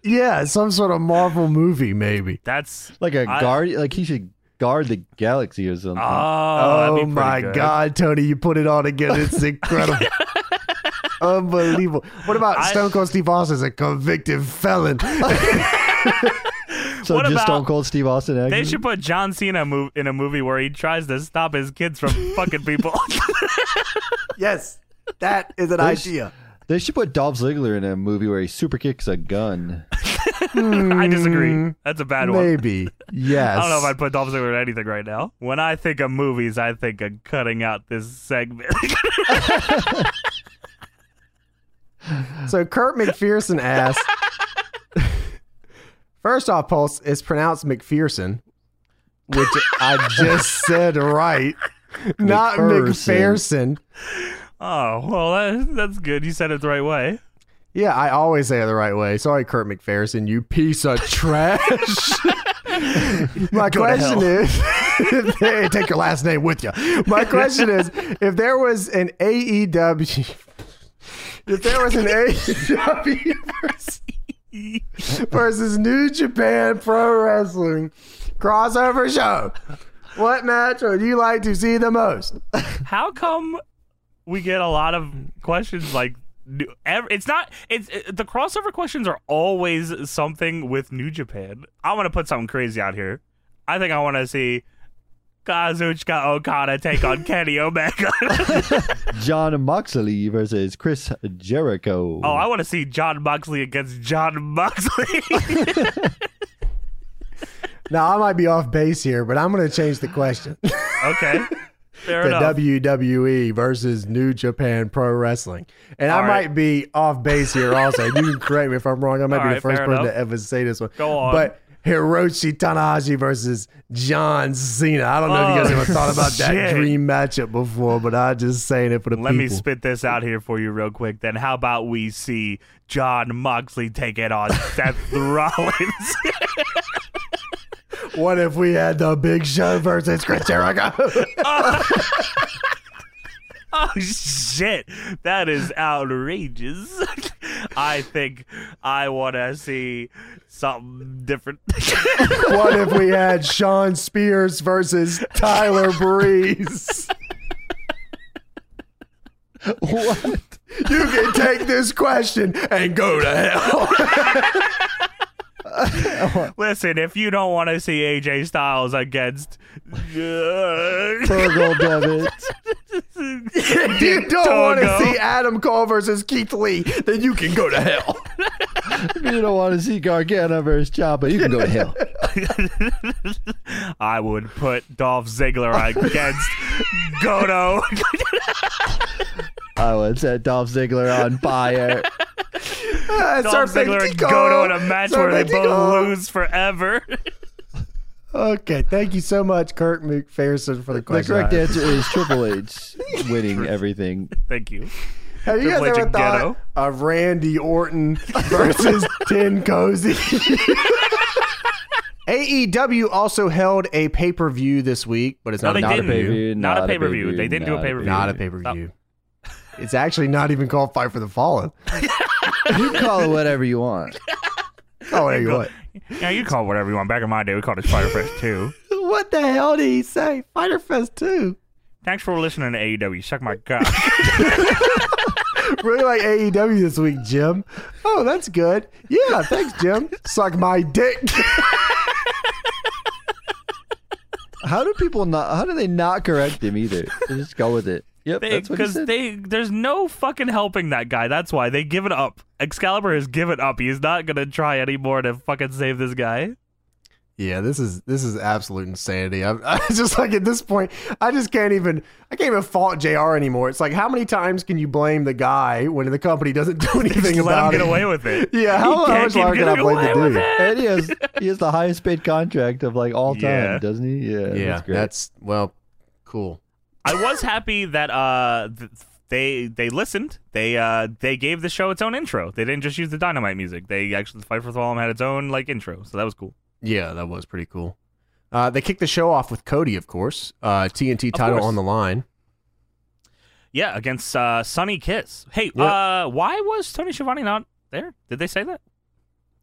Yeah, some sort of Marvel movie, maybe. That's like a I- guard. Like he should guard the galaxy or something. oh, that'd be pretty my good. [laughs] God, Tony, you put it all together. It's incredible. Unbelievable. What about I- Stone Cold Steve Austin as a convicted [laughs] felon? So What just about- Stone Cold Steve Austin. They Agnew? should put John Cena mov- in a movie where he tries to stop his kids from [laughs] fucking people. yes, that is an There's- idea. They should put Dolph Ziggler in a movie where he super kicks a [laughs] gun. I disagree. That's a bad one. Maybe. Yes. I don't know if I'd put Dolph Ziggler in anything right now. When I think of movies, I think of cutting out this segment. [laughs] So Kurt McPherson asks. [laughs] First off, Pulse, it's pronounced McPherson, which I [laughs] just said right, not McPherson. McPherson. oh, well, that, that's good. You said it the right way. Yeah, I always say it the right way. Sorry, Kurt McPherson, you piece of trash. [laughs] My question hell. is, [laughs] hey, take your last name with you. My question is, if there was an AEW, if there was an AEW versus, versus New Japan Pro Wrestling crossover show, what match would you like to see the most? How come we get a lot of questions like new- ev- it's not it's it, the crossover questions are always something with New Japan. I want to put something crazy out here. I think I want to see Kazuchika Okada take [laughs] on Kenny Omega. [laughs] John Moxley versus Chris Jericho. oh, I want to see John Moxley against John Moxley. [laughs] Now, I might be off base here, but I'm going to change the question. okay, fair the enough. WWE versus New Japan Pro Wrestling. And I All right. might be off base here also. you can correct me if I'm wrong. I might All be the right, first fair person enough. to ever say this one. Go on. But Hiroshi Tanahashi versus John Cena. I don't know if you guys Oh, ever thought about that shit. dream matchup before, but I'm just saying it for the Let people. me spit this out here for you real quick. Then how about we see John Moxley take it on Seth [laughs] Rollins? what if we had the Big Show versus Chris Jericho? [laughs] Oh [laughs] shit, that is outrageous. [laughs] I think I want to see something different. [laughs] what if we had Sean Spears versus Tyler Breeze? [laughs] What? You can take this question and go to hell. Listen, if you don't want to see AJ Styles against [laughs] Fergal Devitt. If you don't Togo. want to see Adam Cole versus Keith Lee, then you can go to hell. If you don't want to see Gargano versus Ciampa, you can go to [laughs] hell. I would put Dolph Ziggler against Goto. I would set Dolph Ziggler on [laughs] fire. Uh, [laughs] Dolph Serpent Ziggler and Tico. Goto in a match where they Serpent Tico. both lose forever. [laughs] Okay, thank you so much, Kirk McPherson, for the The question. correct answer is Triple [laughs] H winning everything. Thank you. Have you guys Triple H ever and thought Ghetto. of Randy Orton [laughs] versus Tin Cozy? AEW also held a pay per view this week, but it's No, not they not a didn't. pay- pay-per-view, Not a pay-per-view. They didn't do a pay-per-view. not a pay per view. It's actually not even called Fight for the Fallen. You can call it whatever you want. Oh, there you Go- what? Yeah, you call it whatever you want. Back in my day, we called it Spider Fest 2. What the hell did he say? Fighter Fest 2. Thanks for listening to AEW. Suck [laughs] my cock. Really like E AEW this week, Jim. Oh, that's good. Yeah, thanks, Jim. Suck my dick. How do people not? How do they not correct him either? They just go with it. Yep, that's what he Because said. they, there's no fucking helping that guy. That's why they give it up. Excalibur has given up. He's not gonna try anymore to fucking save this guy. [laughs] Yeah, this is this is absolute insanity. I'm, [laughs] i just like at this point, I just can't even I can't even fault JR anymore. It's like how many times can you blame the guy when the company doesn't do [laughs] anything Just let him about get it? away with [laughs] it. Yeah, He how, how can't much keep longer can I getting blame away the with dude? it. and [laughs] he has he has the highest paid contract of like all time, Yeah. doesn't he? Yeah, Yeah, that's great. that's well, cool. I was happy that uh th- they they listened. They uh they gave the show its own intro. They didn't just use the dynamite music. They actually Fight for Thrallum had its own like intro, so that was cool. Yeah, that was pretty cool. Uh, they kicked the show off with Cody, of course. Uh, TNT title course. on the line. Yeah, against uh Sunny Kiss. Hey, Yep. uh why was Tony Schiavone not there? Did they say that?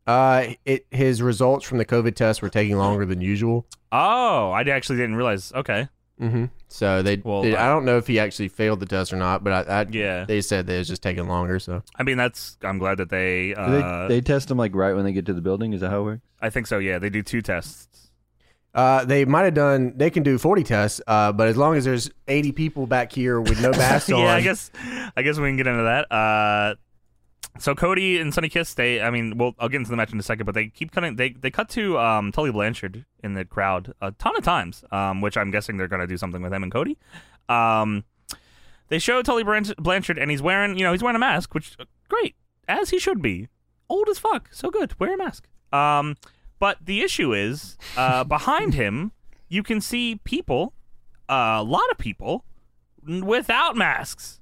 Uh, it his results from the COVID test were taking longer than usual. Oh, I actually didn't realize. Okay. Mm-hmm. So they, Well, they- I- I don't know if he actually failed the test or not, but I, I Yeah. they said that it was just taking longer. So I mean, that's. I'm glad that they. Do they, Uh, they test them like right when they get to the building. Is that how it works? I think so. Yeah, they do two tests. uh, they might have done. They can do forty tests, uh, but as long as there's eighty people back here with [laughs] no masks on, yeah, I guess. I guess we can get into that. Uh, so Cody and Sunny Kiss. They. I mean, well, I'll get into the match in a second, but they keep cutting. They they cut to um, Tully Blanchard in the crowd a ton of times, um, which I'm guessing they're going to do something with him and Cody. Um, they show Tully Blanch- Blanchard, and he's wearing. You know, he's wearing a mask, which uh, great as he should be. Old as fuck, so good. Wear a mask. Um, but the issue is, uh, behind him, you can see people, uh, a lot of people, n- without masks.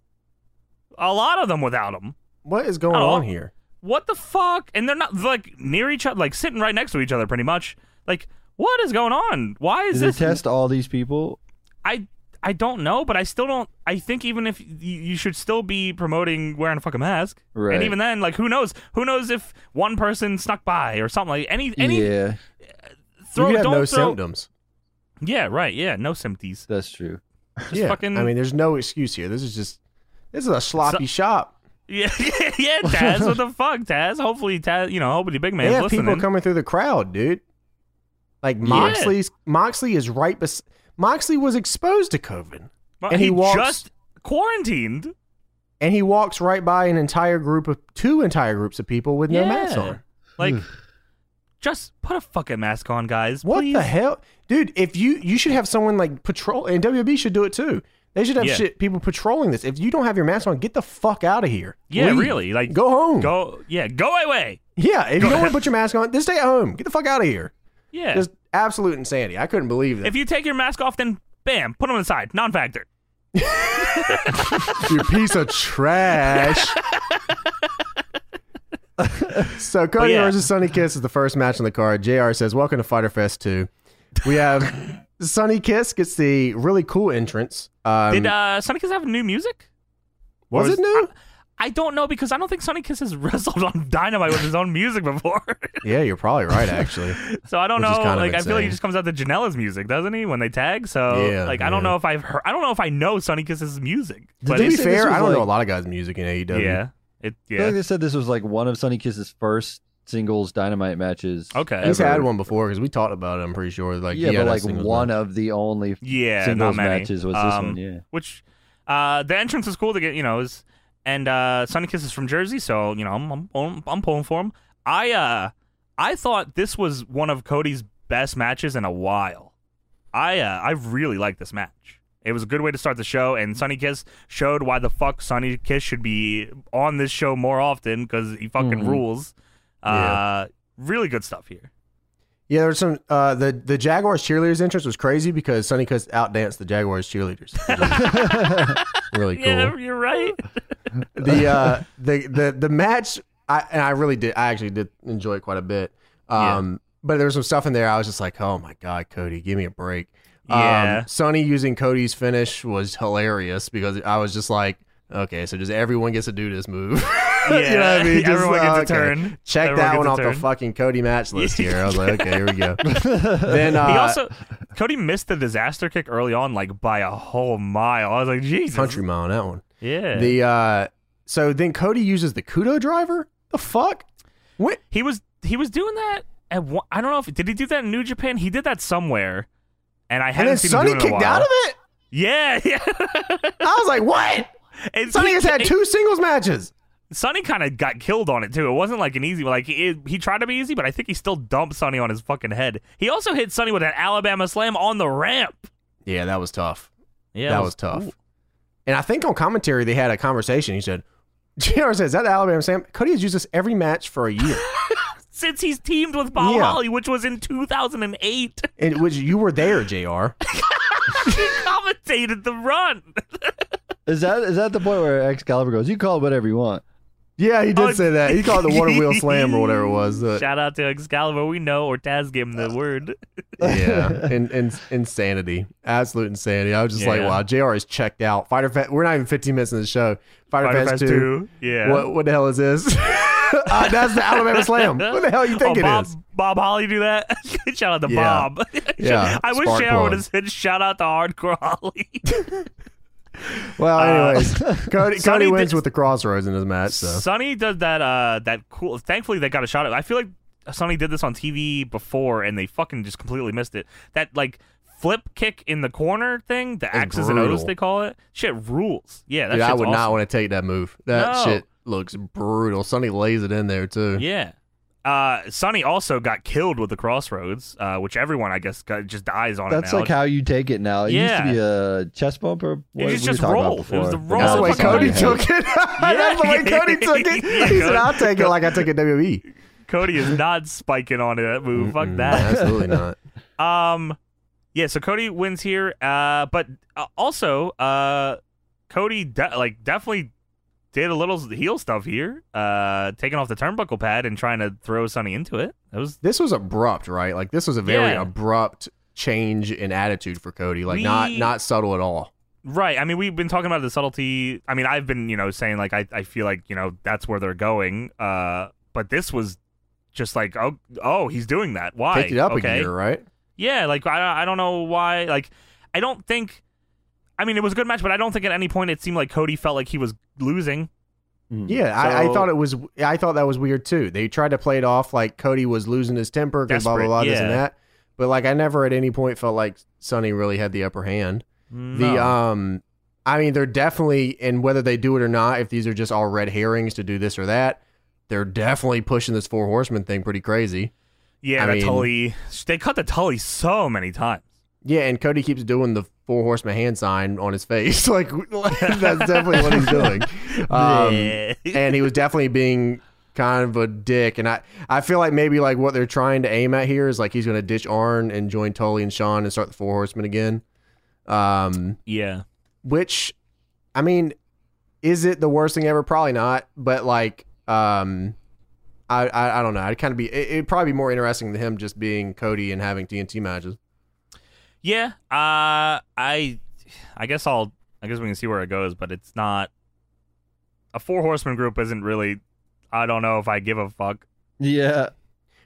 A lot of them without them. what is going Oh. on here? What the fuck? And they're not like near each other, like sitting right next to each other, pretty much. Like, what is going on? Why is Did they this? test all these people? I I don't know, but I still don't. I think even if you, you should still be promoting wearing a fucking mask, Right. and even then, like who knows? Who knows if one person snuck by or something like any any yeah, throw you could have don't no throw symptoms. yeah right yeah no symptoms [laughs] that's true. just Yeah, fucking I mean, there's no excuse here. This is just this is a sloppy shop. [laughs] yeah yeah, yeah Taz what the fuck Taz hopefully Taz you know hopefully Big they Man's have listening people coming through the crowd, dude. Like Moxley's Moxley is right. Bes- Moxley was exposed to COVID. But and he walks- just quarantined and he walks right by an entire group of two entire groups of people with no Yeah. masks on. like just put a fucking mask on guys Hmm. What please. the hell, dude? If you you should have someone like patrol, and WB should do it too. They should have Yeah. shit, people patrolling this. If you don't have your mask on, get the fuck out of here. yeah Leave. really like Go home. go yeah go away yeah, if you don't want to put your mask on, then stay at home. Get the fuck out of here. yeah Just absolute insanity. I couldn't believe that. if you take your mask off then bam put them aside non-factor you piece of [laughs] trash. so Cody But yeah. versus Sunny Kiss is the first match on the card. JR says, Welcome to Fighter Fest 2. We [laughs] have Sunny Kiss gets the really cool entrance. Um, did uh Sonic Kiss have new music was or it new? I don't know because I don't think Sonny Kiss has [laughs] wrestled on Dynamite with his own music before. [laughs] yeah, you're probably right, actually. so I don't Which is know. kind of Like I feel like he insane. just comes out to Janela's music, doesn't he? When they tag, so Yeah, like I don't yeah. know if I've heard. I don't know if I know Sonny Kiss's music. But But to be they say it's, this fair, was I don't know a E like- lot of guys' music in AEW. yeah, it I feel like yeah. they said this was like one of Sunny Kiss's first singles dynamite matches. Okay. He's ever. had one before because we talked about it, I'm pretty sure. Like, yeah, he but had a like singles one match. of the only Yeah, singles not many. matches was this Um, one. Yeah, Which uh, the entrance is cool to get, you know, is and uh, Sonny Kiss is from Jersey, so you know I'm I'm, I'm, I'm pulling for him. I uh I thought this was one of Cody's best matches in a while. I uh, I really liked this match. It was a good way to start the show, and Sonny Kiss showed why the fuck Sonny Kiss should be on this show more often because he fucking Mhm. rules. Uh, Yeah. really good stuff here. Yeah, there's some. Uh, the the Jaguars cheerleaders entrance was crazy because Sonny Kiss outdanced the Jaguars [laughs] cheerleaders. really cool. Yeah, you're right. the uh the the the match I and I really did I actually did enjoy it quite a bit. Um but there was some stuff in there I was just like, "Oh my god, Cody, give me a break." Yeah. Um Sonny using Cody's finish was hilarious because I was just like, "Okay, so just everyone gets to do this move." [laughs] Yeah, [laughs] everyone uh, gets a okay. turn. Check Everyone that gets one a off turn. the fucking Cody [laughs] match list here. I was like, "Okay, here we go." then uh He also Cody missed the disaster kick early on, like by a whole mile. I was like, Jesus, Country Mile on that one. yeah. The uh so then Cody uses the Kudo driver? The fuck? What he was he was doing that at one, I don't know if did he do that in New Japan? He did that somewhere, and I and hadn't then seen Sonny him do it in a kicked while. out of it? Yeah, [laughs] yeah. I was like, what? [laughs] And Sonny has had two singles matches. Sonny kind of got killed on it too. It wasn't like an easy like he he tried to be easy, but I think he still dumped Sonny on his fucking head. He also hit Sonny with an Alabama slam on the ramp. Yeah, that was tough. Yeah, that it was, tough. And I think on commentary they had a conversation. He said, [laughs] JR says, is that the Alabama Sam? Cody has used this every match for a [laughs] year. Since he's teamed with Bob Yeah. Holly, which was in 2008, and which you were there, JR. he commentated the run. is that is that the point where Excalibur goes? You call it whatever you want. Yeah, he did Oh, say that. He called it the water [laughs] wheel slam or [laughs] whatever it was. Uh, Shout out to Excalibur. We know Ortaz gave him the word. yeah. And, and insanity. Absolute insanity. I was just like, Yeah. wow, JR is checked out. Fighter Fest, we're not even 15 minutes into the show. Fighter, Fighter Fest, Fest 2. Yeah. What, what the [laughs] hell is this? Uh, that's the Alabama Slam. What the hell you think oh, it Bob, is? Bob Holly do that? [laughs] shout out to Yeah. Bob. [laughs] Yeah, I wish spark Sharon would plug. have said shout out to Hardcore Holly. [laughs] Well, [laughs] anyways, Cody, Cody Sonny Uh, did- wins with the crossroads in his match. So Sonny does that uh that cool thankfully they got a shot at I feel like Sonny did this on TV before and they fucking just completely missed it. That like flip kick in the corner thing, the axes and O's brutal. they call it. Shit rules. Yeah, that Dude, I shit's would not awesome. want to take that move. That No. shit looks brutal. Sonny lays it in there too. Yeah. Uh, Sonny also got killed with the crossroads, uh, which everyone I guess got, just dies on. That's it now. like how you take it now. It used to be a chest bump or what was we just were talking roll. About It was the before. roll That's the way Fucking Cody right. took it. [laughs] That's the way Cody took it. Yeah, [laughs] He said, Cody- "I'll take it like I took it WWE." Cody [laughs] is not spiking on that move. Fuck Mm-mm, that. [laughs] Absolutely not. Um, yeah. So Cody wins here. Uh, but uh, also, uh, Cody de- like definitely did a little heel stuff here. Uh, taking off the turnbuckle pad and trying to throw Sonny into it. That was This was abrupt, right? Like this was a very Yeah. abrupt change in attitude for Cody. Like not We- not subtle at all. Right. I mean, we've been talking about the subtlety. I mean, I've been, you know, saying like I, I feel like, you know, that's where they're going. Uh but this was just like, oh, oh, he's doing that. Why? Take it up okay. a gear, right? Yeah, like I I don't know why. Like I don't think I mean, it was a good match, but I don't think at any point it seemed like Cody felt like he was losing. Mm. Yeah, I, So- I thought it was. I thought that was weird too. They tried to play it off like Cody was losing his temper because blah blah Desperate, blah this and yeah. that. But like, I never at any point felt like Sonny really had the upper hand. No. The um, I mean, they're definitely and whether they do it or not, if these are just all red herrings to do this or that, they're definitely pushing this four horsemen thing pretty crazy. yeah, I the mean- Tully they cut the Tully so many times. Yeah, and Cody keeps doing the four horseman hand sign on his face. [laughs] Like that's definitely what he's doing. Um, [laughs] yeah. and he was definitely being kind of a dick. And I, I feel like maybe like what they're trying to aim at here is like he's going to ditch Arn and join Tully and Sean and start the Four Horsemen again. Um, [laughs] yeah. which, I mean, is it the worst thing ever? Probably not. But like, um, I, I, I don't know. I'd kind of be it, it'd probably be more interesting than him just being Cody and having TNT matches. Yeah, uh, I, I guess I'll. I guess we can see where it goes, but it's not. A four horseman group isn't really. I don't know if I give a fuck. Yeah.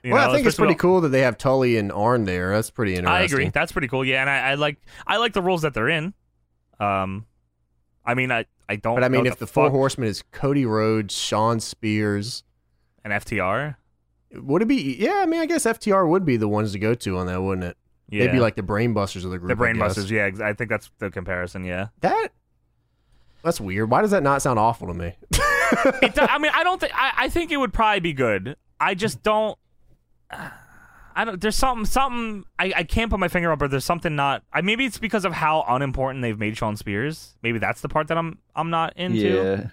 you well, know, I think it's pretty especially when- cool that they have Tully and Arn there. That's pretty interesting. I agree. That's pretty cool. Yeah, and I, I like. I like the rules that they're in. Um, I mean, I I don't. But I mean, know if the, the Four fuck Horsemen is Cody Rhodes, Sean Spears, an FTR, Would it be? Yeah, I mean, I guess FTR would be the ones to go to on that, wouldn't it? yeah, They'd be like the brainbusters of the group. the I guess. brainbusters. Yeah, ex- I think that's the comparison. Yeah, That that's weird. Why does that not sound awful to me? it, do- I mean, I don't think. I, I think it would probably be good. I just don't. [sighs] I don't. There's something. Something. I, I can't put my finger on, but there's something not. I maybe it's because of how unimportant they've made Sean Spears. Maybe that's the part that I'm. I'm not into. Yeah.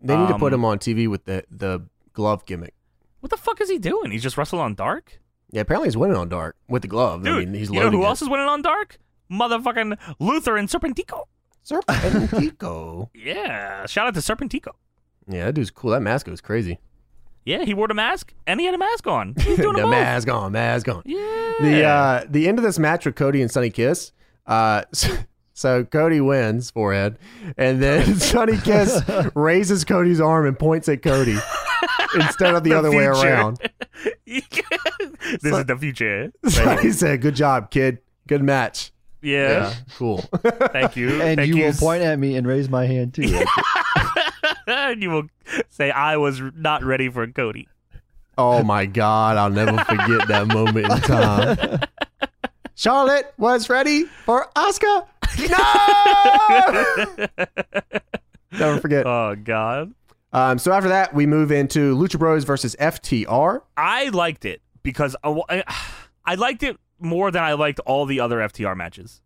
They need to put Um, him on TV with the the glove gimmick. What the fuck is he doing? He's just wrestling on dark. Yeah, apparently he's winning on dark with the glove. Dude, I mean, he's you know loading who it. else is winning on dark? Motherfucking Luther and Serpentico. Serpentico. Yeah. Shout out to Serpentico. [laughs] yeah, that dude's cool. That mask was crazy. Yeah, he wore the mask and he had a mask on. [laughs] He's doing the them both. mask on, mask on. Yeah. The uh, the end of this match with Cody and Sonny Kiss. Uh, [laughs] so, so Cody wins forehead, and then [laughs] Sonny [laughs] Kiss raises Cody's arm and points at Cody instead of the, The other way future. around. [laughs] [laughs] this is the [laughs] future. So he said, "Good job, kid. Good match. Yeah. cool." [laughs] Thank you. And Thank you [laughs] will s- point at me and raise my hand too. [laughs] and you will say, "I was r- not ready for Cody." oh my God, I'll never forget that moment in [laughs] time. Charlotte was ready for [laughs] Oscar. No, never forget. Oh God, Um, so after that, we move into Lucha Bros versus FTR. I liked it because I, wa- I- [sighs] I liked it more than I liked all the other FTR matches.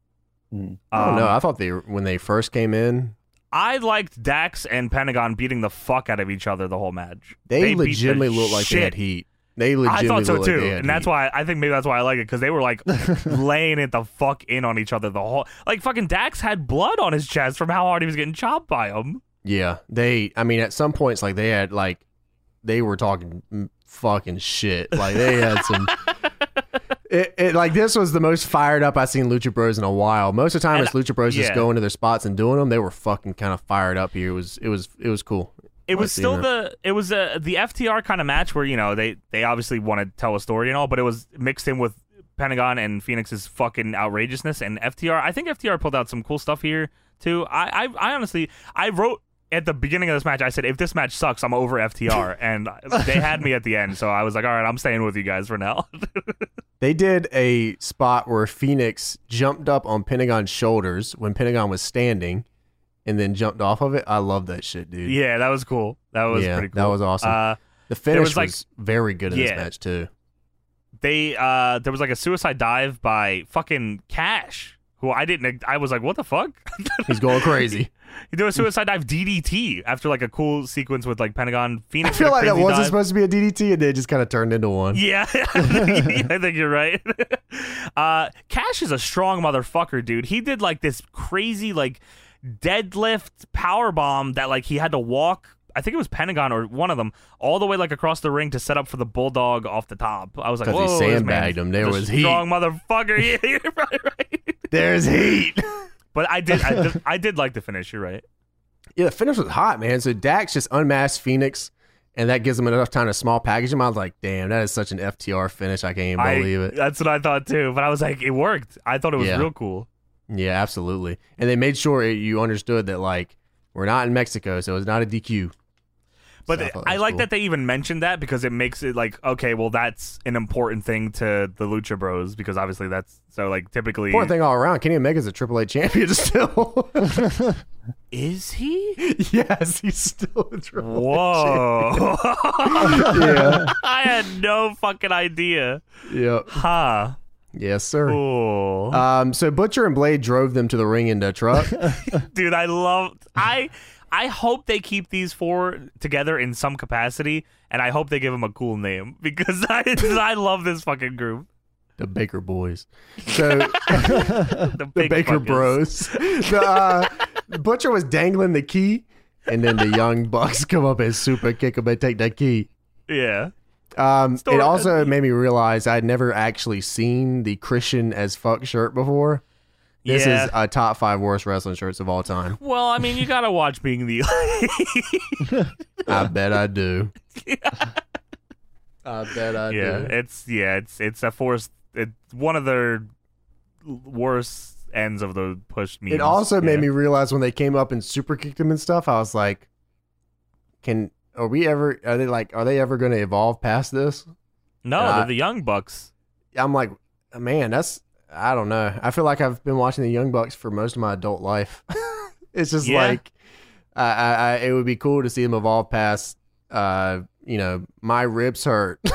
Mm. Hmm. I don't know. Um, I thought they when they first came in, I liked Dax and Pentagon beating the fuck out of each other the whole match. they, beat the legitimately looked like they shit had heat. They legitimately I thought so looked too, like they had and that's heat. why I think maybe that's why I like it because they [laughs] were like laying it the fuck in on each other the whole like fucking Dax had blood on his chest from how hard he was getting chopped by him. Yeah, they. I mean, at some points, like they had like they were talking m- fucking shit. Like they had some. [laughs] It, it like this was the most fired up I've seen Lucha Bros in a while. Most of the time, And it's Lucha Bros yeah. just going to their spots and doing them. They were fucking kind of fired up here. It was it was it was cool. It was I've seen still that. the it was uh, the FTR kind of match where you know they they obviously want to tell a story and all, but it was mixed in with Pentagon and Phoenix's fucking outrageousness and FTR. I think FTR pulled out some cool stuff here too. I, I, I honestly, I wrote at the beginning of this match. I said, if this match sucks, I'm [laughs] over FTR, and they had me at the end. So I was like, all right, I'm staying with you guys for now. They did a spot where Phoenix jumped up on Pentagon's shoulders when Pentagon was standing and then jumped off of it. I love that shit, dude. [laughs] yeah, that was cool. That was Yeah, pretty cool. that was awesome. Uh, The finish was, was, like- very good in Yeah. this match too. they uh there was like a suicide dive by fucking Cash, who I didn't I was like, what the fuck? [laughs] He's going crazy. he did a suicide dive DDT after like a cool sequence with like Pentagon I Phoenix. feel did a like that crazy wasn't dive. supposed to be a DDT and then it just kind of turned into one. Yeah, I think- [laughs] I think you're right. Uh, Cash is a strong motherfucker, dude. He did like this crazy like deadlift power bomb that like he had to walk. I think it was Pentagon or one of them, all the way like across the ring to set up for the bulldog off the top. I was like, 'Cause he whoa, this sandbagged man him. There is a was heat. strong motherfucker. [laughs] Yeah, you're right, right. There's [laughs] heat. But I did, I did, I did like the finish. You're right. Yeah, the finish was hot, man. So Dax just unmasked Phoenix, and that gives him enough time to small package him. I was like, damn, that is such an FTR finish. I can't even I- believe it. That's what I thought too. But I was like, it worked. I thought it was Yeah. real cool. Yeah, absolutely. And they made sure it, you understood that, like, we're not in Mexico, so it's not a DQ. But So th- thought I, was like cool. that they even mentioned that because it makes it like okay, well that's an important thing to the Lucha Bros because obviously that's so like typically Important thing all around, Kenny Omega's a AAA champion [laughs] still. [laughs] is he? yes, he's still a AAA Whoa! Yeah. [laughs] I had no fucking idea. yeah. Huh? Yes, sir. Cool, Um, so Butcher and Blade drove them to the ring in the truck. [laughs] dude. I love. I I hope they keep these four together in some capacity, and I hope they give them a cool name [laughs] because I I love this fucking group, the Baker Boys. [laughs] So the, the Big Baker Fuckers. Bros. The, uh, Butcher was dangling the key, and then the Young Bucks come up and super kick him and take that key. Yeah. Um, Store it also that key. made me realize I'd never actually seen the Christian as fuck shirt before. This yeah. is a top five worst wrestling shirts of all time. Well, I mean, you gotta watch Being the [laughs] I bet I do. I bet I yeah, do. it's yeah, it's it's a forced. It's one of their worst ends of the push memes. It also made Yeah. me realize when they came up and super kicked him and stuff, I was like, "Can are we ever? Are they like? Are they ever going to evolve past this?" no, Uh, they're the Young Bucks. I'm like, man, that's I don't know. I feel like I've been watching the Young Bucks for most of my adult life. [laughs] it's just Yeah. like, I, I, I, it would be cool to see them evolve past, uh, you know, my ribs hurt. [laughs]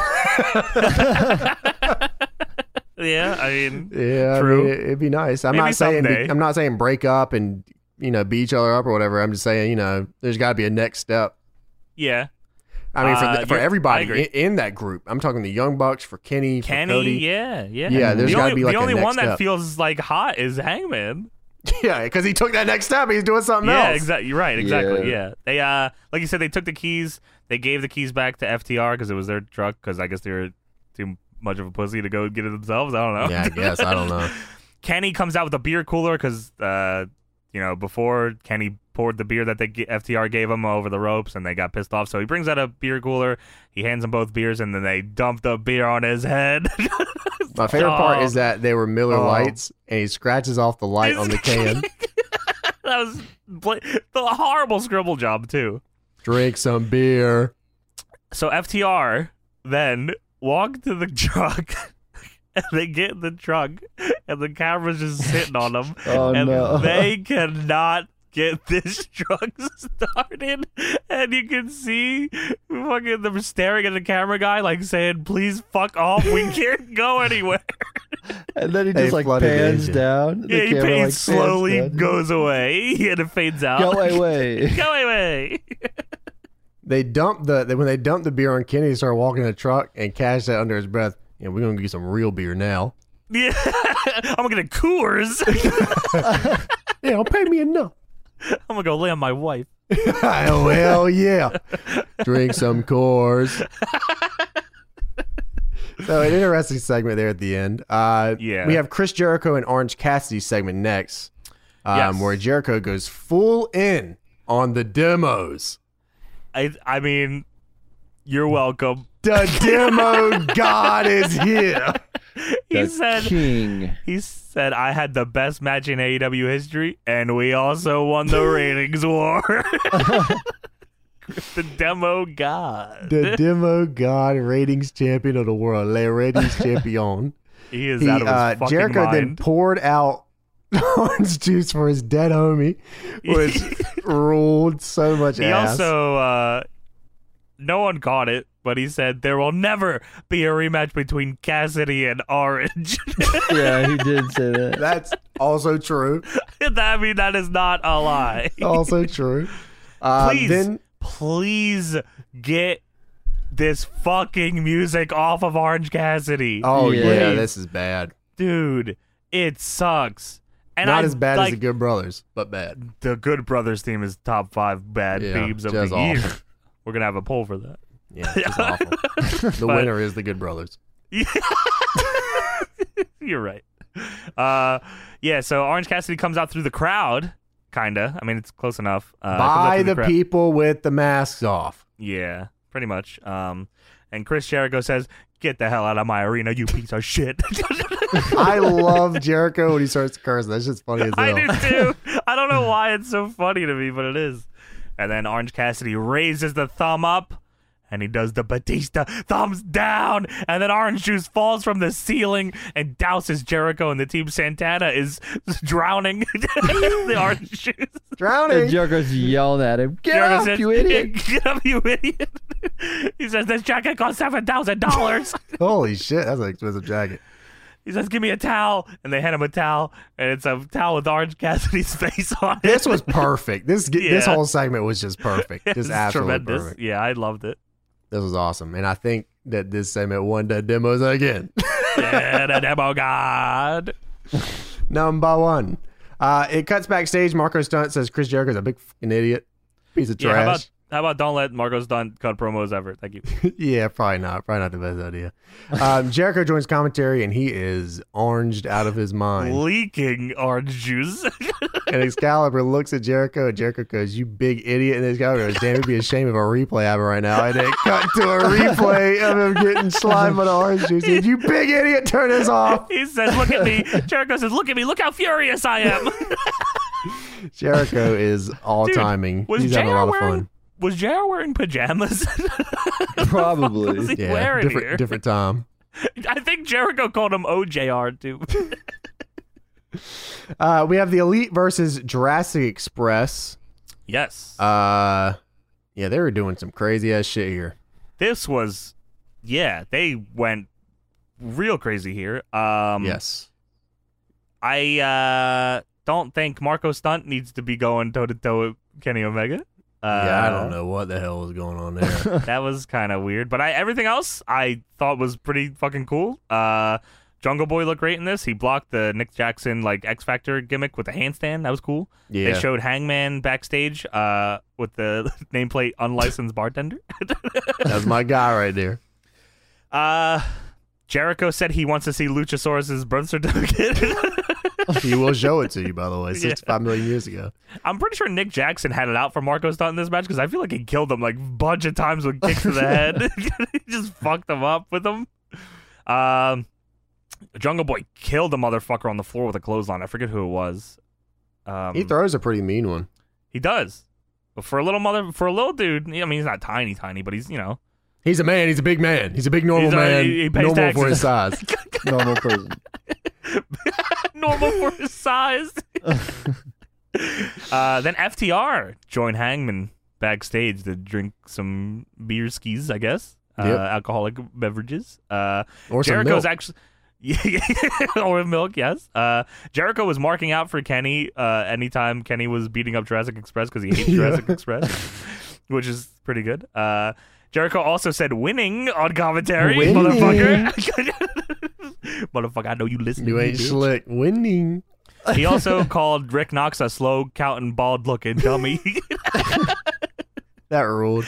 Yeah, I mean, yeah, True. I mean, it, would be nice. I'm Maybe not saying someday. I'm not saying break up and you know beat each other up or whatever. I'm just saying you know there's got to be a next step. yeah, I mean, for, Uh, the, for you're- I everybody agree. in, in that group, I'm talking the Young Bucks for Kenny, for Kenny. Cody. Yeah, yeah, Yeah, there's the gotta only, be, like, the a only next one that step. feels like hot is Hangman. [laughs] yeah, because he took that next step. He's doing something yeah, else. exactly. You're right. Exactly. Yeah. Yeah. They uh, like you said, they took the keys. They gave the keys back to FTR because it was their truck. Because I guess they were too much of a pussy to go get it themselves. I don't know. Yeah, I guess I don't know. [laughs] Kenny comes out with a beer cooler because, uh, you know, before Kenny poured the beer that they g- FTR gave him over the ropes, and they got pissed off. So he brings out a beer cooler. He hands them both beers, and then they dump the beer on his head. [laughs] My favorite part Oh. is that they were Miller Oh. lights, and he scratches off the light on the can. [laughs] that was bla- the horrible scribble job too. Drink some beer. So FTR then walk to the truck. [laughs] And they get in the truck, and the camera's just sitting on them. [laughs] Oh, and no. they cannot get this [laughs] truck started. And you can see fucking them staring at the camera guy, like saying, "Please fuck off. [laughs] We can't go anywhere." [laughs] And then he They just like flooded the pans engine. down. The yeah, he camera, fades like, slowly, pans down. goes away, [laughs] and it fades out. Go away. [laughs] Go away. They dump the they, when they dump the beer on Kenny, he started walking in the truck and cashed that under his breath. Yeah, we're gonna get some real beer now. Yeah, [laughs] I'm gonna get Coors. [laughs] I'm Yeah, don't pay me enough. [laughs] gonna go lay on my wife. oh hell yeah! Drink some Coors. so an interesting segment there at the end. Uh, Yeah. we have Chris Jericho and Orange Cassidy segment next, um, Yes. where Jericho goes full in on the demos. I, [laughs] I mean, you're welcome. The demo god is here. [laughs] he The said king. he said I had the best match in AEW history, and we also [laughs] won the ratings war. [laughs] the demo god. The demo god ratings champion of the world, Le ratings champion. he [laughs] is He, out of his uh, fucking Jericho then mind. poured out [laughs] orange juice for his dead homie, [laughs] [laughs] which ruled so much he ass. also uh, no one caught it, but he said there will never be a rematch between Cassidy and Orange. [laughs] Yeah, he did say that. That's also true. That- I mean, that is not a lie. Also [laughs] true. Uh, Please. Then Please get this fucking music off of Orange Cassidy, Oh yeah, Yeah. this is bad. dude. It sucks. And Not I, as bad like, as the Good Brothers, but bad. the Good Brothers theme is top five bad Yeah, themes of the just awful. year. We're gonna have a poll for that. [laughs] Yeah, it's just awful. The But- winner is the Good Brothers. You're right. Uh, yeah. So Orange Cassidy comes out through the crowd, kinda. I mean, it's close enough. Uh, comes out By through the crowd. people with the masks off. Yeah, pretty much. Um, and Chris Jericho says, "Get the hell out of my arena, you piece of [laughs] shit." [laughs] I love Jericho when he starts cursing. That's just funny as [laughs] I hell. do too. [laughs] I don't know why it's so funny to me, but it is. And then Orange Cassidy raises the thumb up. And he does the Batista thumbs down, and then orange juice falls from the ceiling and douses Jericho, and the team Santana is [laughs] drowning the [laughs] orange juice. And Drowning. Jericho's yelling at him. Get Jericho up, says, you idiot! [laughs] Get up, you idiot! [laughs] he says this jacket costs seven [laughs] thousand dollars. Holy shit, that's an expensive jacket. He says, "Give me a towel," and they hand him a towel, and it's a towel with Orange Cassidy's [laughs] face on it. This was perfect. This this Yeah. whole segment was just [laughs] perfect. It's Just absolutely tremendous. perfect. Yeah, I loved it. This was awesome, and I think that this segment won the demos again. [laughs] Yeah, the demo oh god. Number one. Uh, it cuts backstage. Marco Stunt says Chris Jericho's a big fucking idiot. Piece of Yeah, how trash. about how about don't let Marcos Dunn cut promos ever? Thank you. [laughs] yeah, probably not. Probably not the best idea. Um, Jericho joins commentary and he is oranged out of his mind. [laughs] Leaking orange juice. And Excalibur looks at Jericho and Jericho goes, "You big idiot!" And Excalibur goes, "Damn, it'd be a shame if a replay happened right now." And they cut to a replay of him getting slime with orange juice. He said, you big idiot! Turn this off. [laughs] he says, "Look at [laughs] me." Jericho says, "Look at me. Look how furious I [laughs] am." Jericho is all Dude, timing. Was He's JR having a lot of wearing fun. was JR wearing pajamas? [laughs] was Probably. he wearing different here? different time. I think Jericho called him OJR too. Uh, we have the Elite versus Jurassic Express. [laughs] yes. Uh, yeah, they were doing some crazy ass shit here. this was yeah they went real crazy here um yes. i uh don't think marco stunt needs to be going toe to toe with kenny omega uh, yeah, I don't know what the hell was going on there. that was kind of weird but i everything else i thought was pretty fucking cool uh jungle boy looked great in this he blocked the nick jackson like x factor gimmick with a handstand that was cool yeah. [laughs] they showed hangman backstage uh with the [laughs] nameplate unlicensed bartender That's my guy right there. Uh, Jericho said he wants to see Luchasaurus's birth certificate. [laughs] He will show it to [laughs] you, by the way, Yeah. 65 million years ago. I'm pretty sure Nick Jackson had it out for Marco Stunt in this match because I feel like he killed him like a bunch of times with kicks to the head. [laughs] he just fucked him up with them. Um, Jungle Boy killed the motherfucker on the floor with a clothesline. I forget who it was. Um, He throws a pretty mean one. he does. But for a little mother, for a little dude, I mean, he's not tiny, tiny, but he's you know, He's a man. He's a big man. He's a big normal He's a- man. he- he pays normal for his taxes. [laughs] size. Normal person. normal for his size. [laughs] uh, then FTR joined Hangman backstage to drink some beer skis, I guess, uh, Yep. alcoholic beverages. Uh, Or some Jericho's milk. actually. [laughs] or milk, yes. Uh, Jericho was marking out for Kenny uh, anytime Kenny was beating up Jurassic Express because he [laughs] hates Jurassic Express, which is pretty good. Uh, Jericho also said "winning" on commentary, Winning. motherfucker. [laughs] motherfucker, I know you listening. You ain't bitch. slick. Winning. He also [laughs] called Rick Knox a slow counting, bald looking dummy. [laughs] That ruled.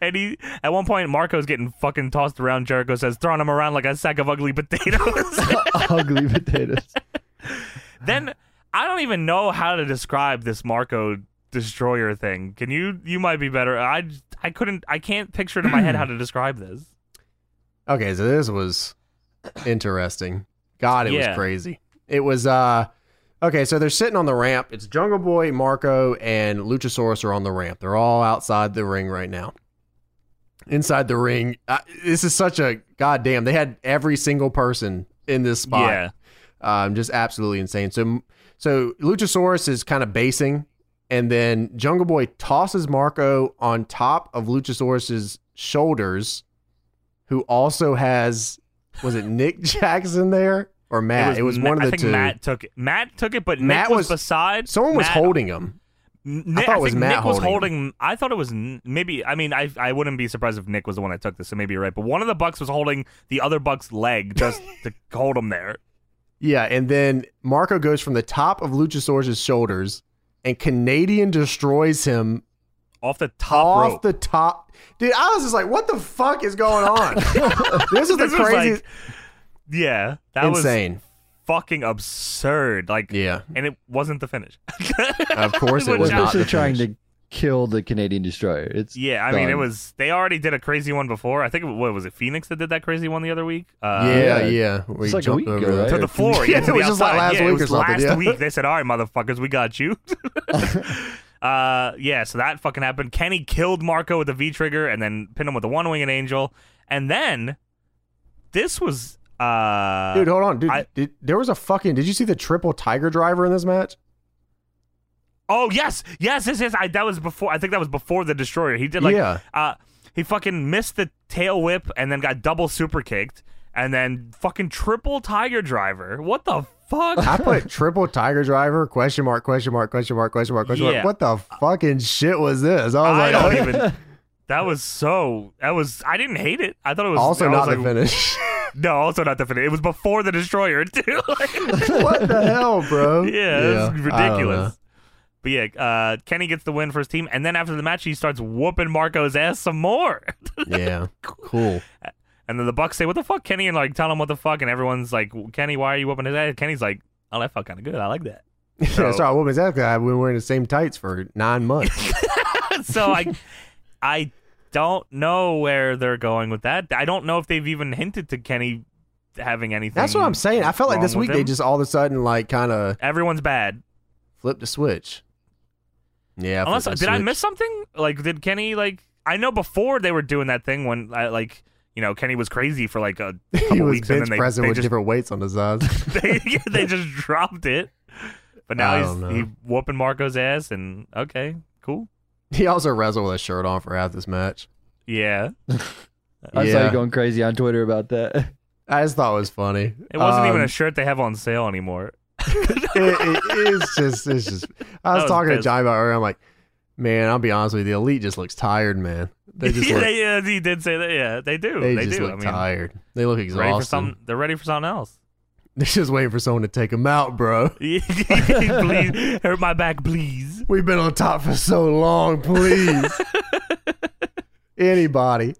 and he, at one point, Marco's getting fucking tossed around. Jericho says, throwing him around like a sack of ugly potatoes. [laughs] Ugly potatoes. then I don't even know how to describe this Marco destroyer thing. Can you? You might be better. I, I couldn't. I can't picture it in my head how to describe this. Okay, so this was interesting. God, it Yeah. was crazy. It was uh okay, so they're sitting on the ramp. It's Jungle Boy, Marco, and Luchasaurus are on the ramp. They're all outside the ring right now. Inside the ring, uh, this is such a goddamn. They had every single person in this spot Yeah. um, just absolutely insane. So, so Luchasaurus is kind of basing, and then Jungle Boy tosses Marco on top of Luchasaurus's shoulders, who also has was it [laughs] Nick Jackson there or Matt? It was, Ma- one of the I think two. Matt took it. Matt took it, but Matt Nick was, was- beside. Someone was Matt- holding him. Nick, thought it was think Matt Nick was holding holding. I thought it was N- maybe. I mean, I I wouldn't be surprised if Nick was the one that took this. So maybe you're right. But one of the bucks was holding the other [laughs] buck's leg just to hold him there. Yeah, and then Marco goes from the top of Luchasaurus's shoulders, and Canadian destroys him off the top off rope. the top. Dude, I was just like, what the fuck is going [laughs] on? this is the This was like- craziest. yeah, that insane. was fucking absurd. Like, yeah. and it wasn't the finish. [laughs] Of course it Which was I- Well, not. especially The trying finish. to kill the Canadian destroyer. It's yeah, I mean, it Done. was. They already did a crazy one before. I think it- what was it? Phoenix that did that crazy one the other week. Uh, yeah, Yeah. yeah. We It's like a jumped week over ago, that. To right? the floor, [laughs] Yeah, yeah, to it the was just like outside. last Yeah, it week was or something, Last yeah. week, they said, "All right, motherfuckers, we got you." [laughs] uh, yeah, so that fucking happened. Kenny killed Marco with the V trigger, and then pinned him with the one winged angel, and then this was [laughs] uh, Dude, oh. hold on, dude. I- did, there was a fucking. Did you see the triple tiger driver in this match? Oh yes, yes, yes, yes. I that was before. I think that was before the destroyer. He did like, Yeah. uh, he fucking missed the tail whip and then got double super kicked and then fucking triple tiger driver. What the [laughs] fuck? I [laughs] put triple tiger driver question mark question mark question mark question mark question Yeah. mark. What the fucking shit was this? I was I like, don't oh, even. [laughs] That was so. That was. I didn't hate it. I thought it was also I was not the like, finish. [laughs] [laughs] No, also not the finish. It was before the destroyer [laughs] too. [laughs] Like- what the hell, bro? [laughs] yeah, that's I don't know. ridiculous. But yeah, uh, Kenny gets the win for his team, and then after the match, he starts whooping Marco's ass some more. [laughs] Yeah, [laughs] cool. And then the Bucks say, "What the fuck, Kenny?" And like tell him what the fuck, and everyone's like, "Kenny, why are you whooping his ass?" Kenny's like, "Oh, that felt kind of good. I like that." So, So- Sorry, what was that? I've been wearing the same tights for nine [laughs] months. [laughs] so I, I don't know where they're going with that. I don't know if they've even hinted to Kenny having anything. That's what I'm saying. I felt like wrong this with week they him. just all of a sudden like kind of everyone's bad. flipped the switch. Yeah. Unless flipped did the I switch. [laughs] miss something? Like, did Kenny like? I know before they were doing that thing when I like. You know, Kenny was crazy for like a [laughs] couple He was weeks, and bench then they, pressing they with just different weights on his [laughs] eyes. they, yeah, they just dropped it. But I now don't know. he's he whooping Marco's ass, and okay, cool. He also wrestled with a shirt on for half this match. Yeah, I saw Yeah. you going crazy on Twitter [laughs] about that. I just thought it was funny. it wasn't even a Um, [laughs] shirt they have on sale anymore. [laughs] it, it, it's just, it's just. I was, was talking to pissed. Johnny about it. earlier, I'm like, man, I'll be honest with you, the elite just looks tired, man. [laughs] They just yeah, look, they- yeah, he did say that. Yeah, they do. they They, just do. look I mean, tired. They look ready for exhausted. some. They're ready for something else. [laughs] [laughs] They're just waiting for someone to take them out, bro. please hurt my back, please. We've been on top for so long, please. Anybody.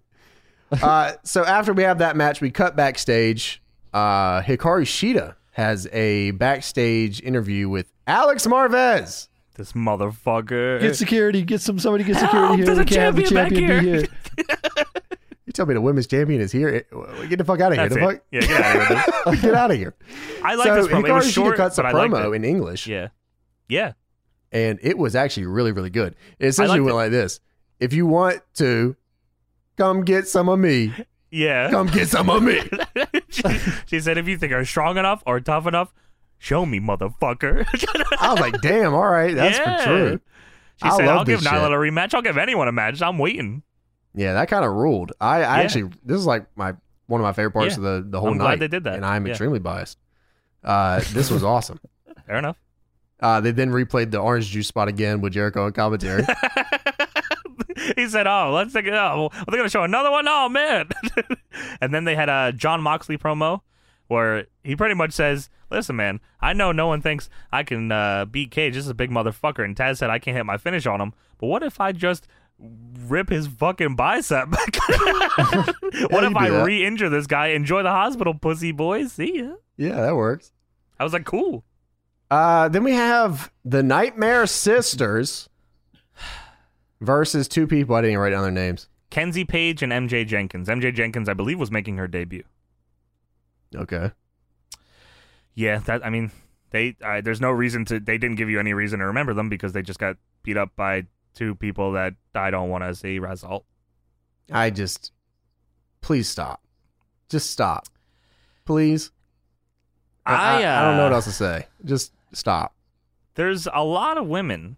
Uh, so after we have that match, we cut backstage. Uh, Hikaru Shida has a backstage interview with Alex Marvez. This motherfucker. Get security. Get some. Somebody get Help, security here. there's a We can't have the champion back champion be here. here. You tell me the women's champion is here. It- Get the fuck out of here. That's The it. fuck? Yeah, get out of here. [laughs] dude. Get out of here. I like so this promo. It Hikaru was Shida short, cuts a but I liked promo it. in English, Yeah, yeah. and it was actually really, really good. It essentially liked went it. like this If you want to, come get some of me. Yeah. Come get some of me. [laughs] she, she said, if you think you're strong enough or tough enough, show me, motherfucker. [laughs] I was like, damn, all right, that's Yeah. for true. She I said, love I'll give this Nyla shit. a rematch. I'll give anyone a match. I'm waiting. Yeah, that kind of ruled. I, I Yeah. actually, this is like my one of my favorite parts Yeah. of the, the whole I'm night. glad they did that. And I'm Yeah. extremely biased. Uh, this was awesome. Fair enough. Uh, they then replayed the orange juice spot again with Jericho and [laughs] commentary. he said, oh, let's take it. Oh, are they going to show another one? Oh, man. [laughs] and then they had a John Moxley promo where he pretty much says, listen, man, I know no one thinks I can uh, beat Cage. This is a big motherfucker. And Taz said, I can't hit my finish on him. But what if I just rip his fucking bicep? [laughs] what you if do I that. re injure this guy? Enjoy the hospital, pussy boy. See ya. yeah, that works. I was like, cool. Uh, then we have the Nightmare Sisters versus two people. I didn't even write down their names. Kenzie Page and MJ Jenkins. MJ Jenkins, I believe, was making her debut. Okay. Yeah, that I mean, they uh, there's no reason to they didn't give you any reason to remember them because they just got beat up by two people that I don't want to see result. I just please stop. Just stop. Please. I, uh, I don't know uh, what else to say. Just stop. There's a lot of women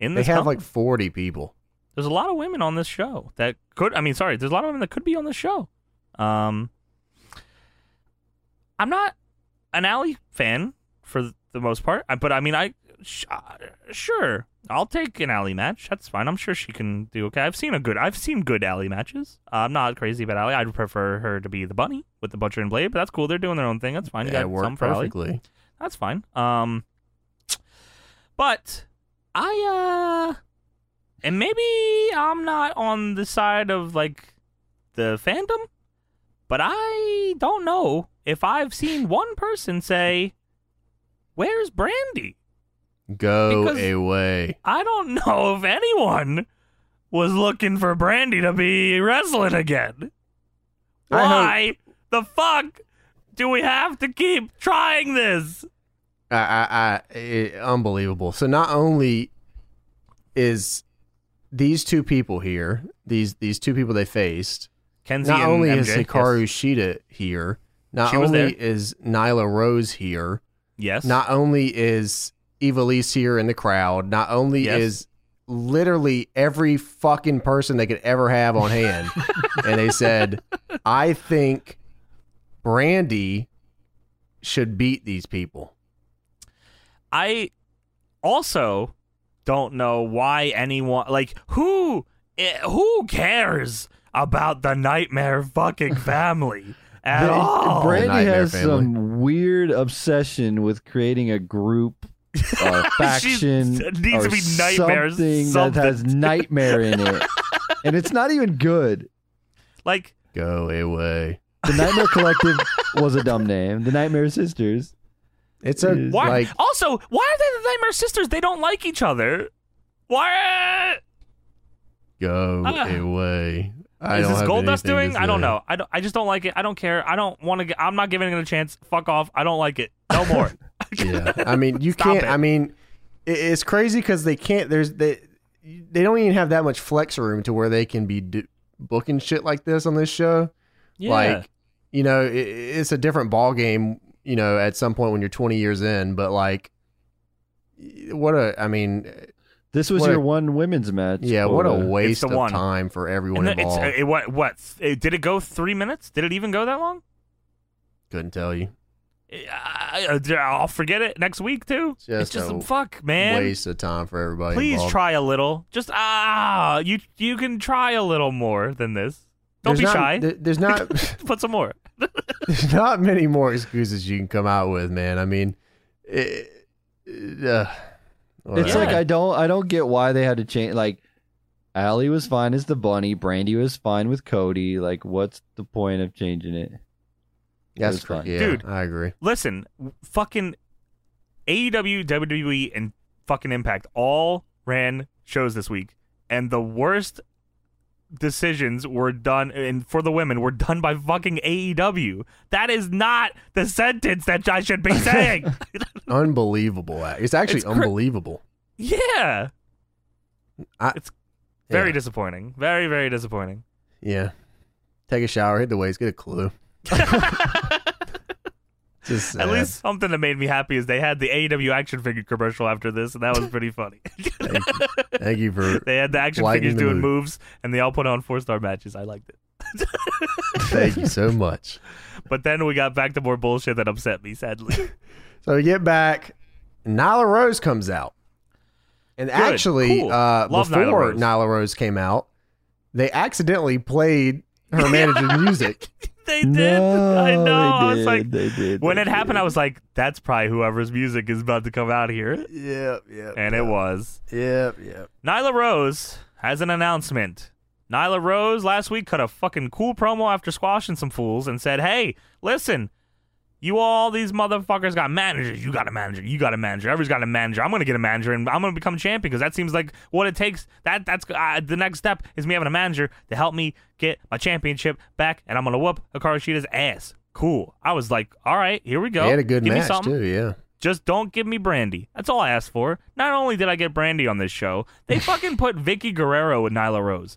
in They this. have company. like 40 people. there's a lot of women on this show that could. I mean, sorry, there's a lot of women that could be on this show. Um, I'm not an Ally fan for the most part, I- but I mean, I sh- uh, sure I'll take an Ally match. That's fine. I'm sure she can do okay. I've seen a good. I've seen good Ally matches. Uh, I'm not crazy about Ally. I'd prefer her to be the bunny with the butcher and blade, but that's cool. They're doing their own thing. That's fine. You Yeah, it got worked some for Ally. perfectly. That's fine. Um, but I uh, and maybe I'm not on the side of like the fandom, but I don't know if I've seen one person say, "Where's Brandy?" Go Because- away. I don't [laughs] know if anyone was looking for Brandy to be wrestling again. I hope- Why the fuck do we have to keep trying this? I, I, I it, unbelievable. So not only is these two people here, these these two people they faced, Kenzie not and only MJ, is Hikaru Shida here, not She was only there. is Nyla Rose here, Yes. not only is Evilise here in the crowd, not only Yes. is literally every fucking person they could ever have on [laughs] hand. and they said, I think Brandy should beat these people. I also don't know why anyone like who eh, who cares about the [laughs] nightmare fucking family at They- all. Brandy Nightmare has Family. some weird obsession with creating a group or [laughs] faction She- it needs or to be nightmare something, that has nightmare [laughs] in it, and it's not even good. like Go away. The Nightmare Collective was a dumb name. The Nightmare Sisters. It's a Is- why like also why are they the nightmare sisters? They don't like each other. Why go Ah. away. I is don't this have Goldust anything to doing? I don't say. know. I don't. I just don't like it. I don't care. I don't want to. I'm not giving it a chance. Fuck off. I don't like it. No more. [laughs] yeah i mean you Stop can't it. i mean i- it's crazy because they can't there's they they don't even have that much flex room to where they can be do, booking shit like this on this show [laughs] yeah. like you know i i- it's a different ball game you know at some point when you're 20 years in but like y- what a i mean This was What a- your one women's match. yeah what a Oda. waste the of one. time for everyone And then it's, uh, involved it, what what it, did it go three minutes? Did it even go that long? couldn't tell you I, will forget it next week too. it's Just just a fuck, man. waste of time for everybody Please involved. try a little. Just ah, you you can try a little more than this. Don't There's be not- shy. there- there's not [laughs] Put some more. There's not many more excuses you can come out with, man. I mean, it, it, uh, It's whatever. like Yeah. I don't I don't get why they had to change like Allie was fine as the bunny, Brandy was fine with Cody. Like what's the point of changing it? that's it's fine. yeah, Dude. I agree. Listen, fucking E AEW, WWE, E, and fucking Impact all ran shows this week, and the worst decisions were done and for the women were done by fucking AEW. That is not the sentence that I [laughs] should be saying. Unbelievable. It's actually It's cra- unbelievable. yeah. I- it's very yeah. disappointing. Very, very disappointing. yeah. Take a shower, hit the waves, get a clue. [laughs] Just uh, At sad. least something that made me happy is they had the AEW action figure commercial after this, and that was pretty funny. Thank you, thank you for They had the action Lighten figures the doing mood. moves, and they all put on four star matches. I liked it. thank you so much. But then we got back to more bullshit that upset me, sadly. So we get back. Nyla Rose comes out. And actually, Cool. uh, Love Nyla before Rose. Nyla Rose came out, they accidentally played her [laughs] manager's music. they did. I know. they I was did, like, they did, when they it happened, did. I was like, that's probably whoever's music is about to come out here. Yep, yep. And it was. Yep, yep. Nyla Rose has an announcement. Nyla Rose last week cut a fucking cool promo after squashing some fools and said, Hey, listen, you all these motherfuckers got managers. You got a manager. You got a manager. Everybody's got a manager. I'm going to get a manager and I'm going to become champion because that seems like what it takes. That That's uh, the next step is me having a manager to help me get my championship back and I'm going to whoop Hikaru Shida's ass. cool. I was like, all right, here we go. They had a good Give me match something. too. Yeah. Just don't give me Brandy. That's all I asked for. Not only did I get Brandy on this show, they fucking put Vicky Guerrero with Nyla Rose.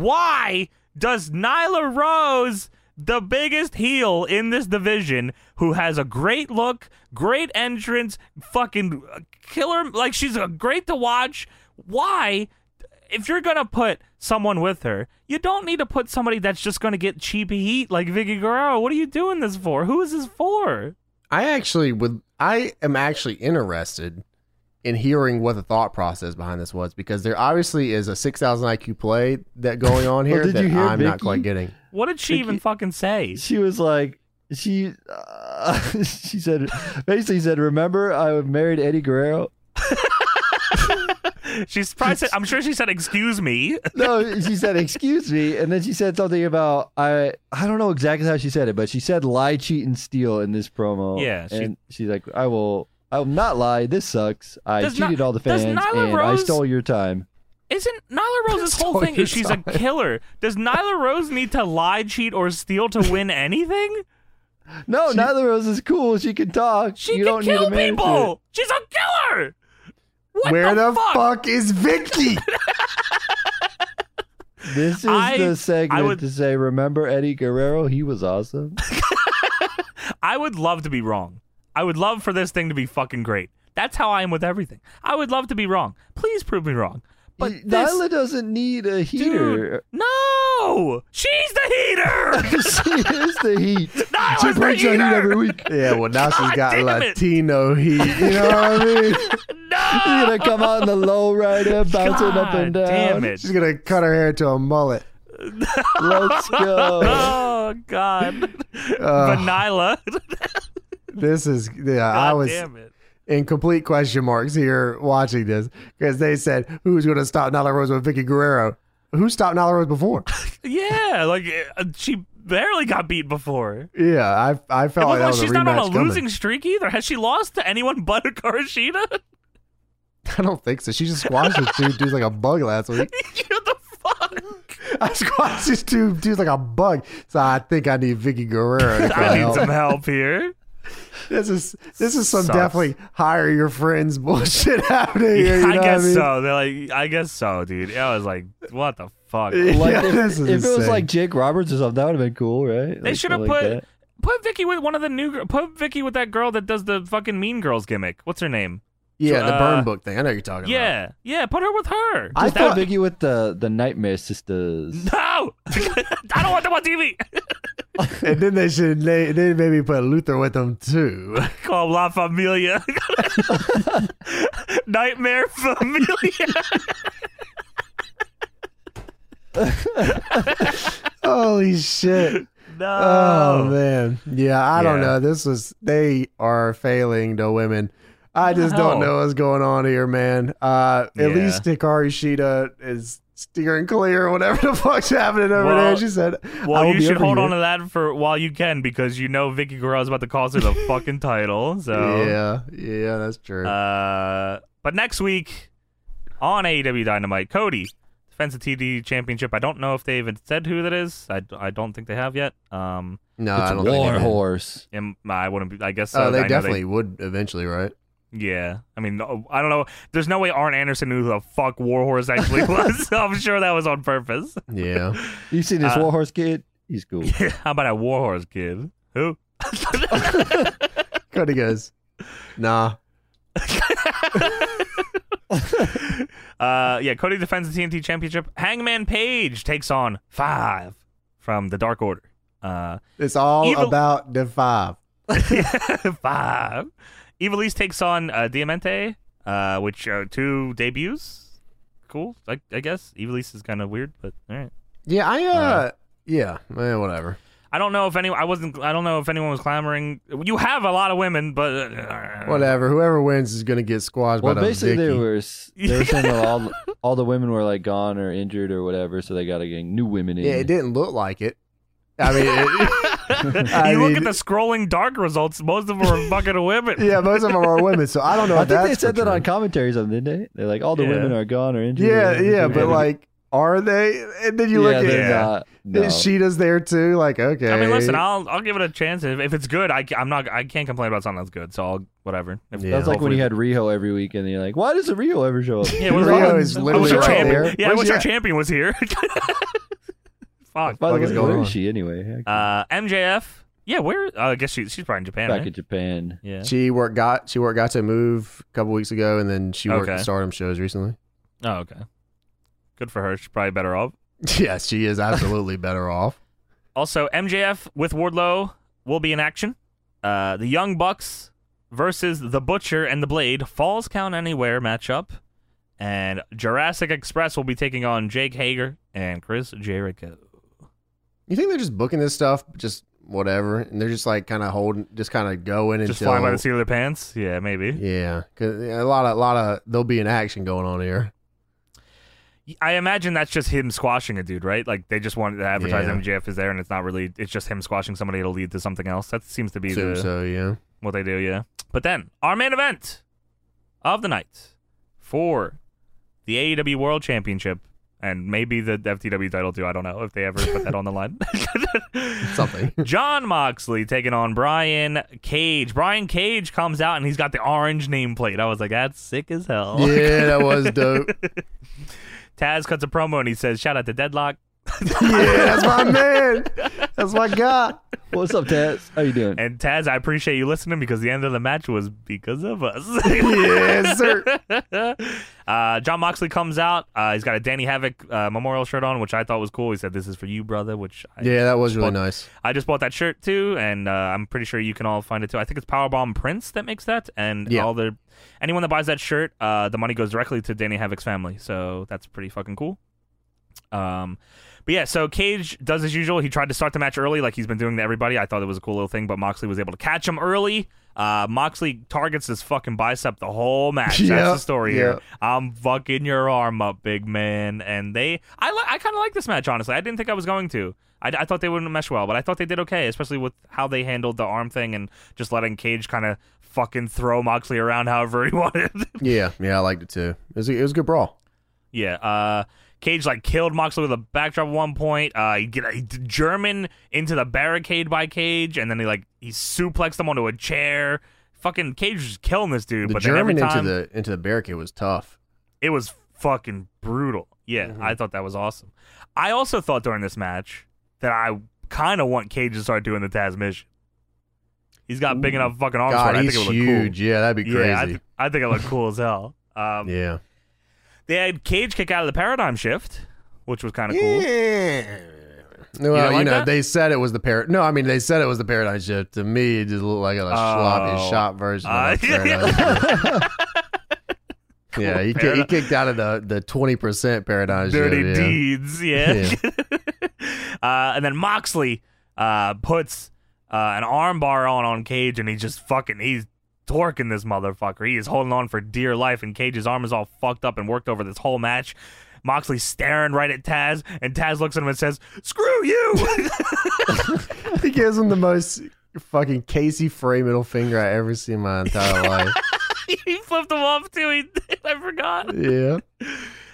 Why does Nyla Rose, the biggest heel in this division, who has a great look, great entrance, fucking killer, like she's a great to watch, why? If you're gonna put someone with her, you don't need to put somebody that's just gonna get cheap heat like Vicky Guerrero. What are you doing this for? Who is this for? I actually would. I am actually interested in hearing what the thought process behind this was because there obviously is a six thousand IQ play that going on here Oh, did that you hear I'm not Vicky? quite [laughs] getting. What did she Vicky- even fucking say? she was like she uh, [laughs] she said basically said remember i married eddie guerrero She's probably said, I'm sure she said, "Excuse me." no she said excuse me and then she said something about i i don't know exactly how she said it but she said lie cheat and steal in this promo Yeah, she- and she's like i will i will not lie this sucks i Does cheated Ni- all the does fans Nyla and i Rose- stole your time Isn't Nyla Rose's whole all thing you is she's a saw. killer? Does Nyla Rose need to lie, cheat, or steal to win anything? no neither of us is cool she can talk She you can don't need kill a manager. people. She's a killer. What Where the, the, fuck? is Vicky? this is I- I the segment would- to say remember eddie guerrero he was awesome I would love to be wrong. I would love for this thing to be fucking great. That's how I am with everything. I would love to be wrong. Please prove me wrong. [laughs] But Y- this, Nyla doesn't need a heater. no, she's the heater. [laughs] she is the heat. Nyla's she the brings the heat heater. every week. [laughs] yeah, well now she's God got damn it. Latino heat. You know what I mean? [laughs] She's no, gonna come out in the low [laughs] rider, bouncing up and God down. Damn it. She's gonna cut her hair to a mullet. Let's go. [laughs] Oh God, Ugh. Vanilla. [laughs] This is yeah. Uh, I God was damn it. in complete question marks here watching this because they said who's going to stop Nyla Rose with Vicky Guerrero? Who stopped Nyla Rose before? [laughs] Yeah, like uh, she barely got beat before. yeah, I I It felt like Oh, looked that like was she's a not on a rematch coming. losing streak either. Has she lost to anyone but [laughs] Karashina? [laughs] I don't think so. She just squashed this dude dudes like a bug last [laughs] week. what the fuck? I squashed this dude dudes like a bug. So I think I need Vicky Guerrero. To [laughs] I I need some [laughs] help here. this is this is some Sucks. definitely hire your friends [laughs] bullshit happening here. You know I guess what I mean? so. They're like, I guess so, dude. I was like, what the fuck? [laughs] Yeah, Like if, this is if it was insane. like Jake Roberts or something, that would have been cool, right? They should have put put Vicky with one of the new gir- put Vicky with that girl that does the fucking Mean Girls gimmick. What's her name? yeah, the uh, burn book thing. I know what you're talking about. Yeah, yeah. Put her with her. I I thought thought Vicky with the the Nightmare Sisters. No, [laughs] I don't want them on TV. and then they should they, they maybe put Luther with them [laughs] too. called La Familia. [laughs] Nightmare Familia. [laughs] Holy shit. [laughs] No. Oh man, yeah, I don't Yeah. know. This was they are failing the women. I just don't No. know what's going on here, man. Uh, at Yeah. least Hikari Shida is steering clear, whatever the fuck's happening over Well- there. She said, I well, will you be should over hold here. on to that for while you can because you know Vicky Guerrero's about to cost [laughs] her the fucking title. So, "Yeah, yeah, that's true." uh, but next week on AEW Dynamite, Cody defends the TD Championship. I don't know if they even said who that is. I, I don't think they have yet. Um, no, I it's don't think War they did. Horse. am- I wouldn't. Be, I guess. Oh, uh, I they know definitely would eventually, right? Yeah, I mean, no- I don't know. There's no way Arn Anderson knew who the fuck Warhorse actually [laughs] was. I'm sure that was on purpose. [laughs] Yeah, You seen this Uh, War Horse kid? [laughs] He's cool. How about a Warhorse kid? Who? Cody goes, "Nah, uh, yeah, Cody defends the TNT Championship. Hangman Page takes on Five from the Dark Order. Uh, [laughs] it's all Evil- about the five. five. Evilise takes on uh, Diamante, uh, which are two debuts. Cool, I, I guess. Evilise is kind of weird, but all right. Yeah, I uh, Uh, yeah, eh, whatever. I don't know if anyone. I wasn't. I don't know if anyone was clamoring. You have a lot of women, but uh, Whatever. Whoever wins is gonna get squashed Well, by the basically they Vicky. were s- they were saying that all all the women were like gone or injured or whatever, so they got to get new women in. Yeah, it didn't look like it. I mean, [laughs] it, [laughs] I you look at mean- the scrolling dark results. Most of them are fucking women. yeah, most of them are women, so I don't know. I if think they that's said for that on sure. commentary or something, didn't they? They're like, all the Yeah. women are gone or injured. Yeah, or yeah, but [laughs] whatever. like Are they? And then you yeah, look at they're Yeah. not. then No. Sheeta's there too. Like, okay. I mean, listen, I'll I'll give it a chance. If, if it's good, I, ca- I'm not I can't complain about something that's good. So I'll whatever. If, Yeah. That's like when hopefully- you had Riho every weekend. And you're like, why doesn't Riho ever show up? yeah, Oh, what Rio about- is "Oh, I wish literally our right champion- there. Yeah, I Where's wish she our at? champion was here. [laughs] Fuck. By the Fuck way, is going where on? is she anyway? Heck, Uh, MJF. Yeah, where? Uh, I guess she, she's probably in Japan. Back right? in Japan. Yeah. She worked got she worked got to move a couple weeks ago, and then she worked Okay. at Stardom shows recently. [laughs] Oh, okay. Good for her. She's probably better off. Yes, she is [laughs] absolutely better off. Also, MJF with Wardlow will be in action. Uh, the Young Bucks versus the Butcher and the Blade Falls Count Anywhere matchup. And Jurassic Express will be taking on Jake Hager and Chris Jericho. You think they're just booking this stuff, just whatever, and they're just like kind of holding, just kind of going Just until flying by the seat of their pants? Yeah, maybe. yeah, 'cause a lot of lot of there'll be an action going on here. I imagine that's just him squashing a dude, right? Like they just wanted to advertise Yeah. MJF is there, and it's not really. It's just him squashing somebody. It'll lead to something else. That seems to be So, the, so [laughs] yeah, what they do, yeah. But then our main event of the night for the AEW World Championship and maybe the FTW title too. I don't know if they ever put that on the line. [laughs] something. John Moxley taking on Brian Cage. Brian Cage comes out and he's got the orange nameplate. I was like, that's sick as [laughs] hell. yeah, that was [laughs] dope. Taz cuts a promo and he says, shout out to Deadlock. yeah, that's my man. That's my guy. What's up, Taz? How you [laughs] doing? And Taz, I appreciate you listening because the end of the match was because of us. [laughs] Yes, sir. [laughs] uh, John Moxley comes out. Uh, he's got a Danny Havoc uh, memorial shirt on, which I thought was cool. He said, "This is for you, brother." Which I, Yeah, that was really Well, nice. I just bought that shirt too, and uh, I'm pretty sure you can all find it too. I think it's Powerbomb Prince that makes that, and Yeah. all the anyone that buys that shirt, uh, the money goes directly to Danny Havoc's family. So that's pretty fucking cool. Um, but yeah, so Cage does as usual. He tried to start the match early, like he's been doing to everybody. I thought it was a cool little thing, but Moxley was able to catch him early. Uh, Moxley targets his fucking bicep the whole [laughs] match. That's Yeah, the story yeah. here. I'm fucking your arm up, big man. And they, I, li- I kind of like this match honestly. I didn't think I was going to. I, I thought they wouldn't mesh well, but I thought they did okay, especially with how they handled the arm thing and just letting Cage kind of fucking throw Moxley around [laughs] however he wanted. Yeah, yeah, I liked it too. It was a, it was a good brawl. Yeah. Uh, Cage like killed Moxley with a backdrop at one point. Uh, he get a German into the barricade by Cage, and then he like he suplexed him onto a chair. Fucking Cage was just killing this dude, The but then every German time into the into the barricade was tough. it was fucking brutal. Yeah, Mm-hmm. I thought that was awesome. I also thought during this match that I kind of want Cage to start doing the Taz mission. He's got big enough fucking arms. God, for it. I he's think it would look huge. Yeah, that'd be Cool. crazy. Yeah, I, th- I think it looked cool as hell. [laughs] Um, yeah. They had Cage kick out of the paradigm shift, which was kind of cool. Yeah. Well, you, don't like know, that? they said it was the parrot. No, I mean they said it was the paradigm shift. To me, it just looked like a sloppy shot version. Oh. Uh, [laughs] of the Paradigm Shift. yeah, [laughs] he, ki- he Paradigm- kicked out of the the twenty percent paradigm dirty shift. yeah. deeds. Yeah. [laughs] uh, and then Moxley uh, puts uh, an armbar on on Cage, and he just fucking he's torquing this motherfucker. He is holding on for dear life, and Cage's arm is all fucked up and worked over this whole match. Moxley's staring right at Taz, and Taz looks at him and says, "Screw you." [laughs] He gives him the most fucking Casey Frey middle finger I ever seen in my entire life. he flipped him off too. He, [laughs] I [laughs] forgot. Yeah.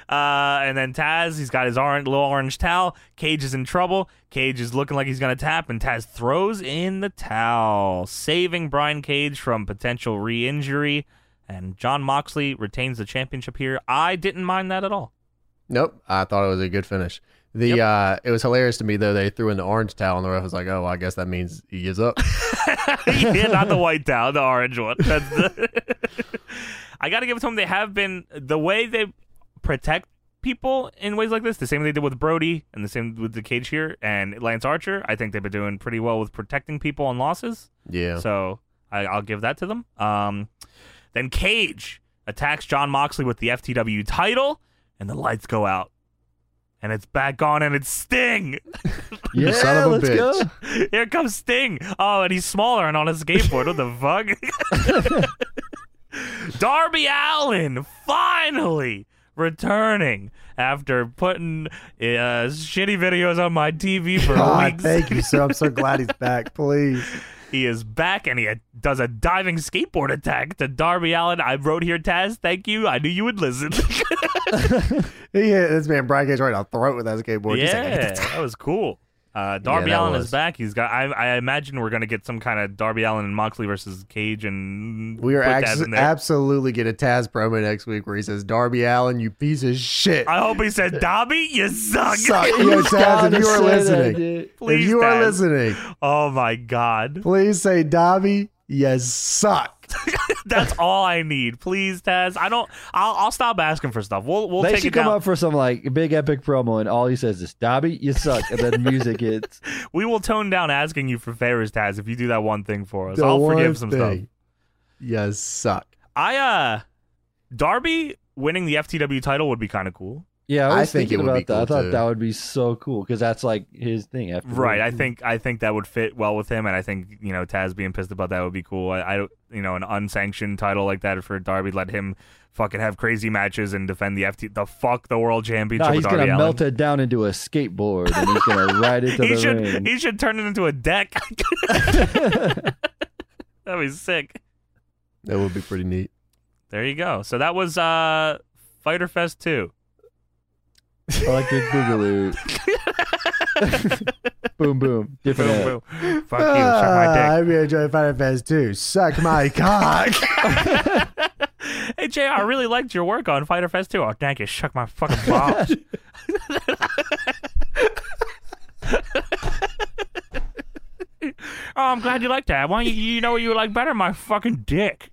Uh, and then Taz, he's got his orange, little orange towel. Cage is in trouble. Cage is looking like he's going to tap, and Taz throws in the towel, saving Brian Cage from potential re injury. And John Moxley retains the championship here. I didn't mind that at all. Nope. I thought it was a good finish. The Yep. uh, it was hilarious to me though. They threw in the orange towel, and the ref was like, "Oh, well, I guess that means he gives up." [laughs] yeah, not the white towel, the orange one. That's the- [laughs] I got to give it to them. They have been, the way they protect people in ways like this, the same they did with Brody and the same with the Cage here and Lance Archer, I think they've been doing pretty well with protecting people on losses. [laughs] yeah. So I, I'll give that to them. Um, then Cage attacks John Moxley with the FTW title, and the lights go out. And it's back on, and it's Sting. yeah, son of a let's bitch. go. Here comes Sting. Oh, and he's smaller and on a skateboard. what the fuck? [laughs] Darby Allen finally returning after putting uh, shitty videos on my TV for God, weeks. [laughs] thank you, sir. I'm so glad he's back. Please. He is back and he does a diving skateboard attack to Darby Allen. I wrote here, Taz. Thank you. I knew you would listen. [laughs] He hit this man Brian Cage right in the throat with that skateboard. He's like, yeah, that was cool. Uh, Darby that Allen is was. back. He's got. I, I imagine we're gonna get some kind of Darby Allen and Moxley versus Cage and we are put Taz ax- in there. absolutely get a Taz promo next week where he says, "Darby Allen, you piece of shit." I hope he said, "Darby, you suck." Suck. [laughs] Yo, Taz, if you are listening, [laughs] Please, if you are Taz. listening, Oh [laughs] my god, please say, "Darby, you suck." that's all I need. Please, Taz. I don't. I'll, I'll stop asking for stuff. We'll we'll they take should it come down. up for some like big epic promo, and all he says is "Dobby, you suck," and then music hits. We will tone down asking you for favors, Taz, if you do that one thing for us. The I'll one forgive some stuff. thing, You suck. I uh Darby winning the FTW title would be kind of cool. Yeah, [laughs] I I was think thinking it would about be that. I cool, thought too. that would be so cool because that's like his thing. After Right. I think I think that would fit well with him and I think, you know, Taz being pissed about that would be cool. I, I don't- you know, an unsanctioned title like that for Darby let him fucking have crazy matches and defend the FT the fuck the world championship No, with he's gonna Darby Allin. [laughs] melt it down into a skateboard and he's gonna ride it to he the should ring. he [laughs] should turn it into a deck. [laughs] That'd be sick. That would be pretty neat. There you go. So that was uh Fighter Fest 2. [laughs] Electric Boogaloo. [laughs] boom, boom. Different. Boom, ad. boom. Fuck you. Suck my dick. Ah, I'm gonna enjoy Final Fantasy too. Suck [laughs] my cock. hey JR, I really liked your work on Fighter Fest 2. Oh, thank you. Shuck my fucking [laughs] balls. oh, I'm glad you liked that. Why don't you, you know what you would like better? My fucking dick.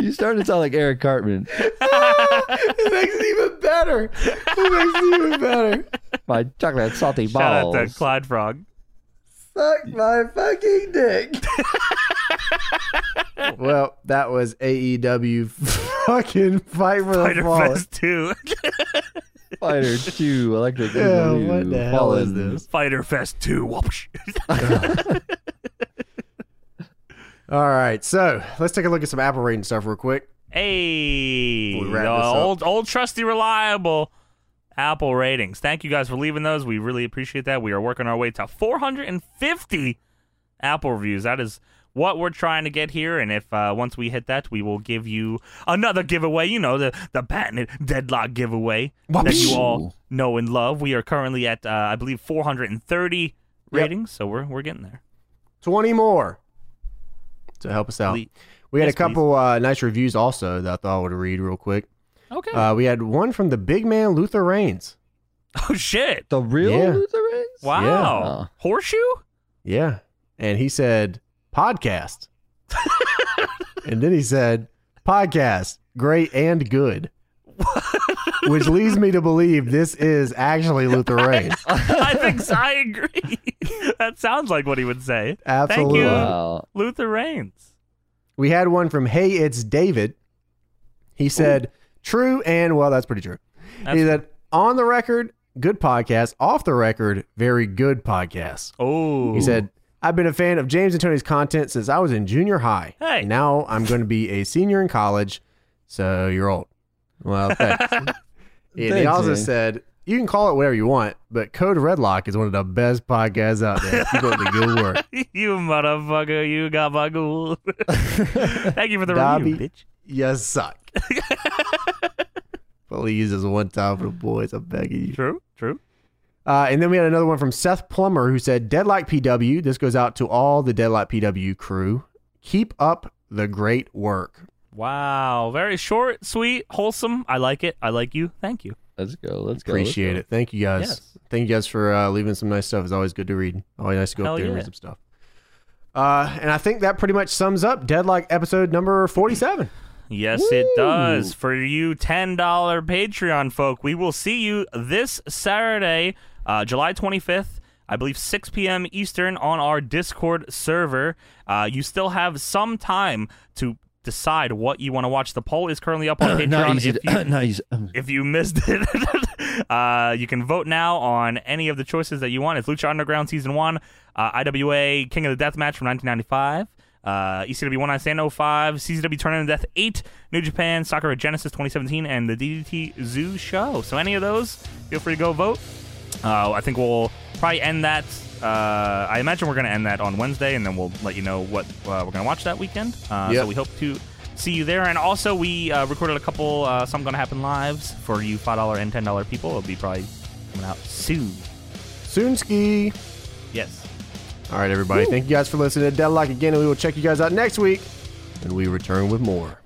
You started to sound like Eric Cartman. it makes it even better. It makes it even better. My chocolate salty Shout balls. out to Clyde Frog. Suck my fucking dick. well, that was AEW fucking fight for the Fighter fall. [laughs] Fest 2. [laughs] Fighter 2, Electric Yeah, Boogaloo. what the hell is Fallen. this? Fighter Fest 2. Whoopsh. All right, so let's take a look at some Apple rating stuff real quick. hey. We wrap uh, this up. old, old trusty reliable Apple ratings. Thank you guys for leaving those. We really appreciate that. We are working our way to 450 Apple reviews. That is what we're trying to get here. And if uh, once we hit that, we will give you another giveaway. You know, the, the patented deadlock giveaway that you all know and love. We are currently at, uh, I believe, 430 ratings. So we're, we're getting there. Twenty more to help us out. Please. We had Yes, a couple uh, nice reviews also that I thought I would read real quick. Okay. Uh, we had one from the big man Luther Reigns. oh, shit. The real Yeah. Lutherans? [laughs] Wow. Horseshoe? Yeah. And he said, podcast. [laughs] and then he said, podcast, great and good. Which leads me to believe this is actually Luther Reigns. I think so. I agree. [laughs] that sounds like what he would say. Absolutely. you. Wow. Luther Reigns. We had one from Hey, it's David. He said, true and, well, that's pretty true. That's- he said, on the record, good podcast. Off the record, very good podcast. Oh, He said, I've been a fan of James and Tony's content since I was in junior high. Hey. Now I'm going to be a senior in college, so you're old. Well, thanks. and he Thanks, also man. said, you can call it whatever you want, but Code Redlock is one of the best podcasts out there. Keep up the good work. [laughs] "You motherfucker, you got my [laughs] ghoul." Thank you for the review, Dobby. bitch. You suck. Please, this one time for the boys. I'm begging you. True, true. Uh, and then we had another one from Seth Plummer who said, Deadlock PW. This goes out to all the Deadlock PW crew. Keep up the great work. Wow, very short, sweet, wholesome. I like it. I like you. Thank you. Let's go. Let's go. Appreciate it. Thank you guys. Yes. Thank you guys for uh, leaving some nice stuff. It's always good to read. Always nice to go Hell up there and yeah. read some stuff. Uh, and I think that pretty much sums up Deadlock episode number 47. Yes, it does. For you $10 Patreon folk, we will see you this Saturday, uh, July 25th, I believe 6 p.m. Eastern on our Discord server. Uh, you still have some time to decide what you want to watch. The poll is currently up on [coughs] Let's go. Patreon. Not easy. If you, To, [clears throat] not easy. [laughs] if you missed it, [laughs] uh, you can vote now on any of the choices that you want. It's Lucha Underground Season 1, uh, IWA King of the Death Match from 1995. Uh, ECW One Night Stand 05, CCW Tournament of Death 8, New Japan, Sakura Genesis 2017, and the DDT Zoo Show. So, any of those, feel free to go vote. Uh, I think we'll probably end that Uh, I imagine we're going to end that on Wednesday, and then we'll let you know what uh, we're going to watch that weekend. Uh, Yep. So we hope to see you there. And also, we uh, recorded a couple uh, Some Gonna Happen lives for you $5 and $10 people. It'll be probably coming out soon. Soonski. Yes. All right, everybody. Thank you guys for listening to Deadlock again, and we will check you guys out next week when we return with more.